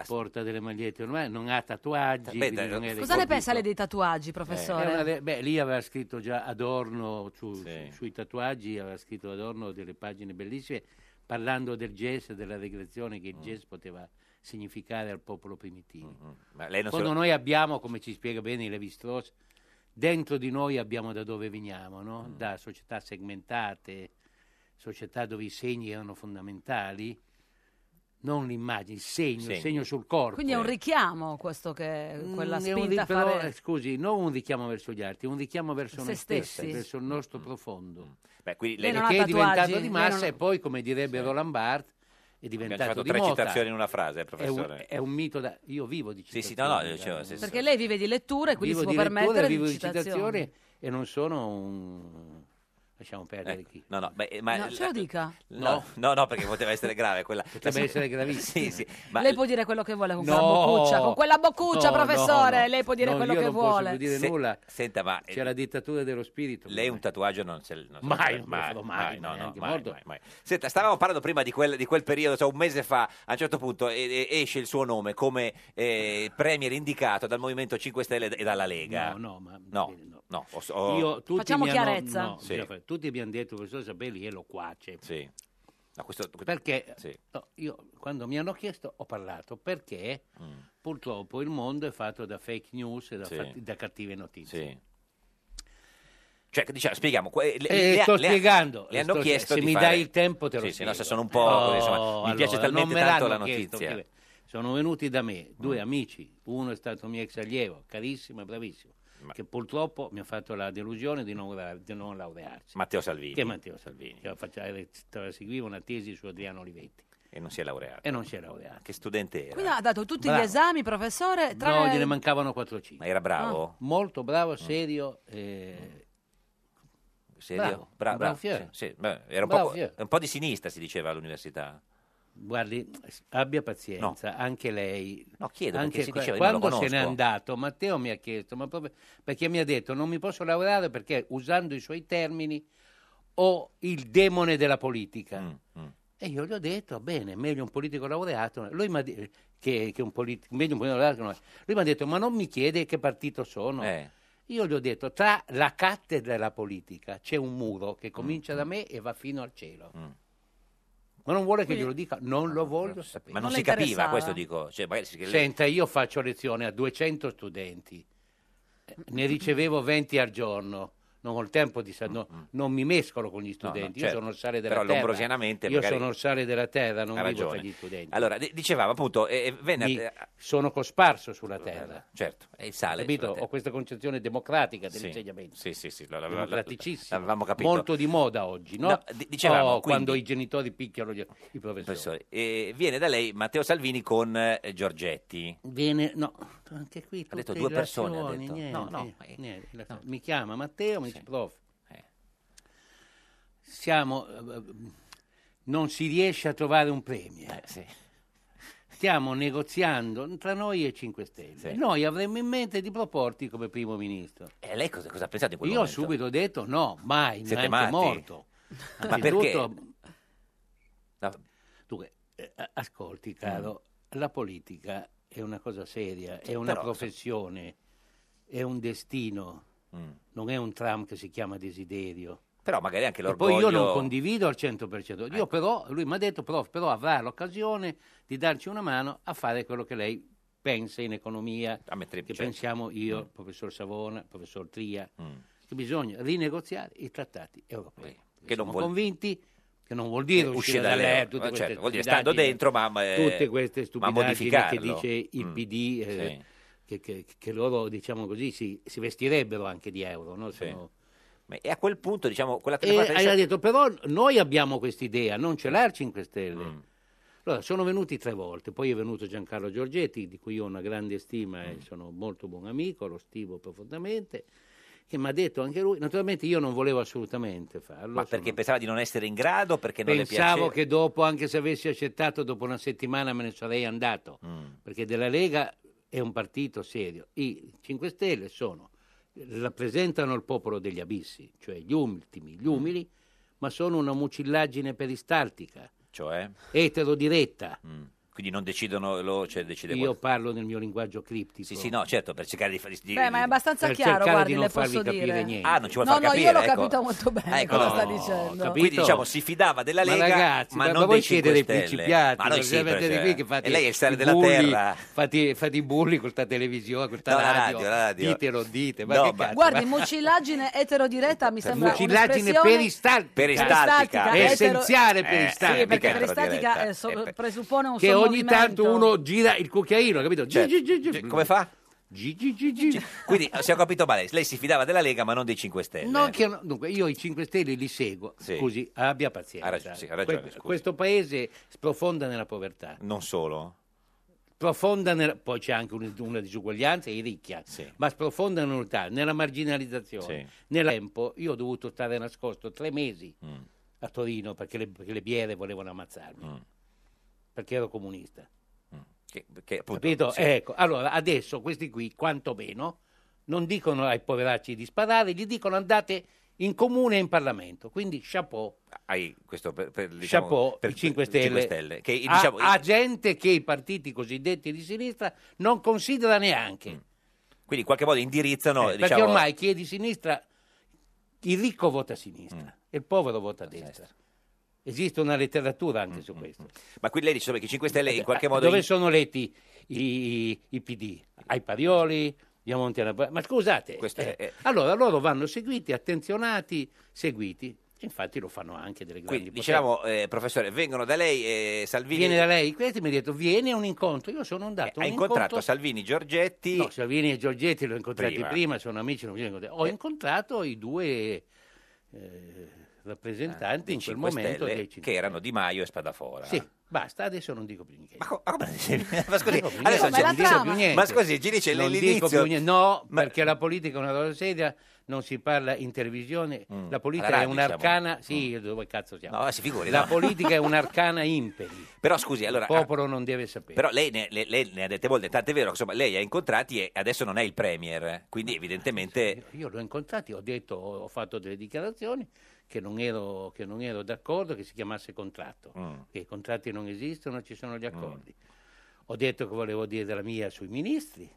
[SPEAKER 17] porta delle magliette normali, non ha tatuaggi.
[SPEAKER 3] Beh,
[SPEAKER 17] quindi
[SPEAKER 3] dai,
[SPEAKER 17] non è
[SPEAKER 2] Cosa ne
[SPEAKER 17] ricordi-
[SPEAKER 2] pensa lei dei tatuaggi,
[SPEAKER 17] Eh, È una
[SPEAKER 2] professore?
[SPEAKER 17] de- beh, lì aveva scritto già Adorno su- su- sui tatuaggi, aveva scritto Adorno delle pagine bellissime parlando del jazz e della regressione che
[SPEAKER 3] Mm.
[SPEAKER 17] il jazz poteva significare al popolo primitivo.
[SPEAKER 3] Mm-hmm. Ma lei non se
[SPEAKER 17] Quando
[SPEAKER 3] lo-
[SPEAKER 17] noi abbiamo, come ci spiega bene Levi Strauss, dentro di noi abbiamo da dove veniamo, no?
[SPEAKER 3] Mm.
[SPEAKER 17] da società segmentate, società dove i segni erano fondamentali, non l'immagine, il segno, il
[SPEAKER 2] Segno.
[SPEAKER 17] segno sul corpo.
[SPEAKER 2] Quindi è un richiamo questo che quella
[SPEAKER 17] Eh. Mm, è un
[SPEAKER 2] spinta a
[SPEAKER 17] ri- però, eh,
[SPEAKER 2] fare...
[SPEAKER 17] scusi, non un richiamo verso gli altri, un richiamo verso
[SPEAKER 2] Se
[SPEAKER 17] noi stessi,
[SPEAKER 2] stessi.
[SPEAKER 17] verso il nostro profondo.
[SPEAKER 3] Mm. Beh, quindi
[SPEAKER 2] lei- Lei non
[SPEAKER 17] Perché
[SPEAKER 2] ha
[SPEAKER 17] è diventato
[SPEAKER 2] tatuaggi,
[SPEAKER 17] di
[SPEAKER 2] lei
[SPEAKER 17] massa
[SPEAKER 2] non-
[SPEAKER 17] e poi, come direbbe Roland Barthes, è
[SPEAKER 3] Abbiamo
[SPEAKER 17] diventato
[SPEAKER 3] fatto
[SPEAKER 17] di
[SPEAKER 3] tre
[SPEAKER 17] moda.
[SPEAKER 3] citazioni in una frase,
[SPEAKER 17] È un-
[SPEAKER 3] professore.
[SPEAKER 17] È un, mito da... Io vivo di citazioni.
[SPEAKER 3] Sì,
[SPEAKER 17] eh,
[SPEAKER 3] sì, no, no, dicevo,
[SPEAKER 17] guarda.
[SPEAKER 3] sì, sì.
[SPEAKER 2] Perché lei vive di lettura e quindi
[SPEAKER 17] vivo di
[SPEAKER 2] si può
[SPEAKER 17] lettura,
[SPEAKER 2] permettere
[SPEAKER 17] vivo
[SPEAKER 2] di
[SPEAKER 17] di citazioni
[SPEAKER 2] citazioni.
[SPEAKER 17] e non sono un... Lasciamo perdere chi.
[SPEAKER 3] No, no, beh, ma...
[SPEAKER 2] No, ce lo dica.
[SPEAKER 3] No, no, no, perché poteva essere grave quella.
[SPEAKER 17] Poteva essere gravissimo.
[SPEAKER 3] Sì, sì, ma
[SPEAKER 2] Lei può dire quello che vuole con
[SPEAKER 3] No,
[SPEAKER 2] quella boccuccia, con quella boccuccia,
[SPEAKER 17] no,
[SPEAKER 2] professore,
[SPEAKER 17] no, no.
[SPEAKER 2] lei può dire
[SPEAKER 17] No,
[SPEAKER 2] quello
[SPEAKER 17] io
[SPEAKER 2] che
[SPEAKER 17] non posso
[SPEAKER 2] vuole.
[SPEAKER 17] più dire nulla.
[SPEAKER 3] Senta, ma eh,
[SPEAKER 17] C'è la dittatura dello spirito.
[SPEAKER 3] lei un tatuaggio non se non se
[SPEAKER 17] Mai,
[SPEAKER 3] farebbe,
[SPEAKER 17] non me lo farò mai,
[SPEAKER 3] no, no,
[SPEAKER 17] neanche
[SPEAKER 3] mai,
[SPEAKER 17] morto.
[SPEAKER 3] mai, mai. Senta, stavamo parlando prima di quel, di quel periodo, cioè un mese fa, a un certo punto e- e- esce il suo nome come eh, premier indicato dal Movimento 5 Stelle e dalla Lega.
[SPEAKER 17] No, no, ma...
[SPEAKER 3] No, no, ho- ho-
[SPEAKER 17] Io, tutti mi hanno- no,
[SPEAKER 3] Sì.
[SPEAKER 17] bisogna fare- tutti abbiamo detto, professor Sapelli è loquace.
[SPEAKER 3] Sì.
[SPEAKER 17] Perché no, io quando mi hanno chiesto ho parlato perché purtroppo il mondo è fatto da fake news e da,
[SPEAKER 3] Mm. Sì.
[SPEAKER 17] fatti- da cattive notizie.
[SPEAKER 3] Cioè, che diciamo, spieghiamo. que- le-
[SPEAKER 17] Eh,
[SPEAKER 3] le-
[SPEAKER 17] sto
[SPEAKER 3] le-
[SPEAKER 17] spiegando.
[SPEAKER 3] Le hanno
[SPEAKER 17] Sto-
[SPEAKER 3] chiesto
[SPEAKER 17] se
[SPEAKER 3] di
[SPEAKER 17] mi
[SPEAKER 3] fare-
[SPEAKER 17] dai il tempo te lo
[SPEAKER 3] Sì, sì,
[SPEAKER 17] spiego.
[SPEAKER 3] no, se sono un po'...
[SPEAKER 17] Oh,
[SPEAKER 3] insomma, mi piace
[SPEAKER 17] allora, non
[SPEAKER 3] talmente
[SPEAKER 17] me
[SPEAKER 3] tanto la
[SPEAKER 17] l'hanno chiesto,
[SPEAKER 3] notizia.
[SPEAKER 17] perché sono venuti da me due
[SPEAKER 3] Mm.
[SPEAKER 17] amici, uno è stato mio ex allievo, carissimo e bravissimo, che purtroppo mi ha fatto la delusione di non, gra- di non laurearsi.
[SPEAKER 3] Matteo Salvini.
[SPEAKER 17] Che è Matteo Salvini, che faccia- era- tra- seguiva una tesi su Adriano Olivetti.
[SPEAKER 3] E non si è laureato.
[SPEAKER 17] E non si è laureato.
[SPEAKER 3] Che studente era?
[SPEAKER 2] Quindi ha dato tutti
[SPEAKER 17] Bravo.
[SPEAKER 2] gli esami, professore,
[SPEAKER 17] No,
[SPEAKER 2] tra
[SPEAKER 17] gliene mancavano 4-5. Ma
[SPEAKER 3] era
[SPEAKER 2] Ah.
[SPEAKER 3] bravo?
[SPEAKER 17] Molto bravo, serio. eh,
[SPEAKER 3] Serio?
[SPEAKER 17] Bravo,
[SPEAKER 3] Bra-
[SPEAKER 17] un
[SPEAKER 3] bra-
[SPEAKER 17] bravo fiero.
[SPEAKER 3] sì, sì, beh, era un,
[SPEAKER 17] Bravo
[SPEAKER 3] po',
[SPEAKER 17] fiero.
[SPEAKER 3] un po' di sinistra, si diceva all'università.
[SPEAKER 17] Guardi, abbia pazienza, anche lei.
[SPEAKER 3] No, chiedo perché si diceva, io non lo
[SPEAKER 17] quando se n'è
[SPEAKER 3] conosco.
[SPEAKER 17] andato, Matteo mi ha chiesto, ma proprio perché mi ha detto non mi posso lavorare perché usando i suoi termini ho il demone della politica.
[SPEAKER 3] Mm,
[SPEAKER 17] E io gli ho detto, bene, meglio un politico laureato lui m'ha de- che, che un polit- meglio un politico laureato che non- Lui mi ha detto, ma non mi chiede che partito sono.
[SPEAKER 3] Eh.
[SPEAKER 17] Io gli ho detto, tra la cattedra e la politica c'è un muro che
[SPEAKER 3] Mm,
[SPEAKER 17] comincia da me e va fino al cielo. Ma non vuole che
[SPEAKER 3] Quindi- Ah,
[SPEAKER 17] glielo dica? Non lo voglio sapere.
[SPEAKER 3] Ma non, si capiva, questo dico. Cioè, magari si-
[SPEAKER 17] Senta, io faccio lezione a 200 studenti, Eh, ne ricevevo 20 al giorno. Non ho il tempo di sa- no- non mi mescolo con gli
[SPEAKER 3] no,
[SPEAKER 17] studenti.
[SPEAKER 3] certo.
[SPEAKER 17] Io sono il sale della
[SPEAKER 3] Però
[SPEAKER 17] terra.
[SPEAKER 3] lombrosianamente
[SPEAKER 17] Io
[SPEAKER 3] magari-
[SPEAKER 17] sono il sale della terra, non
[SPEAKER 3] Ha
[SPEAKER 17] vivo
[SPEAKER 3] ragione.
[SPEAKER 17] tra gli studenti.
[SPEAKER 3] Allora, di- dicevamo appunto, eh, eh, venne-
[SPEAKER 17] Mi-
[SPEAKER 3] eh,
[SPEAKER 17] sono cosparso sulla terra.
[SPEAKER 3] certo, è il sale.
[SPEAKER 17] Capito?
[SPEAKER 3] sulla terra.
[SPEAKER 17] Ho questa concezione democratica
[SPEAKER 3] Sì.
[SPEAKER 17] dell'insegnamento.
[SPEAKER 3] Sì, sì, sì, lo- lo- lo-
[SPEAKER 17] Democraticissimo.
[SPEAKER 3] l'avevamo capito.
[SPEAKER 17] Molto di moda oggi, no?
[SPEAKER 3] No, di- dicevamo,
[SPEAKER 17] Oh, quando
[SPEAKER 3] quindi-
[SPEAKER 17] i genitori picchiano gli- i professori.
[SPEAKER 3] Professore, eh, viene da lei Matteo Salvini con eh, Giorgetti.
[SPEAKER 17] Viene, no, anche qui tutte
[SPEAKER 3] detto due persone, ha
[SPEAKER 17] relazioni,
[SPEAKER 3] detto.
[SPEAKER 17] niente,
[SPEAKER 3] No, no, eh.
[SPEAKER 17] niente, relazioni. Mi chiama Matteo, mi dice prof. Siamo eh, non si riesce a trovare un premio.
[SPEAKER 3] Eh,
[SPEAKER 17] Stiamo negoziando tra noi e 5 Stelle.
[SPEAKER 3] Sì.
[SPEAKER 17] Noi avremmo in mente di proporti come primo ministro.
[SPEAKER 3] E Eh, lei cosa, cosa ha pensato in quel
[SPEAKER 17] Io ho
[SPEAKER 3] momento?
[SPEAKER 17] subito detto no, mai,
[SPEAKER 3] Siete
[SPEAKER 17] Eh, neanche
[SPEAKER 3] matti?
[SPEAKER 17] morto.
[SPEAKER 3] Ma perché?
[SPEAKER 17] Anzitutto- Dunque, eh, ascolti caro, la politica è una cosa seria, è una
[SPEAKER 3] Mm. Però-
[SPEAKER 17] professione, è un destino, non è un tram che si chiama desiderio.
[SPEAKER 3] Mm. Però magari anche
[SPEAKER 17] E
[SPEAKER 3] l'orgoglio... Ecco.
[SPEAKER 17] Poi io non condivido al 100%. Io però, lui mi ha detto, prof, però avrà l'occasione di darci una mano a fare quello che lei pensa in economia, che
[SPEAKER 3] certo.
[SPEAKER 17] pensiamo io, professor Savona, professor Tria,
[SPEAKER 3] Mm.
[SPEAKER 17] che bisogna rinegoziare i trattati europei.
[SPEAKER 3] che non
[SPEAKER 17] Siamo
[SPEAKER 3] vuol-
[SPEAKER 17] convinti che non vuol dire
[SPEAKER 3] Eh,
[SPEAKER 17] uscire
[SPEAKER 3] uscire dall'euro,
[SPEAKER 17] dall'euro, tutte
[SPEAKER 3] eh,
[SPEAKER 17] queste
[SPEAKER 3] certo, vuol dire
[SPEAKER 17] stupidaggini,
[SPEAKER 3] stando dentro, ma, ma, eh,
[SPEAKER 17] tutte queste
[SPEAKER 3] ma
[SPEAKER 17] stupidaggini che
[SPEAKER 3] modificarlo.
[SPEAKER 17] dice il
[SPEAKER 3] Mm.
[SPEAKER 17] PD, eh,
[SPEAKER 3] Sì.
[SPEAKER 17] che, che- che loro, diciamo così, si, si vestirebbero anche di euro. No? Sono-
[SPEAKER 3] Ma- E a quel punto, diciamo, quella
[SPEAKER 17] e
[SPEAKER 3] telefonata... di
[SPEAKER 17] ha
[SPEAKER 3] Sal-
[SPEAKER 17] detto, però noi abbiamo quest'idea, non ce l'ha il 5 Stelle.
[SPEAKER 3] Mm.
[SPEAKER 17] Allora, sono venuti tre volte, poi è venuto Giancarlo Giorgetti, di cui ho una grande stima
[SPEAKER 3] Mm.
[SPEAKER 17] e sono molto buon amico, lo stimo profondamente, che mi ha detto anche lui, naturalmente io non volevo assolutamente farlo.
[SPEAKER 3] Ma perché pensava di non essere in grado, perché non
[SPEAKER 17] Pensavo
[SPEAKER 3] le piaceva?
[SPEAKER 17] che dopo, anche se avessi accettato, dopo una settimana me ne sarei andato,
[SPEAKER 3] Mm.
[SPEAKER 17] perché della Lega è un partito serio. I 5 Stelle sono, rappresentano il popolo degli abissi, cioè gli ultimi,
[SPEAKER 3] Mm.
[SPEAKER 17] gli umili, ma sono una mucillaggine peristaltica,
[SPEAKER 3] Cioè? Mm.
[SPEAKER 17] etero diretta.
[SPEAKER 3] Quindi non decidono loro, cioè decide...
[SPEAKER 17] Io parlo nel mio linguaggio criptico.
[SPEAKER 3] Sì, sì, no, certo, per cercare di... fa- di-
[SPEAKER 2] Beh, ma è abbastanza
[SPEAKER 17] Per
[SPEAKER 2] chiaro,
[SPEAKER 17] cercare
[SPEAKER 2] guardi,
[SPEAKER 17] di
[SPEAKER 2] le
[SPEAKER 17] non farvi
[SPEAKER 2] posso
[SPEAKER 17] capire
[SPEAKER 2] dire.
[SPEAKER 17] niente.
[SPEAKER 3] Ah, non ci vuole
[SPEAKER 2] No,
[SPEAKER 3] far
[SPEAKER 2] no,
[SPEAKER 3] capire,
[SPEAKER 2] io l'ho
[SPEAKER 3] ecco.
[SPEAKER 2] capito molto bene
[SPEAKER 3] Ecco,
[SPEAKER 2] cosa
[SPEAKER 3] no,
[SPEAKER 2] sta
[SPEAKER 3] ho
[SPEAKER 2] dicendo.
[SPEAKER 3] capito. Quindi diciamo si fidava della
[SPEAKER 17] Ma
[SPEAKER 3] Lega,
[SPEAKER 17] ragazzi,
[SPEAKER 3] ma
[SPEAKER 17] ma
[SPEAKER 3] non
[SPEAKER 17] voi
[SPEAKER 3] dei 5
[SPEAKER 17] siete dei
[SPEAKER 3] Stelle.
[SPEAKER 17] principiati,
[SPEAKER 3] Ma noi
[SPEAKER 17] non
[SPEAKER 3] sì,
[SPEAKER 17] siete
[SPEAKER 3] professore.
[SPEAKER 17] qui che fate
[SPEAKER 3] E lei è il sale
[SPEAKER 17] i
[SPEAKER 3] della
[SPEAKER 17] bulli,
[SPEAKER 3] terra.
[SPEAKER 17] Fate, fate i bulli con questa televisione, con questa
[SPEAKER 3] No, la
[SPEAKER 17] radio.
[SPEAKER 3] radio, la radio.
[SPEAKER 17] Ditelo, dite, ma
[SPEAKER 3] No,
[SPEAKER 17] che
[SPEAKER 3] ma-
[SPEAKER 17] cazzo,
[SPEAKER 2] Guardi,
[SPEAKER 17] ma-
[SPEAKER 2] mucillaggine eterodiretta mi sembra
[SPEAKER 17] Mucillaggine
[SPEAKER 2] un'espressione-
[SPEAKER 17] Cioè, peristaltica.
[SPEAKER 2] Peristaltica,
[SPEAKER 17] È
[SPEAKER 2] etero-
[SPEAKER 17] essenziale
[SPEAKER 2] Eh,
[SPEAKER 17] peristaltica.
[SPEAKER 2] Sì, perché peristaltica eh, so- presuppone un
[SPEAKER 17] che ogni
[SPEAKER 2] sommovimento.
[SPEAKER 17] tanto uno gira il cucchiaino, capito? Gi-
[SPEAKER 3] Certo.
[SPEAKER 17] gi- gi- gi-
[SPEAKER 3] Come fa?
[SPEAKER 17] Gigi Gigi.
[SPEAKER 3] Quindi, eh, se ho capito male, lei si fidava della Lega, ma non dei 5 Stelle.
[SPEAKER 17] Non che- dunque, io i 5 Stelle li seguo,
[SPEAKER 3] Sì.
[SPEAKER 17] scusi, abbia pazienza.
[SPEAKER 3] Ha ragione, sì, ha ragione,
[SPEAKER 17] Que-
[SPEAKER 3] scusi.
[SPEAKER 17] questo paese sprofonda nella povertà.
[SPEAKER 3] Non solo.
[SPEAKER 17] profonda nella- poi c'è anche un- una disuguaglianza e i ricchi, ma sprofonda nell'unità, nella marginalizzazione.
[SPEAKER 3] Sì.
[SPEAKER 17] Nel tempo io ho dovuto stare nascosto tre mesi
[SPEAKER 3] Mm.
[SPEAKER 17] a Torino perché le, perché le biere volevano ammazzarmi,
[SPEAKER 3] Mm.
[SPEAKER 17] perché ero comunista.
[SPEAKER 3] Che, che, appunto,
[SPEAKER 17] Capito?
[SPEAKER 3] sì.
[SPEAKER 17] Ecco, allora adesso questi qui, quantomeno, non dicono ai poveracci di sparare, gli dicono andate in comune e in Parlamento. Quindi chapeau.
[SPEAKER 3] Hai questo per, per, diciamo,
[SPEAKER 17] Chapeau,
[SPEAKER 3] per
[SPEAKER 17] i 5 Stelle, Ah,
[SPEAKER 3] Cinque Stelle, che,
[SPEAKER 17] a,
[SPEAKER 3] diciamo,
[SPEAKER 17] a gente che i partiti cosiddetti di sinistra non considera neanche eh,
[SPEAKER 3] Quindi in qualche modo indirizzano.
[SPEAKER 17] perché
[SPEAKER 3] Mm. diciamo,
[SPEAKER 17] ormai
[SPEAKER 3] Mm.
[SPEAKER 17] chi è di sinistra il ricco vota a sinistra e il povero vota a destra Esiste una letteratura
[SPEAKER 3] Mm,
[SPEAKER 17] anche su questo.
[SPEAKER 3] Ma qui lei dice insomma, che i 5 Stelle in qualche
[SPEAKER 17] Eh,
[SPEAKER 3] modo...
[SPEAKER 17] Dove sono letti i, i PD? Ai Parioli, Diamonte alla... Ma scusate, eh, allora loro vanno seguiti, attenzionati, seguiti. Infatti lo fanno anche delle grandi
[SPEAKER 3] Quindi,
[SPEAKER 17] potenze.
[SPEAKER 3] dicevamo, eh, professore, vengono da lei eh, Salvini...
[SPEAKER 17] Viene da lei, questo mi ha detto, vieni a un incontro. Io sono andato a
[SPEAKER 3] Ha
[SPEAKER 17] un
[SPEAKER 3] incontrato
[SPEAKER 17] incontro...
[SPEAKER 3] Salvini, Giorgetti...
[SPEAKER 17] No, Salvini e Giorgetti li ho incontrati
[SPEAKER 3] Prima.
[SPEAKER 17] prima, sono amici. non mi sono incontrati. Ho
[SPEAKER 3] Eh.
[SPEAKER 17] incontrato i due eh, rappresentanti
[SPEAKER 3] dei
[SPEAKER 17] in quel
[SPEAKER 3] 5
[SPEAKER 17] momento
[SPEAKER 3] Ah, Stelle,
[SPEAKER 17] dei
[SPEAKER 3] che erano Di Maio e Spadafora.
[SPEAKER 17] Sì, basta, adesso non dico più niente. Ma,
[SPEAKER 3] ma scusi,
[SPEAKER 17] non
[SPEAKER 3] adesso c'è-
[SPEAKER 17] dico più niente.
[SPEAKER 3] ma scusi, ci dice
[SPEAKER 17] Non
[SPEAKER 3] l'inizio-
[SPEAKER 17] dico più niente. No, perché la politica è una cosa seria, non si parla in televisione, la
[SPEAKER 3] Mm, alla
[SPEAKER 17] politica è
[SPEAKER 3] radio, diciamo. Mm.
[SPEAKER 17] un'arcana... Sì, dove cazzo siamo?
[SPEAKER 3] No, si figuri,
[SPEAKER 17] La
[SPEAKER 3] no.
[SPEAKER 17] politica è un'arcana imperi.
[SPEAKER 3] Però scusi, allora... ah,
[SPEAKER 17] Il popolo non deve sapere.
[SPEAKER 3] Però lei ne, le- lei ne ha dette molte, tant'è vero che insomma, lei ha incontrati e adesso non è il Premier, eh, quindi evidentemente...
[SPEAKER 17] Io l'ho incontrati, ho detto, ho fatto delle dichiarazioni che non ero, che non ero d'accordo che si chiamasse contratto,
[SPEAKER 3] Mm.
[SPEAKER 17] che i contratti non esistono, ci sono gli accordi. Ho detto che volevo dire la mia sui ministri,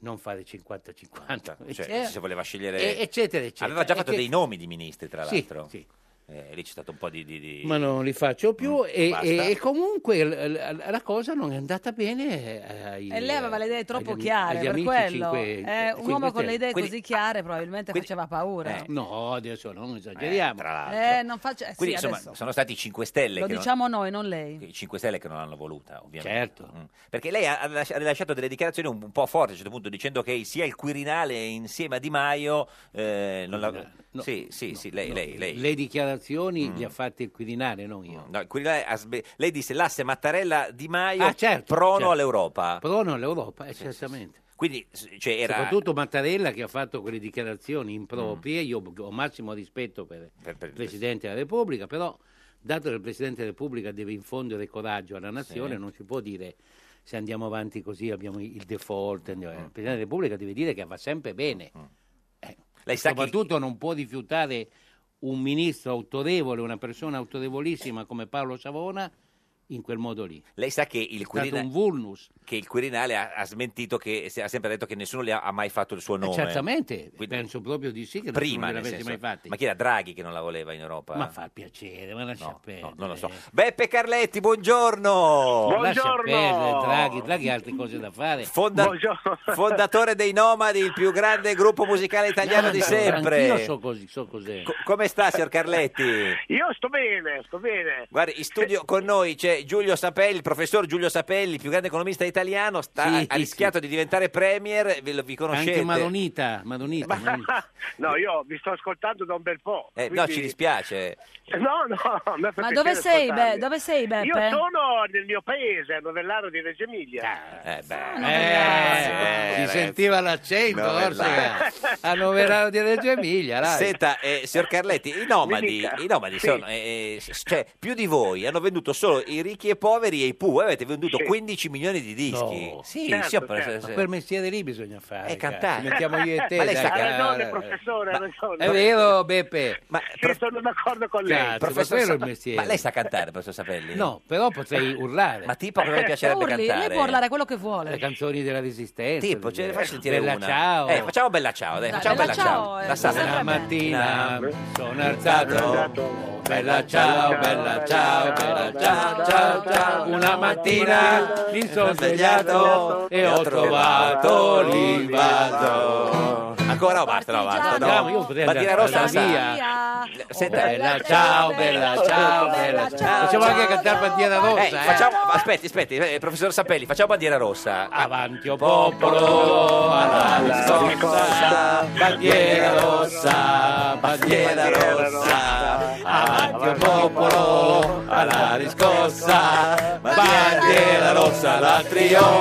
[SPEAKER 17] non fare 50-50.
[SPEAKER 3] Mm. Cioè,
[SPEAKER 17] eccetera.
[SPEAKER 3] se voleva scegliere...
[SPEAKER 17] E- eccetera, eccetera.
[SPEAKER 3] Aveva già fatto
[SPEAKER 17] Eccetera.
[SPEAKER 3] dei nomi di ministri, tra
[SPEAKER 17] Sì,
[SPEAKER 3] l'altro.
[SPEAKER 17] sì.
[SPEAKER 3] Eh, lì c'è stato un po' di... di- di-
[SPEAKER 17] Ma non li faccio più e,
[SPEAKER 3] Mm. basta.
[SPEAKER 17] e- e comunque l- l- la cosa non è andata bene eh, ai,
[SPEAKER 2] E lei aveva le idee troppo
[SPEAKER 17] agli ami-
[SPEAKER 2] chiare,
[SPEAKER 17] agli
[SPEAKER 2] per
[SPEAKER 17] amici
[SPEAKER 2] quello.
[SPEAKER 17] cinque-
[SPEAKER 2] Eh, un
[SPEAKER 17] cinque
[SPEAKER 2] uomo con le
[SPEAKER 17] stelle.
[SPEAKER 2] idee
[SPEAKER 17] Quindi-
[SPEAKER 2] così chiare probabilmente faceva paura.
[SPEAKER 17] Eh, No, adesso non esageriamo.
[SPEAKER 2] Eh, non faccio... eh,
[SPEAKER 3] Quindi
[SPEAKER 2] sì,
[SPEAKER 3] insomma
[SPEAKER 2] adesso.
[SPEAKER 3] sono stati i 5 Stelle
[SPEAKER 2] Lo
[SPEAKER 3] che non-
[SPEAKER 2] diciamo noi, non lei.
[SPEAKER 3] i 5 Stelle che non l'hanno voluta, ovviamente.
[SPEAKER 17] Certo.
[SPEAKER 3] Mm. Perché lei ha, ha lasci- ha rilasciato delle dichiarazioni un, un po' forti a un certo punto, dicendo che sia il Quirinale insieme a Di Maio eh, non la- Sì, sì, sì, lei, lei, lei. Mm.
[SPEAKER 17] Le dichiarazioni le ha fatte il Quirinale, non io.
[SPEAKER 3] No, il Quirinale ha sbe- lei disse l'asse Mattarella Di Maio
[SPEAKER 17] Ah, certo,
[SPEAKER 3] prono
[SPEAKER 17] certo.
[SPEAKER 3] all'Europa.
[SPEAKER 17] Prono all'Europa, eh, certamente.
[SPEAKER 3] Quindi s- cioè, era
[SPEAKER 17] Soprattutto Mattarella che ha fatto quelle dichiarazioni improprie,
[SPEAKER 3] Mm.
[SPEAKER 17] io ho massimo rispetto per, il Presidente della Repubblica, però dato che il Presidente della Repubblica deve infondere coraggio alla nazione,
[SPEAKER 3] Sì.
[SPEAKER 17] non si può dire se andiamo avanti così abbiamo il default,
[SPEAKER 3] Mm,
[SPEAKER 17] andiamo- il Presidente della Repubblica deve dire che va sempre bene, Eh,
[SPEAKER 3] Lei sa che-
[SPEAKER 17] soprattutto non può rifiutare un ministro autorevole, una persona autorevolissima come Paolo Savona in quel modo lì.
[SPEAKER 3] Lei sa che il
[SPEAKER 17] stato
[SPEAKER 3] Quirina-
[SPEAKER 17] un vulnus.
[SPEAKER 3] che il Quirinale ha, ha smentito che ha sempre detto che nessuno le ha, ha mai fatto il suo nome.
[SPEAKER 17] Eh, Certamente, penso proprio di sì che
[SPEAKER 3] Prima,
[SPEAKER 17] non
[SPEAKER 3] nel
[SPEAKER 17] l'avessi
[SPEAKER 3] senso.
[SPEAKER 17] mai fatti.
[SPEAKER 3] ma chi era Draghi che non la voleva in Europa?
[SPEAKER 17] Ma fa piacere, ma lascia perdere.
[SPEAKER 3] eh. No, non lo so. Beppe Carletti, buongiorno.
[SPEAKER 17] Lascia perdere Draghi, Draghi ha altre cose da fare.
[SPEAKER 3] Fonda- fondatore dei Nomadi, il più grande gruppo musicale italiano di
[SPEAKER 17] Io
[SPEAKER 3] sempre.
[SPEAKER 17] so, così, so cos'è.
[SPEAKER 3] Co- come sta, signor Carletti?
[SPEAKER 1] Io sto bene, sto bene.
[SPEAKER 3] Guardi, in studio con noi c'è Giulio Sapelli, il professor Giulio Sapelli, il più grande economista italiano, sta-
[SPEAKER 17] Sì,
[SPEAKER 3] ha rischiato di diventare premier, vi, vi conoscete.
[SPEAKER 17] Anche Malonita, Malonita, Malonita.
[SPEAKER 1] No, io vi sto ascoltando da un bel po'.
[SPEAKER 3] Eh, No,
[SPEAKER 1] quindi-
[SPEAKER 3] ci dispiace.
[SPEAKER 1] No, no, mi fa
[SPEAKER 2] Ma
[SPEAKER 1] piacere
[SPEAKER 2] dove sei,
[SPEAKER 1] ascoltarvi.
[SPEAKER 2] Be- dove sei Beppe?
[SPEAKER 1] Io sono nel mio paese, a Novellaro di Reggio Emilia.
[SPEAKER 3] Eh,
[SPEAKER 17] Ah,
[SPEAKER 3] beh,
[SPEAKER 17] Eh, si sentiva l'accento, Ortega. A Noverano di Reggio Emilia, dai.
[SPEAKER 3] Senta, eh, signor Carletti, i nomadi, i nomadi
[SPEAKER 17] Sì.
[SPEAKER 3] sono, eh, eh, s- cioè, più di voi hanno venduto solo i ricchi e poveri e i PU. Voi avete venduto 15 milioni di dischi. Sì,
[SPEAKER 17] Certo,
[SPEAKER 3] sì, ho preso-
[SPEAKER 17] certo.
[SPEAKER 3] sì.
[SPEAKER 17] Ma quel mestiere lì bisogna fare.
[SPEAKER 3] È
[SPEAKER 17] cazzo.
[SPEAKER 3] cantare.
[SPEAKER 17] Ci Eh, mettiamo io e te.
[SPEAKER 3] Ma lei sa
[SPEAKER 17] dai,
[SPEAKER 3] che- Ha ragione,
[SPEAKER 17] cara.
[SPEAKER 1] Professore, ragione.
[SPEAKER 17] È vero, Beppe.
[SPEAKER 3] Ma
[SPEAKER 1] sono d'accordo con
[SPEAKER 17] lei. Cazzo, ma quello è il
[SPEAKER 3] Sa-
[SPEAKER 17] mestiere.
[SPEAKER 3] Ma lei sa cantare, professor Sapelli?
[SPEAKER 17] No, però potrei urlare.
[SPEAKER 3] Ma tipo come le piacerebbe
[SPEAKER 2] Urli, lei
[SPEAKER 3] cantare?
[SPEAKER 2] può urlare quello che
[SPEAKER 17] Le
[SPEAKER 2] vuole.
[SPEAKER 17] canzoni della Resistenza. eh,
[SPEAKER 3] Tipo, ce ne fai sentire
[SPEAKER 17] bella
[SPEAKER 3] una.
[SPEAKER 17] Ciao.
[SPEAKER 3] Eh, facciamo bella ciao, dai,
[SPEAKER 17] Dai,
[SPEAKER 3] facciamo
[SPEAKER 17] bella
[SPEAKER 3] bella ciao.
[SPEAKER 17] ciao, eh,
[SPEAKER 3] La sa-
[SPEAKER 17] Buona mattina sono alzato. Oh, Bella ciao, bella ciao, bella ciao, ciao, ciao. Una mattina mi sono svegliato e ho trovato l'invaso.
[SPEAKER 3] Ancora o basta? No, basta. No.
[SPEAKER 17] Andiamo, io potrei
[SPEAKER 3] Bandiera
[SPEAKER 17] andare
[SPEAKER 3] rossa la sa.
[SPEAKER 17] via.
[SPEAKER 3] Senta, eh,
[SPEAKER 17] Bella ciao, bella ciao, bella ciao. Facciamo anche cantare bandiera rossa.
[SPEAKER 3] Eh, facciamo, aspetti, aspetti, eh, professor Sapelli, facciamo bandiera rossa.
[SPEAKER 17] Avanti, o popolo, alla scorsa, bandiera rossa, bandiera rossa. Avanti, o popolo, alla riscossa, bandiera rossa, la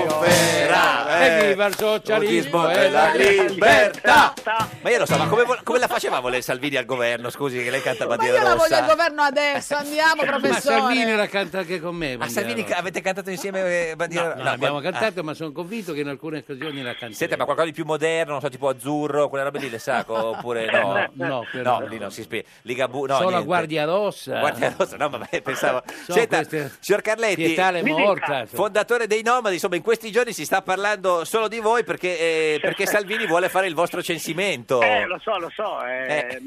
[SPEAKER 17] trionferà.
[SPEAKER 3] Eh,
[SPEAKER 17] Evviva il socialismo eh. e la libertà.
[SPEAKER 3] Ma io lo so, ma come, vo- come la faceva a voler Salvini al governo? Scusi, che lei canta
[SPEAKER 4] Ma
[SPEAKER 3] bandiera
[SPEAKER 4] io la voglio
[SPEAKER 3] rossa.
[SPEAKER 4] al governo adesso, andiamo professore.
[SPEAKER 17] la canta anche con me.
[SPEAKER 3] Ma Salvini ca- avete cantato insieme eh, bandiera
[SPEAKER 17] No, non abbiamo
[SPEAKER 3] ma- ah.
[SPEAKER 17] cantato, ma sono convinto che in alcune occasioni la canteremo.
[SPEAKER 3] Senta, ma qualcosa di più moderno, non so, tipo azzurro, quelle robe lì le sa, co- oppure no?
[SPEAKER 17] No, no, quello no.
[SPEAKER 3] lì non si spiega. Ligabue, no,
[SPEAKER 17] Solo
[SPEAKER 3] niente.
[SPEAKER 17] Guardia Rossa.
[SPEAKER 3] Guardia Rossa, no, ma beh, pensavo. Senta,
[SPEAKER 17] queste-
[SPEAKER 3] signor Carletti,
[SPEAKER 17] Pietale morta.
[SPEAKER 3] fondatore dei Nomadi, insomma, in questi giorni si sta parlando solo di voi perché, eh, perché Salvini vuole fare il vostro censimento.
[SPEAKER 1] Eh, lo so, lo so. eh,
[SPEAKER 3] Eh.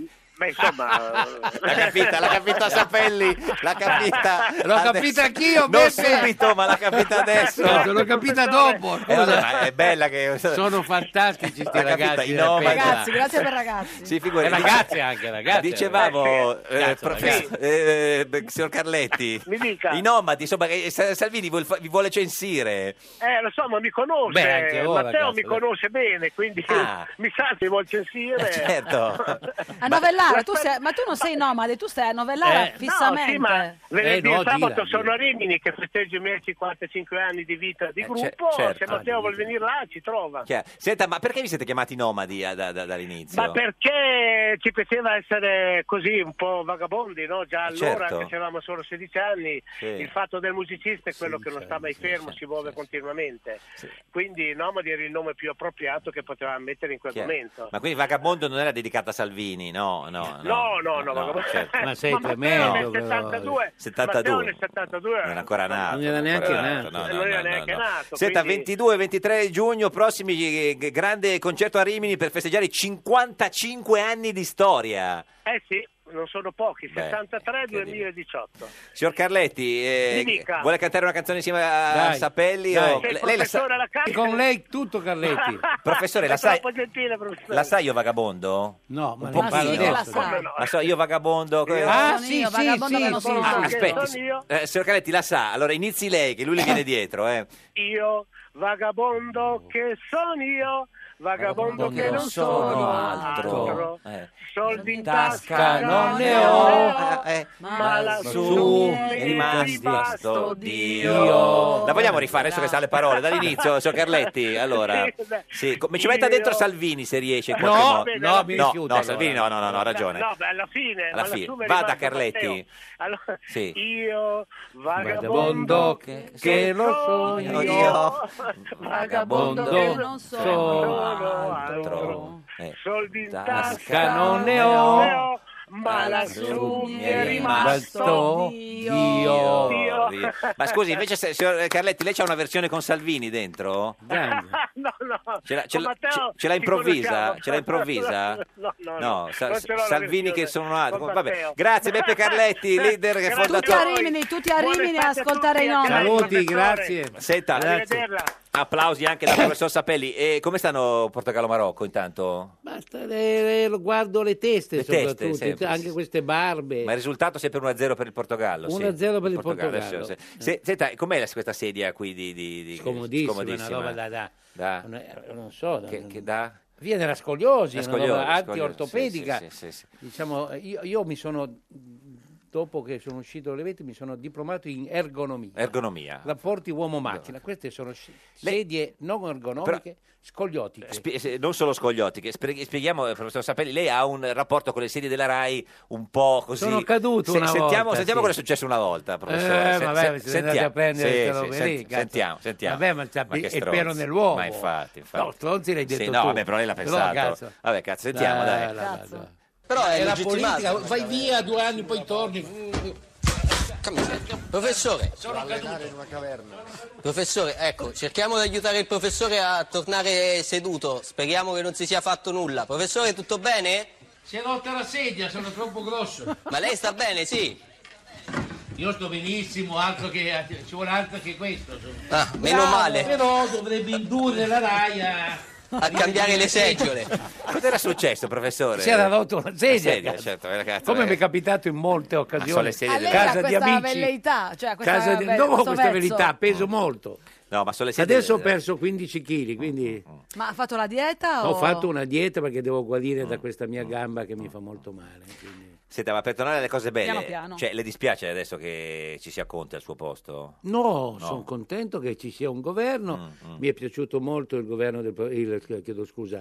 [SPEAKER 1] ma insomma...
[SPEAKER 3] L'ha capita, l'ha capita Sapelli, l'ha capita.
[SPEAKER 1] L'ho
[SPEAKER 3] ade-
[SPEAKER 1] capita anch'io,
[SPEAKER 3] Non
[SPEAKER 1] Beppe.
[SPEAKER 3] subito, ma l'ha capita adesso.
[SPEAKER 1] No,
[SPEAKER 17] l'ho capita dopo.
[SPEAKER 3] Eh, vabbè, ma è bella che
[SPEAKER 17] Sono fantastici sti
[SPEAKER 3] L'ha capita
[SPEAKER 17] ragazzi.
[SPEAKER 3] in
[SPEAKER 17] eh,
[SPEAKER 3] nomade.
[SPEAKER 17] pensa.
[SPEAKER 4] Ragazzi, grazie per ragazzi.
[SPEAKER 3] Sì, figuri.
[SPEAKER 17] Eh, ragazze anche, ragazze,
[SPEAKER 3] Dicevamo,
[SPEAKER 17] ragazze.
[SPEAKER 3] eh,
[SPEAKER 17] Cazzo,
[SPEAKER 3] profes-
[SPEAKER 17] ragazze.
[SPEAKER 3] eh, beh, signor Carletti,
[SPEAKER 1] Mi dica.
[SPEAKER 3] i nomadi, insomma, eh, Sa- Salvini vuol fa- vi vuole censire.
[SPEAKER 1] Eh, lo so, ma mi conosce,
[SPEAKER 3] Beh, anche ora,
[SPEAKER 1] Matteo
[SPEAKER 3] cazzo,
[SPEAKER 1] mi
[SPEAKER 3] dai.
[SPEAKER 1] conosce bene, quindi
[SPEAKER 3] Ah.
[SPEAKER 1] mi sa se vuol censire.
[SPEAKER 3] Certo.
[SPEAKER 2] A novellare, tu sei, ma tu non sei nomade, tu stai a novellare
[SPEAKER 1] Eh,
[SPEAKER 2] fissamente.
[SPEAKER 1] No, sì, ma venerdì
[SPEAKER 17] Eh, no,
[SPEAKER 1] e sabato
[SPEAKER 17] dilla,
[SPEAKER 1] sono a Rimini che festeggio i miei 55 anni di vita di
[SPEAKER 3] Eh,
[SPEAKER 1] gruppo.
[SPEAKER 3] cer- certo.
[SPEAKER 1] Se Matteo vuol venire là, ci trova.
[SPEAKER 3] Chiaro. Senta, ma perché vi siete chiamati nomadi eh, da- da- dall'inizio?
[SPEAKER 1] Ma perché ci piaceva essere così un po' vagabondi, no? Già allora
[SPEAKER 3] Certo.
[SPEAKER 1] che avevamo solo 16 anni,
[SPEAKER 3] Sì.
[SPEAKER 1] il fatto del musicista è quello che non sta mai fermo, si muove continuamente. Quindi Nomadi era il nome più appropriato che potevamo mettere in quel
[SPEAKER 3] Chiaro.
[SPEAKER 1] momento.
[SPEAKER 3] Ma quindi Vagabondo non era dedicato a Salvini, no? No,
[SPEAKER 1] No, no, no, Vagabondo-
[SPEAKER 3] certo.
[SPEAKER 1] Ma sei Ma Matteo tremendo, nel però. 72,
[SPEAKER 3] 72.
[SPEAKER 1] Matteo nel 72
[SPEAKER 3] non era ancora nato.
[SPEAKER 17] Non era neanche
[SPEAKER 3] ancora
[SPEAKER 17] nato.
[SPEAKER 3] No, no,
[SPEAKER 1] Non era
[SPEAKER 3] no, no,
[SPEAKER 1] Eh, neanche
[SPEAKER 3] no.
[SPEAKER 1] nato,
[SPEAKER 3] Senta,
[SPEAKER 1] quindi-
[SPEAKER 3] 22-23 giugno prossimi, eh, g- grande concerto a Rimini per festeggiare i 55 anni di storia.
[SPEAKER 1] Eh sì, non sono pochi,
[SPEAKER 3] Beh, eh,
[SPEAKER 1] 73-2018.
[SPEAKER 3] Signor Carletti, eh,
[SPEAKER 1] Mi dica.
[SPEAKER 3] vuole cantare una canzone insieme a
[SPEAKER 17] Dai,
[SPEAKER 3] Sapelli?
[SPEAKER 17] dai.
[SPEAKER 3] o-
[SPEAKER 17] Se il
[SPEAKER 3] Lei la sa-
[SPEAKER 1] professore la canta-
[SPEAKER 17] Con lei tutto Carletti.
[SPEAKER 3] Professore, la
[SPEAKER 1] È
[SPEAKER 3] sai-
[SPEAKER 1] Ah, troppo gentile, professore.
[SPEAKER 3] La sai io vagabondo?
[SPEAKER 17] No,
[SPEAKER 3] ma un
[SPEAKER 17] ne parlo
[SPEAKER 3] pochino.
[SPEAKER 17] adesso. Come
[SPEAKER 1] no?
[SPEAKER 3] La so io vagabondo.
[SPEAKER 17] Ah,
[SPEAKER 2] Sono
[SPEAKER 17] sì,
[SPEAKER 2] io,
[SPEAKER 17] sì,
[SPEAKER 2] vagabondo
[SPEAKER 17] sì,
[SPEAKER 2] dello
[SPEAKER 17] sì, Ah,
[SPEAKER 2] Stato.
[SPEAKER 17] sì.
[SPEAKER 3] Aspetti,
[SPEAKER 1] Sono io.
[SPEAKER 3] eh, signor Carletti la sa, allora inizi lei che lui le viene dietro. Eh.
[SPEAKER 1] Io, vagabondo che sono io, vagabondo che non sono altro.
[SPEAKER 3] Eh.
[SPEAKER 1] Soldi in
[SPEAKER 3] tasca
[SPEAKER 1] tasca
[SPEAKER 3] non ne ho, eh,
[SPEAKER 1] ma la
[SPEAKER 3] Su,
[SPEAKER 1] su
[SPEAKER 3] è
[SPEAKER 1] mi
[SPEAKER 3] rimasto
[SPEAKER 1] ribasto
[SPEAKER 3] Dio.
[SPEAKER 1] Dio.
[SPEAKER 3] La vogliamo rifare adesso che sa le parole dall'inizio, signor Carletti? Allora,
[SPEAKER 1] Sì, beh,
[SPEAKER 3] sì, co- mi ci metta
[SPEAKER 1] io-
[SPEAKER 3] dentro Salvini se riesce. in
[SPEAKER 1] No,
[SPEAKER 3] qualche modo.
[SPEAKER 1] vabbè, no, mi
[SPEAKER 3] no,
[SPEAKER 1] rifiuto,
[SPEAKER 3] no, Salvini, no, no, no, no, ha ragione.
[SPEAKER 1] No, beh, alla fine,
[SPEAKER 3] Alla
[SPEAKER 1] ma la
[SPEAKER 3] fine.
[SPEAKER 1] su mi è
[SPEAKER 3] Vada,
[SPEAKER 1] rimasto
[SPEAKER 3] Carletti.
[SPEAKER 1] Matteo. Allora,
[SPEAKER 3] Sì.
[SPEAKER 1] io
[SPEAKER 17] Vagabondo
[SPEAKER 1] vagabondo
[SPEAKER 17] che- che
[SPEAKER 1] che
[SPEAKER 17] lo
[SPEAKER 1] lo
[SPEAKER 17] sono
[SPEAKER 1] sono
[SPEAKER 3] io,
[SPEAKER 1] io, vagabondo che non sono
[SPEAKER 3] altro.
[SPEAKER 1] altro,
[SPEAKER 3] Eh.
[SPEAKER 1] soldi in
[SPEAKER 3] Tasca
[SPEAKER 1] tasca
[SPEAKER 17] non
[SPEAKER 1] non
[SPEAKER 17] ne
[SPEAKER 1] ne
[SPEAKER 17] ho,
[SPEAKER 1] ho, ma lassù
[SPEAKER 3] Eh,
[SPEAKER 1] mi è rimasto
[SPEAKER 17] Dio.
[SPEAKER 1] Dio. Dio.
[SPEAKER 3] Ma scusi, invece, se- signor Carletti, lei c'ha una versione con Salvini dentro?
[SPEAKER 1] No, no,
[SPEAKER 3] Ce la, ce
[SPEAKER 1] con
[SPEAKER 3] la-
[SPEAKER 1] Matteo
[SPEAKER 3] ce- ce la
[SPEAKER 1] ci
[SPEAKER 3] improvvisa?
[SPEAKER 1] conosciamo.
[SPEAKER 3] Ce la improvvisa?
[SPEAKER 1] No, no, no,
[SPEAKER 3] Sa-
[SPEAKER 1] non ce l'ho la
[SPEAKER 3] Salvini
[SPEAKER 1] versione
[SPEAKER 3] che sono
[SPEAKER 1] con
[SPEAKER 3] altro. Vabbè.
[SPEAKER 1] Matteo.
[SPEAKER 3] Grazie Beppe Carletti, leader e
[SPEAKER 1] Grazie
[SPEAKER 2] Tutti a
[SPEAKER 3] fondatore.
[SPEAKER 2] Rimini, tutti a
[SPEAKER 1] Buone
[SPEAKER 2] Rimini a
[SPEAKER 1] estate a
[SPEAKER 2] ascoltare
[SPEAKER 1] tutti,
[SPEAKER 2] i
[SPEAKER 1] a
[SPEAKER 2] nomi.
[SPEAKER 17] Saluti, grazie.
[SPEAKER 3] Senta,
[SPEAKER 17] Grazie.
[SPEAKER 3] applausi anche dal professor Sapelli. E come stanno Portogallo Marocco intanto?
[SPEAKER 17] Basta, le- le- eh, guardo le teste
[SPEAKER 3] Le teste,
[SPEAKER 17] soprattutto,
[SPEAKER 3] sempre,
[SPEAKER 17] anche
[SPEAKER 3] sì.
[SPEAKER 17] queste barbe.
[SPEAKER 3] Ma il risultato è sempre 1-0 per il Portogallo. sì.
[SPEAKER 17] 1-0 per il
[SPEAKER 3] adesso,
[SPEAKER 17] Portogallo. Eh.
[SPEAKER 3] se- se- senta, com'è la- questa sedia qui di... di, di
[SPEAKER 17] Comodissima,
[SPEAKER 3] scomodissima?
[SPEAKER 17] una roba da- da-
[SPEAKER 3] Da-
[SPEAKER 17] non è- Eh, non so,
[SPEAKER 3] che,
[SPEAKER 17] non-
[SPEAKER 3] che dà?
[SPEAKER 17] Via della scoliosi,
[SPEAKER 3] La
[SPEAKER 17] una roba
[SPEAKER 3] scoliosi, scoliosi,
[SPEAKER 17] anti-ortopedica.
[SPEAKER 3] sì, sì, sì, sì.
[SPEAKER 17] Diciamo, io, io mi sono, dopo che sono uscito dalle vette, mi sono diplomato in ergonomia.
[SPEAKER 3] Ergonomia.
[SPEAKER 17] Rapporti uomo-macchina. Queste sono sci- sedie non ergonomiche, scoliotiche.
[SPEAKER 3] Spie- se- non solo scogliotti, che spie- spieghiamo, eh, professor Sapelli, lei ha un rapporto con le sedie della RAI un po' così.
[SPEAKER 17] Sono caduto una
[SPEAKER 3] sentiamo,
[SPEAKER 17] volta,
[SPEAKER 3] Sentiamo
[SPEAKER 17] sì.
[SPEAKER 3] cosa è successo una volta, professore.
[SPEAKER 17] Eh, vabbè, siete andati a prendere
[SPEAKER 3] Sì,
[SPEAKER 17] queste
[SPEAKER 3] sì,
[SPEAKER 17] robe
[SPEAKER 3] sen-
[SPEAKER 17] lì, cazzo.
[SPEAKER 3] sentiamo, sentiamo.
[SPEAKER 17] Vabbè, ma il tappi-
[SPEAKER 3] che
[SPEAKER 17] è
[SPEAKER 3] stronzi.
[SPEAKER 17] pieno nell'uovo.
[SPEAKER 3] Ma infatti, infatti.
[SPEAKER 17] No, stronzi l'hai
[SPEAKER 3] Sì,
[SPEAKER 17] detto
[SPEAKER 3] no,
[SPEAKER 17] tu.
[SPEAKER 3] vabbè, però lei l'ha
[SPEAKER 17] Però,
[SPEAKER 3] pensato.
[SPEAKER 17] cazzo.
[SPEAKER 3] Vabbè, cazzo, sentiamo, dai.
[SPEAKER 17] Dai, dai, dai.
[SPEAKER 6] Però è
[SPEAKER 17] la
[SPEAKER 6] legittimato,
[SPEAKER 17] politica,
[SPEAKER 6] vai via due anni poi torni. Professore,
[SPEAKER 7] Sono caduto in una caverna.
[SPEAKER 6] professore, ecco, cerchiamo di aiutare il professore a tornare seduto. Speriamo che non si sia fatto nulla. Professore, tutto bene?
[SPEAKER 7] Si è rotta la sedia, sono troppo grosso.
[SPEAKER 6] Ma lei sta bene, sì?
[SPEAKER 7] Io sto benissimo, altro che, ci vuole altro che questo. insomma.
[SPEAKER 6] Ah, meno
[SPEAKER 7] Bravo,
[SPEAKER 6] male.
[SPEAKER 7] Però dovrebbe indurre la RAI a...
[SPEAKER 6] A Ah, cambiare le seggiole.
[SPEAKER 3] Cos'era successo, professore?
[SPEAKER 17] Si era rotto una sedia,
[SPEAKER 3] sedia,
[SPEAKER 17] cazzo.
[SPEAKER 3] certo, eh, cazzo,
[SPEAKER 17] Come
[SPEAKER 3] eh.
[SPEAKER 17] mi è capitato in molte occasioni.
[SPEAKER 3] Ma sono le sedie
[SPEAKER 17] A
[SPEAKER 3] delle-
[SPEAKER 17] casa
[SPEAKER 3] Lei
[SPEAKER 17] di
[SPEAKER 2] Questa
[SPEAKER 17] amici.
[SPEAKER 2] velleità, cioè questa,
[SPEAKER 17] Casa di...
[SPEAKER 2] beh,
[SPEAKER 17] No,
[SPEAKER 2] questo
[SPEAKER 17] questa
[SPEAKER 2] vezzo.
[SPEAKER 17] verità, peso molto.
[SPEAKER 3] No, ma sono le sedie
[SPEAKER 17] Adesso ho
[SPEAKER 3] delle-
[SPEAKER 17] perso 15 kg, quindi
[SPEAKER 2] Ma ha fatto la dieta o...
[SPEAKER 17] ho fatto una dieta perché devo guarire da questa mia gamba che mi fa molto male.
[SPEAKER 3] Senta, ma per tornare alle cose belle,
[SPEAKER 2] Piano piano.
[SPEAKER 3] Cioè, le dispiace adesso che ci sia Conte al suo posto?
[SPEAKER 17] No, Mm,
[SPEAKER 3] No.
[SPEAKER 17] sono contento che ci sia un governo. Mi è piaciuto molto il governo del pro- il- chiedo scusa,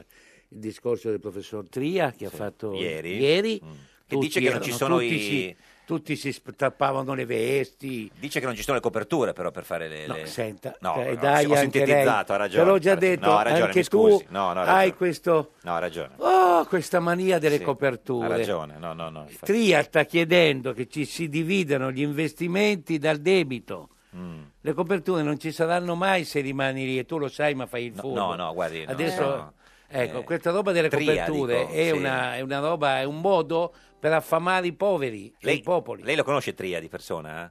[SPEAKER 17] il discorso del professor Tria che ha fatto
[SPEAKER 3] ieri. Mm. Che
[SPEAKER 17] Tutti
[SPEAKER 3] dice che non ci
[SPEAKER 17] erano-
[SPEAKER 3] sono
[SPEAKER 17] tutti
[SPEAKER 3] i-
[SPEAKER 17] si- tutti si sp- tappavano le vesti.
[SPEAKER 3] Dice che non ci sono le coperture però per fare le...
[SPEAKER 17] No,
[SPEAKER 3] le-
[SPEAKER 17] senta,
[SPEAKER 3] no,
[SPEAKER 17] eh,
[SPEAKER 3] no,
[SPEAKER 17] dai,
[SPEAKER 3] ho
[SPEAKER 17] anche lei.
[SPEAKER 3] sintetizzato, ha ragione.
[SPEAKER 17] Te l'ho
[SPEAKER 3] ha
[SPEAKER 17] già
[SPEAKER 3] ragione.
[SPEAKER 17] detto,
[SPEAKER 3] no, ha ragione,
[SPEAKER 17] anche
[SPEAKER 3] mi
[SPEAKER 17] tu
[SPEAKER 3] scusi. No, no, ha
[SPEAKER 17] hai
[SPEAKER 3] ragione.
[SPEAKER 17] questo
[SPEAKER 3] No, ha ragione.
[SPEAKER 17] Oh, questa mania delle
[SPEAKER 3] Sì,
[SPEAKER 17] coperture.
[SPEAKER 3] Ha ragione, no, no, no. infatti.
[SPEAKER 17] Tria sta chiedendo che ci si dividano gli investimenti dal debito.
[SPEAKER 3] Mm.
[SPEAKER 17] Le coperture non ci saranno mai se rimani lì e tu lo sai ma fai il furbo.
[SPEAKER 3] no, Eh, no, guardi, no,
[SPEAKER 17] Adesso
[SPEAKER 3] no.
[SPEAKER 17] Ecco, questa roba delle
[SPEAKER 3] Tria,
[SPEAKER 17] coperture
[SPEAKER 3] dico,
[SPEAKER 17] è,
[SPEAKER 3] sì.
[SPEAKER 17] una, è una roba, è un modo per affamare i poveri e i popoli.
[SPEAKER 3] Lei lo conosce Tria di persona?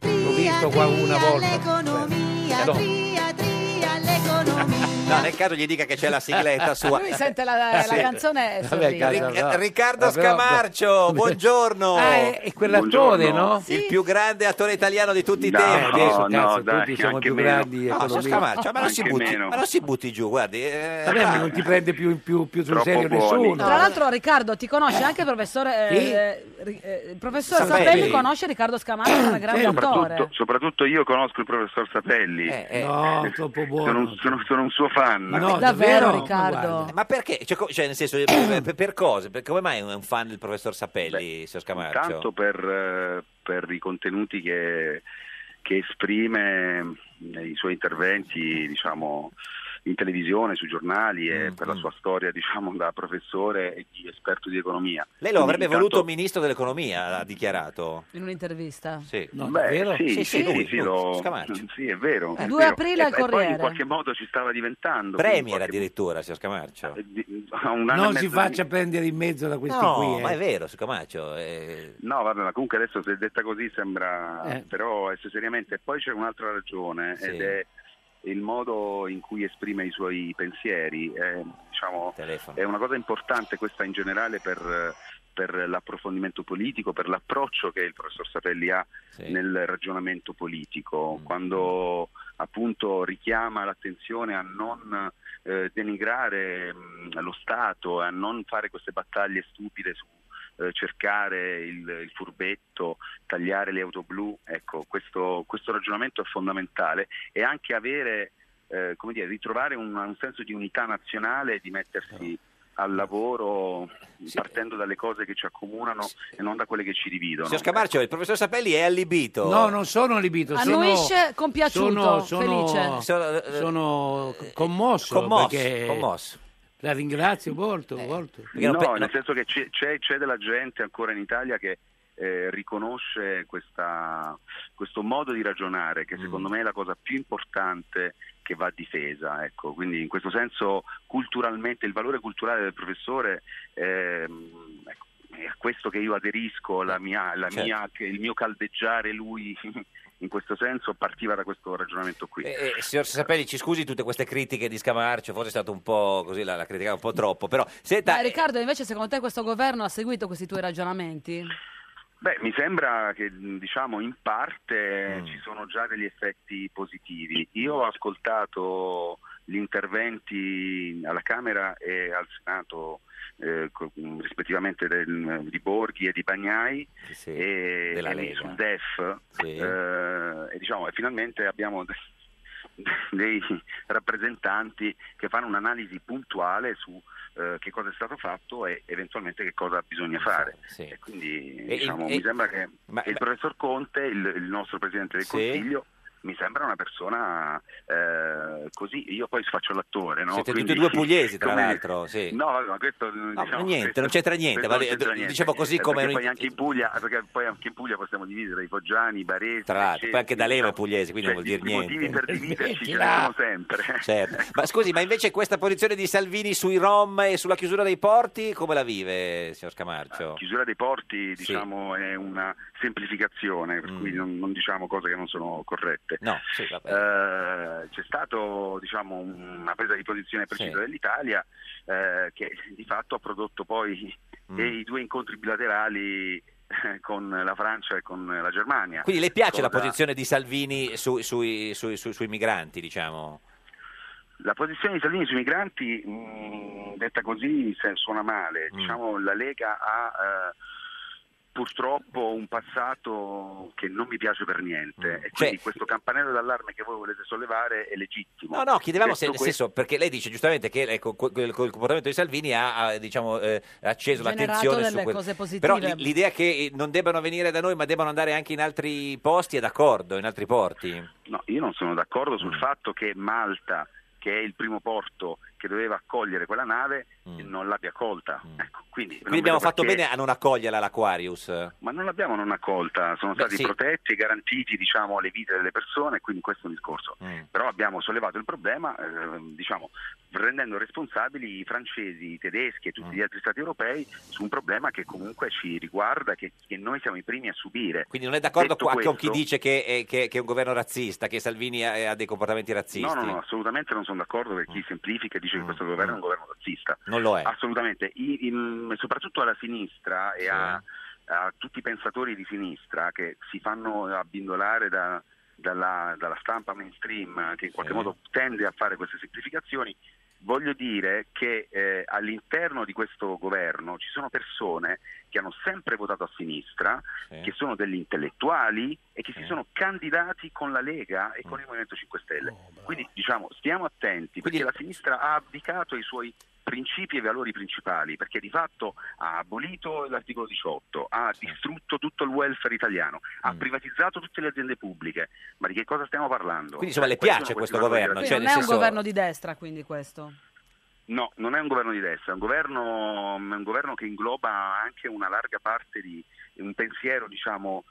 [SPEAKER 3] eh?
[SPEAKER 17] L'ho visto qua una volta.
[SPEAKER 10] L'economia,
[SPEAKER 3] No.
[SPEAKER 10] tria, tria, l'economia.
[SPEAKER 3] No, nel caso gli dica che c'è la sigletta sua.
[SPEAKER 2] Lui sente la, Eh, la
[SPEAKER 3] Sì.
[SPEAKER 2] canzone. e sorride.
[SPEAKER 3] Ric- eh, Riccardo
[SPEAKER 17] Ma però-
[SPEAKER 3] Scamarcio, buongiorno.
[SPEAKER 17] Ah, è- è quell'attore, Buongiorno. no?
[SPEAKER 3] Il più grande attore italiano di tutti i
[SPEAKER 17] No,
[SPEAKER 3] tempi.
[SPEAKER 17] no, Adesso, cazzo, dai, tutti siamo anche più meno. grandi, eh,
[SPEAKER 3] No,
[SPEAKER 17] economia.
[SPEAKER 3] signor Scamarcio, ma non, si
[SPEAKER 17] Anche
[SPEAKER 3] butti,
[SPEAKER 17] meno.
[SPEAKER 3] ma non si butti giù, guardi. eh,
[SPEAKER 17] Vabbè, ma non ti prende più, più, più sul
[SPEAKER 3] Troppo
[SPEAKER 17] serio
[SPEAKER 3] buoni.
[SPEAKER 17] nessuno.
[SPEAKER 2] Tra l'altro, Riccardo, ti conosce anche il professore. eh,
[SPEAKER 17] Sì.
[SPEAKER 2] eh, ri- eh, il professor
[SPEAKER 8] Sapelli.
[SPEAKER 2] Sapelli conosce Riccardo Scamarcio, che è un grande
[SPEAKER 8] Soprattutto,
[SPEAKER 2] attore.
[SPEAKER 8] soprattutto io conosco il professor Sapelli.
[SPEAKER 3] Eh,
[SPEAKER 17] Eh, No, troppo buono.
[SPEAKER 8] Sono, un- sono- sono un suo fan.
[SPEAKER 2] Riccardo?
[SPEAKER 3] Ma perché? Cioè, co- cioè, nel senso, per, per- per cose? Per- come mai è un fan del professor Sapelli, signor Scamarcio?
[SPEAKER 8] Tanto per, eh, per i contenuti che, che esprime nei suoi interventi, diciamo, in televisione, sui giornali e
[SPEAKER 3] Mm,
[SPEAKER 8] per la sua storia, diciamo, da professore e di esperto di economia.
[SPEAKER 3] Lei lo avrebbe
[SPEAKER 8] Quindi intanto-
[SPEAKER 3] voluto ministro dell'economia, ha dichiarato.
[SPEAKER 2] In un'intervista.
[SPEAKER 3] Sì.
[SPEAKER 8] Beh, Sì, sì, sì,
[SPEAKER 3] lui,
[SPEAKER 8] sì,
[SPEAKER 3] lui,
[SPEAKER 8] lo-
[SPEAKER 3] Scamarcio.
[SPEAKER 8] sì, è vero. è
[SPEAKER 2] 2
[SPEAKER 8] vero.
[SPEAKER 2] aprile
[SPEAKER 8] E-
[SPEAKER 2] al
[SPEAKER 8] e poi
[SPEAKER 2] Corriere.
[SPEAKER 8] in qualche modo ci stava diventando.
[SPEAKER 3] Premier addirittura, signor Scamarcio.
[SPEAKER 8] Eh,
[SPEAKER 17] Non si faccia prendere in mezzo da questi
[SPEAKER 3] No,
[SPEAKER 17] qui. eh.
[SPEAKER 3] ma è vero, signor Scamarcio. eh.
[SPEAKER 8] No, vabbè, ma comunque adesso se detta così sembra,
[SPEAKER 3] Eh.
[SPEAKER 8] però adesso seriamente. Poi c'è un'altra ragione
[SPEAKER 3] Sì.
[SPEAKER 8] ed è il modo in cui esprime i suoi pensieri. È, diciamo, è una cosa importante questa in generale per, per l'approfondimento politico, per l'approccio che il professor Sapelli ha nel ragionamento politico,
[SPEAKER 3] Mm.
[SPEAKER 8] quando appunto richiama l'attenzione a non eh, denigrare mh, lo Stato, a non fare queste battaglie stupide su eh, cercare il, il furbetto, tagliare le auto blu, ecco, questo, questo ragionamento è fondamentale e anche avere, eh, come dire, ritrovare un, un senso di unità nazionale, di mettersi al lavoro partendo dalle cose che ci accomunano e non da quelle che ci dividono.
[SPEAKER 3] Signor Scamarcio, il professor Sapelli è allibito.
[SPEAKER 17] No, non sono libito, sono,
[SPEAKER 2] Annuisce compiaciuto,
[SPEAKER 17] sono, sono-
[SPEAKER 2] felice.
[SPEAKER 17] sono, commosso,
[SPEAKER 3] eh, commosso,
[SPEAKER 17] perché-
[SPEAKER 3] commosso.
[SPEAKER 17] La ringrazio molto, molto.
[SPEAKER 8] No, nel senso che c'è, c'è- c'è della gente ancora in Italia che eh, riconosce questa- questo modo di ragionare,
[SPEAKER 3] Mm.
[SPEAKER 8] che secondo me è la cosa più importante che va difesa. Ecco. Quindi in questo senso culturalmente il valore culturale del professore ehm, ecco, è a questo che io aderisco, la mia- la
[SPEAKER 3] Certo.
[SPEAKER 8] mia- che il mio caldeggiare lui in questo senso partiva da questo ragionamento qui.
[SPEAKER 3] Eh, signor Sapelli, ci scusi tutte queste critiche di Scamarcio, forse è stato un po' così, la, la criticava un po' troppo, però senta,
[SPEAKER 2] Ma Riccardo, invece, secondo te questo governo ha seguito questi tuoi ragionamenti?
[SPEAKER 8] Beh, mi sembra che mh, diciamo in parte
[SPEAKER 3] Mm.
[SPEAKER 8] ci sono già degli effetti positivi. Io ho ascoltato gli interventi alla Camera e al Senato eh, co- mh, rispettivamente del- di Borghi e di Bagnai e,
[SPEAKER 3] della
[SPEAKER 8] e
[SPEAKER 3] Lega.
[SPEAKER 8] sul DEF eh, e diciamo, e finalmente abbiamo dei rappresentanti che fanno un'analisi puntuale su eh, che cosa è stato fatto e eventualmente che cosa bisogna fare. E quindi
[SPEAKER 3] Esatto, E-
[SPEAKER 8] diciamo,
[SPEAKER 3] e-
[SPEAKER 8] mi sembra che
[SPEAKER 3] ma-
[SPEAKER 8] il
[SPEAKER 3] ma-
[SPEAKER 8] professor Conte, il, il nostro presidente del
[SPEAKER 3] Sì.
[SPEAKER 8] Consiglio, mi sembra una persona eh, così. Io poi faccio l'attore, no?
[SPEAKER 3] siete tutti
[SPEAKER 8] Quindi-
[SPEAKER 3] e due pugliesi tra
[SPEAKER 8] come-
[SPEAKER 3] l'altro, sì.
[SPEAKER 8] No, vabbè, ma questo diciamo,
[SPEAKER 3] ma niente,
[SPEAKER 8] questo-
[SPEAKER 3] non c'entra niente,
[SPEAKER 8] questo
[SPEAKER 3] ma-
[SPEAKER 8] non c'entra
[SPEAKER 3] d- dicevo così
[SPEAKER 8] Eh,
[SPEAKER 3] come-
[SPEAKER 8] perché poi anche in Puglia, perché poi anche in Puglia possiamo dividere i foggiani, i baresi,
[SPEAKER 3] tra l'altro, poi anche D'Alema è pugliese, quindi non vuol dire
[SPEAKER 8] i Cioè, motivi
[SPEAKER 3] niente.
[SPEAKER 8] per dividerci ce li
[SPEAKER 3] Smettila!
[SPEAKER 8] abbiamo sempre. eh.
[SPEAKER 3] Certo. Ma scusi, ma invece questa posizione di Salvini sui Rom e sulla chiusura dei porti, come la vive, signor Scamarcio?
[SPEAKER 8] chiusura dei porti diciamo, è una semplificazione, per cui non, non diciamo cose che non sono corrette.
[SPEAKER 3] Mm. No, sì, vabbè.
[SPEAKER 8] Eh, c'è stata diciamo, una presa di posizione precisa
[SPEAKER 3] Sì.
[SPEAKER 8] dell'Italia eh, che di fatto ha prodotto poi
[SPEAKER 3] Mm.
[SPEAKER 8] dei due incontri bilaterali eh, con la Francia e con la Germania.
[SPEAKER 3] Quindi le piace la
[SPEAKER 8] Cosa-
[SPEAKER 3] posizione di Salvini su- sui, sui- sui- sui migranti, diciamo?
[SPEAKER 8] La posizione di Salvini sui migranti, mh, detta così, se- suona male.
[SPEAKER 3] Mm.
[SPEAKER 8] Diciamo, la Lega ha eh, purtroppo un passato che non mi piace per niente.
[SPEAKER 3] Mm.
[SPEAKER 8] E
[SPEAKER 3] Cioè,
[SPEAKER 8] quindi questo campanello d'allarme che voi volete sollevare è legittimo.
[SPEAKER 3] No, no, chiedevamo se,
[SPEAKER 8] Detto
[SPEAKER 3] nel senso, perché lei dice giustamente che ecco, co- quel- col comportamento di Salvini ha, ha, diciamo, eh, acceso
[SPEAKER 2] Generato
[SPEAKER 3] l'attenzione su
[SPEAKER 2] delle
[SPEAKER 3] quel-
[SPEAKER 2] cose positive.
[SPEAKER 3] Però l'i- l'idea che eh, non debbano venire da noi ma debbano andare anche in altri posti è d'accordo, in altri porti.
[SPEAKER 8] No, io non sono d'accordo
[SPEAKER 3] Mm.
[SPEAKER 8] sul fatto che Malta, che è il primo porto che doveva accogliere quella nave, non l'abbia accolta. Ecco. Quindi, non
[SPEAKER 3] Quindi Mm. abbiamo
[SPEAKER 8] vedo
[SPEAKER 3] fatto
[SPEAKER 8] perché-
[SPEAKER 3] bene a non accoglierla l'Aquarius.
[SPEAKER 8] Ma non l'abbiamo non accolta, sono
[SPEAKER 3] Beh,
[SPEAKER 8] stati
[SPEAKER 3] sì.
[SPEAKER 8] protetti e garantiti diciamo, le vite delle persone, quindi questo è un discorso.
[SPEAKER 3] Mm.
[SPEAKER 8] Però abbiamo sollevato il problema eh, diciamo, rendendo responsabili i francesi, i tedeschi e tutti
[SPEAKER 3] Mm.
[SPEAKER 8] gli altri stati europei su un problema che comunque ci riguarda, che, che noi siamo i primi a subire.
[SPEAKER 3] Quindi non è d'accordo
[SPEAKER 8] Detto
[SPEAKER 3] qua- con chi
[SPEAKER 8] questo-
[SPEAKER 3] dice che, eh, che- che è un governo razzista, che Salvini ha, ha dei comportamenti razzisti. Mm.
[SPEAKER 8] No, no, no, assolutamente non sono d'accordo per chi semplifica e dice che questo governo è un governo razzista.
[SPEAKER 3] Non lo è.
[SPEAKER 8] Assolutamente, I- il- soprattutto alla sinistra e a, a tutti i pensatori di sinistra che si fanno abbindolare da- dalla, dalla stampa mainstream che in qualche modo tende a fare queste semplificazioni. Voglio dire che eh, all'interno di questo governo ci sono persone che hanno sempre votato a sinistra,
[SPEAKER 3] Eh.
[SPEAKER 8] che sono degli intellettuali e che si sono candidati con la Lega e con
[SPEAKER 3] Mm.
[SPEAKER 8] il Movimento 5 Stelle.
[SPEAKER 3] Oh,
[SPEAKER 8] Quindi diciamo, stiamo attenti perché la sinistra ha abdicato i suoi principi e valori principali, perché di fatto ha abolito l'articolo 18, ha distrutto tutto il welfare italiano,
[SPEAKER 3] Mm.
[SPEAKER 8] ha privatizzato tutte le aziende pubbliche. Ma di che cosa stiamo parlando? Eh,
[SPEAKER 3] Quindi, insomma, le
[SPEAKER 8] Quali
[SPEAKER 3] piace
[SPEAKER 8] sono
[SPEAKER 3] questo
[SPEAKER 8] questi valori
[SPEAKER 3] governo,
[SPEAKER 8] della
[SPEAKER 3] cioè,
[SPEAKER 2] non
[SPEAKER 8] sinistra?
[SPEAKER 2] è un governo di destra, quindi questo.
[SPEAKER 8] No, non è un governo di destra, è un governo, è un governo che ingloba anche una larga parte di un pensiero, diciamo,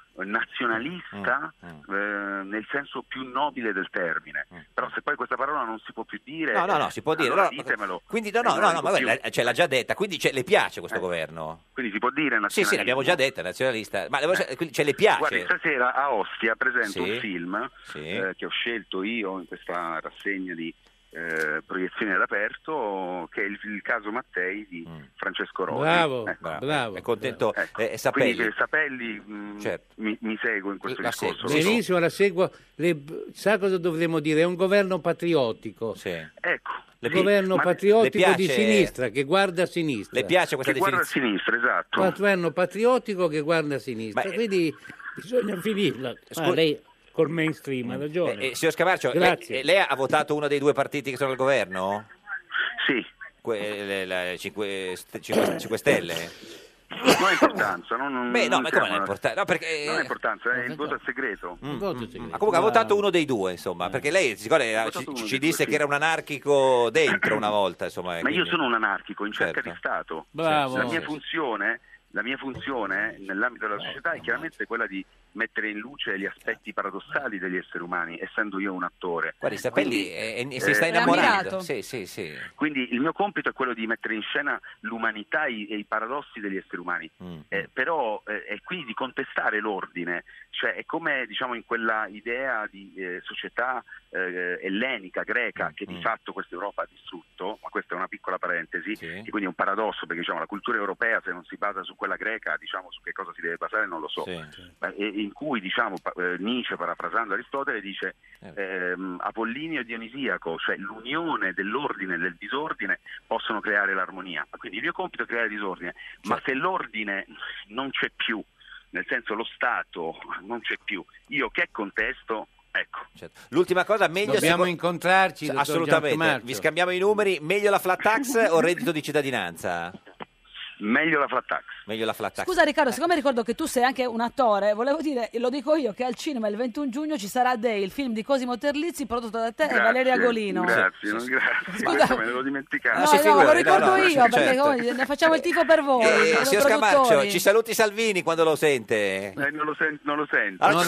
[SPEAKER 8] nazionalista
[SPEAKER 3] Mm,
[SPEAKER 8] eh, nel senso più nobile del termine. Però se poi questa parola non si può più dire,
[SPEAKER 3] No, no, no, si può dire.
[SPEAKER 8] allora
[SPEAKER 3] no, no,
[SPEAKER 8] ditemelo.
[SPEAKER 3] Quindi, no,
[SPEAKER 8] Eh,
[SPEAKER 3] no,
[SPEAKER 8] non
[SPEAKER 3] no,
[SPEAKER 8] lo
[SPEAKER 3] no,
[SPEAKER 8] dico
[SPEAKER 3] ma
[SPEAKER 8] più. Eh.
[SPEAKER 3] vabbè, la- cioè, l'ha già detta. Quindi cioè, le piace questo governo?
[SPEAKER 8] Quindi si può dire
[SPEAKER 3] Sì, sì,
[SPEAKER 8] nazionalismo.
[SPEAKER 3] l'abbiamo già detta, nazionalista. Ma le volevo- quindi, cioè, le piace?
[SPEAKER 8] Guardi, stasera a Ostia presento
[SPEAKER 3] Sì.
[SPEAKER 8] un film eh, che ho scelto io in questa rassegna di eh, proiezioni all'aperto, che è il, il caso Mattei di Francesco Rosi.
[SPEAKER 3] Bravo,
[SPEAKER 8] Ecco.
[SPEAKER 3] bravo. Mm. È contento. eh, eh, Sapelli. Certo.
[SPEAKER 8] Quindi eh, Sapelli mh, mi, mi segue in questo
[SPEAKER 3] La
[SPEAKER 8] discorso. lo so.
[SPEAKER 17] Benissimo, la seguo. Le- sa cosa dovremmo dire? È un governo patriottico.
[SPEAKER 8] Ecco. Sì,
[SPEAKER 17] Un governo
[SPEAKER 8] ma-
[SPEAKER 17] patriottico
[SPEAKER 3] le piace-
[SPEAKER 17] di sinistra che guarda a sinistra.
[SPEAKER 3] Le piace questa
[SPEAKER 8] Che guarda a
[SPEAKER 3] definizione?
[SPEAKER 8] sinistra, esatto.
[SPEAKER 17] Un governo patriottico che guarda a sinistra.
[SPEAKER 3] eh.
[SPEAKER 17] Quindi bisogna finirla.
[SPEAKER 3] Scusi-
[SPEAKER 17] Ah, lei col mainstream ha ragione.
[SPEAKER 3] Eh, eh, signor Scamarcio, lei,
[SPEAKER 17] Grazie.
[SPEAKER 3] eh, lei ha votato uno dei due partiti che sono al governo?
[SPEAKER 8] Sì.
[SPEAKER 3] 5, Stelle?
[SPEAKER 8] Non ha importanza. Non, non-
[SPEAKER 3] Beh, no,
[SPEAKER 8] non
[SPEAKER 3] ma
[SPEAKER 8] siamo-
[SPEAKER 3] come non ha importanza? No, perché- eh,
[SPEAKER 8] Non ha importanza, è il voto a segreto.
[SPEAKER 3] Ma comunque ha votato uno dei due, insomma, perché lei si ricorda, era- ci,
[SPEAKER 8] votato uno
[SPEAKER 3] ci
[SPEAKER 8] dei due,
[SPEAKER 3] disse
[SPEAKER 8] sì.
[SPEAKER 3] che era un anarchico dentro una volta, insomma. eh,
[SPEAKER 8] Ma io sono un anarchico in cerca
[SPEAKER 3] Certo.
[SPEAKER 8] di Stato.
[SPEAKER 3] Bravo.
[SPEAKER 8] La mia
[SPEAKER 3] Sì, sì.
[SPEAKER 8] funzione, la mia funzione nell'ambito della società è chiaramente quella di mettere in luce gli aspetti paradossali degli esseri umani, essendo io un attore.
[SPEAKER 3] Guardi, Sapelli
[SPEAKER 8] Quindi-
[SPEAKER 3] eh, eh, si sta
[SPEAKER 8] Eh,
[SPEAKER 3] innamorando. Sì, sì, sì.
[SPEAKER 8] Quindi il mio compito è quello di mettere in scena l'umanità i- e i paradossi degli esseri umani,
[SPEAKER 3] Mm.
[SPEAKER 8] Eh, però eh, e quindi di contestare l'ordine, cioè è come diciamo in quella idea di eh, società eh, ellenica, greca,
[SPEAKER 3] Mm,
[SPEAKER 8] che di fatto questa Europa ha distrutto, ma questa è una piccola parentesi, e quindi è un paradosso perché diciamo, la cultura europea se non si basa su quella greca, diciamo su che cosa si deve basare non lo so, Ma- e- in cui diciamo, pa- eh, Nietzsche parafrasando Aristotele dice
[SPEAKER 3] Certo.
[SPEAKER 8] ehm, Apollinio e Dionisiaco, cioè l'unione dell'ordine e del disordine possono creare l'armonia. Quindi il mio compito è creare disordine, ma
[SPEAKER 3] Certo.
[SPEAKER 8] se l'ordine non c'è più, nel senso lo Stato non c'è più, io che contesto? Ecco.
[SPEAKER 3] Certo. L'ultima cosa, meglio
[SPEAKER 17] Dobbiamo
[SPEAKER 3] secondo-
[SPEAKER 17] incontrarci. dottor
[SPEAKER 3] Assolutamente,
[SPEAKER 17] Giancomarcio.
[SPEAKER 3] vi scambiamo i numeri, meglio la flat tax o reddito di cittadinanza?
[SPEAKER 8] Meglio la flat tax.
[SPEAKER 3] Meglio la flat tax.
[SPEAKER 2] Scusa Riccardo, siccome ricordo che tu sei anche un attore, volevo dire, lo dico io, che al cinema il 21 giugno ci sarà Day, il film di Cosimo Terlizzi prodotto da te e
[SPEAKER 8] Grazie,
[SPEAKER 2] Eh, Valeria Golino.
[SPEAKER 8] Grazie, non grazie, questo me l'avevo dimenticato.
[SPEAKER 2] No, no, lo ricordo io, perché
[SPEAKER 3] certo.
[SPEAKER 2] come- ne facciamo il tifo per voi.
[SPEAKER 3] Eh,
[SPEAKER 2] come
[SPEAKER 3] signor Scamarcio,
[SPEAKER 2] produttori.
[SPEAKER 3] ci saluti Salvini quando lo sente.
[SPEAKER 8] Eh, non, lo sen- non lo sento.
[SPEAKER 3] Allora,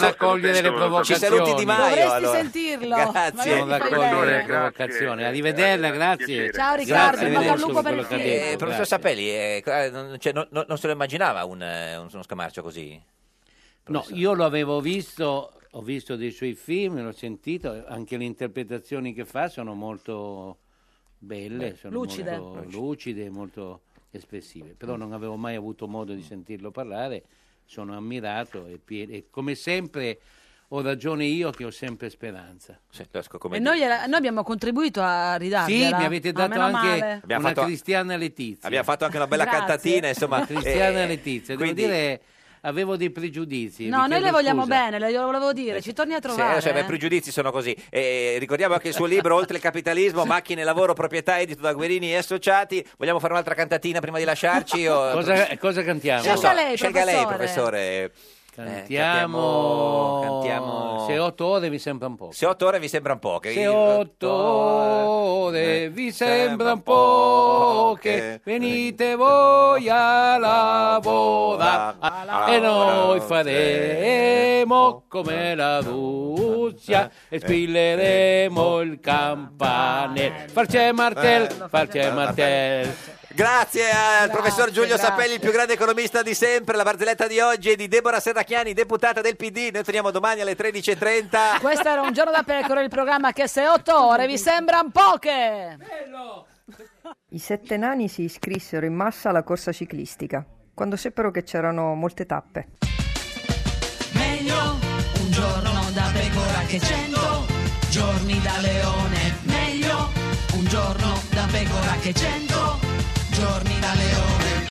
[SPEAKER 3] ci- Ci saluti Di Maio.
[SPEAKER 2] Dovresti
[SPEAKER 3] allora.
[SPEAKER 2] sentirlo.
[SPEAKER 3] Grazie.
[SPEAKER 2] Magari ti fai bene.
[SPEAKER 17] provocazione. Arrivederla, grazie.
[SPEAKER 2] Ciao, Riccardo, in bocca al lupo per il
[SPEAKER 17] quello che ha
[SPEAKER 2] film.
[SPEAKER 17] detto,
[SPEAKER 3] Eh, professor Sapelli, eh, eh, non, cioè, non- non- non se lo immaginava un, eh, un- uno Scamarcio così?
[SPEAKER 17] No, io lo avevo visto, ho visto dei suoi film, l'ho sentito, anche le interpretazioni che fa sono molto belle, sono
[SPEAKER 2] Lucide. Mm.
[SPEAKER 17] molto lucide, molto espressive, però non avevo mai avuto modo di sentirlo parlare, sono ammirato e, pie- e come sempre ho ragione io che ho sempre speranza.
[SPEAKER 2] E noi, gliela- noi abbiamo contribuito a ridargliela.
[SPEAKER 17] Sì, mi avete
[SPEAKER 2] Ah,
[SPEAKER 17] dato
[SPEAKER 2] meno male.
[SPEAKER 17] anche
[SPEAKER 3] Abbiamo
[SPEAKER 17] una
[SPEAKER 3] fatto-
[SPEAKER 17] Cristiana Letizia.
[SPEAKER 3] Abbiamo fatto anche una bella
[SPEAKER 2] Grazie.
[SPEAKER 3] cantatina, insomma.
[SPEAKER 17] Una Cristiana
[SPEAKER 3] eh,
[SPEAKER 17] Letizia, devo
[SPEAKER 3] quindi-
[SPEAKER 17] dire avevo dei pregiudizi.
[SPEAKER 2] No,
[SPEAKER 17] vi
[SPEAKER 2] noi
[SPEAKER 17] chiedo
[SPEAKER 2] le vogliamo
[SPEAKER 17] scusa.
[SPEAKER 2] bene, le- glielo volevo dire, ci torni a
[SPEAKER 3] Sì,
[SPEAKER 2] trovare.
[SPEAKER 3] cioè, ma i
[SPEAKER 2] eh.
[SPEAKER 3] pregiudizi sono così. Eh, ricordiamo anche il suo libro Oltre il capitalismo, macchine, lavoro, proprietà, edito da Guerini e associati. Vogliamo fare un'altra cantatina prima di lasciarci? O...
[SPEAKER 17] Cosa, cosa cantiamo?
[SPEAKER 3] Non so, scelga lei, professore.
[SPEAKER 17] Cantiamo...
[SPEAKER 3] cantiamo-
[SPEAKER 17] Se otto ore mi sembra un po'.
[SPEAKER 3] Se otto ore vi sembra un po'. Che
[SPEAKER 17] Se
[SPEAKER 3] il-
[SPEAKER 17] otto ore vi eh, sembra un eh, po' che venite voi a eh, lavorare Eh, e noi faremo come la Russia e spilleremo il campanello. Farce martel, farce martel.
[SPEAKER 3] Grazie al professor Giulio Sapelli, il più grande economista di sempre. La barzelletta di oggi è di Deborah Serracchiani, deputata del PD. Noi torniamo domani alle 13.30.
[SPEAKER 6] Questo era un giorno da pecora, il programma che se otto ore vi sembran poche.
[SPEAKER 23] I sette nani si iscrissero in massa alla corsa ciclistica, quando seppero che c'erano molte tappe.
[SPEAKER 2] Meglio un giorno da pecora che cento giorni da leone. Meglio un giorno da pecora che cento giorni da leone.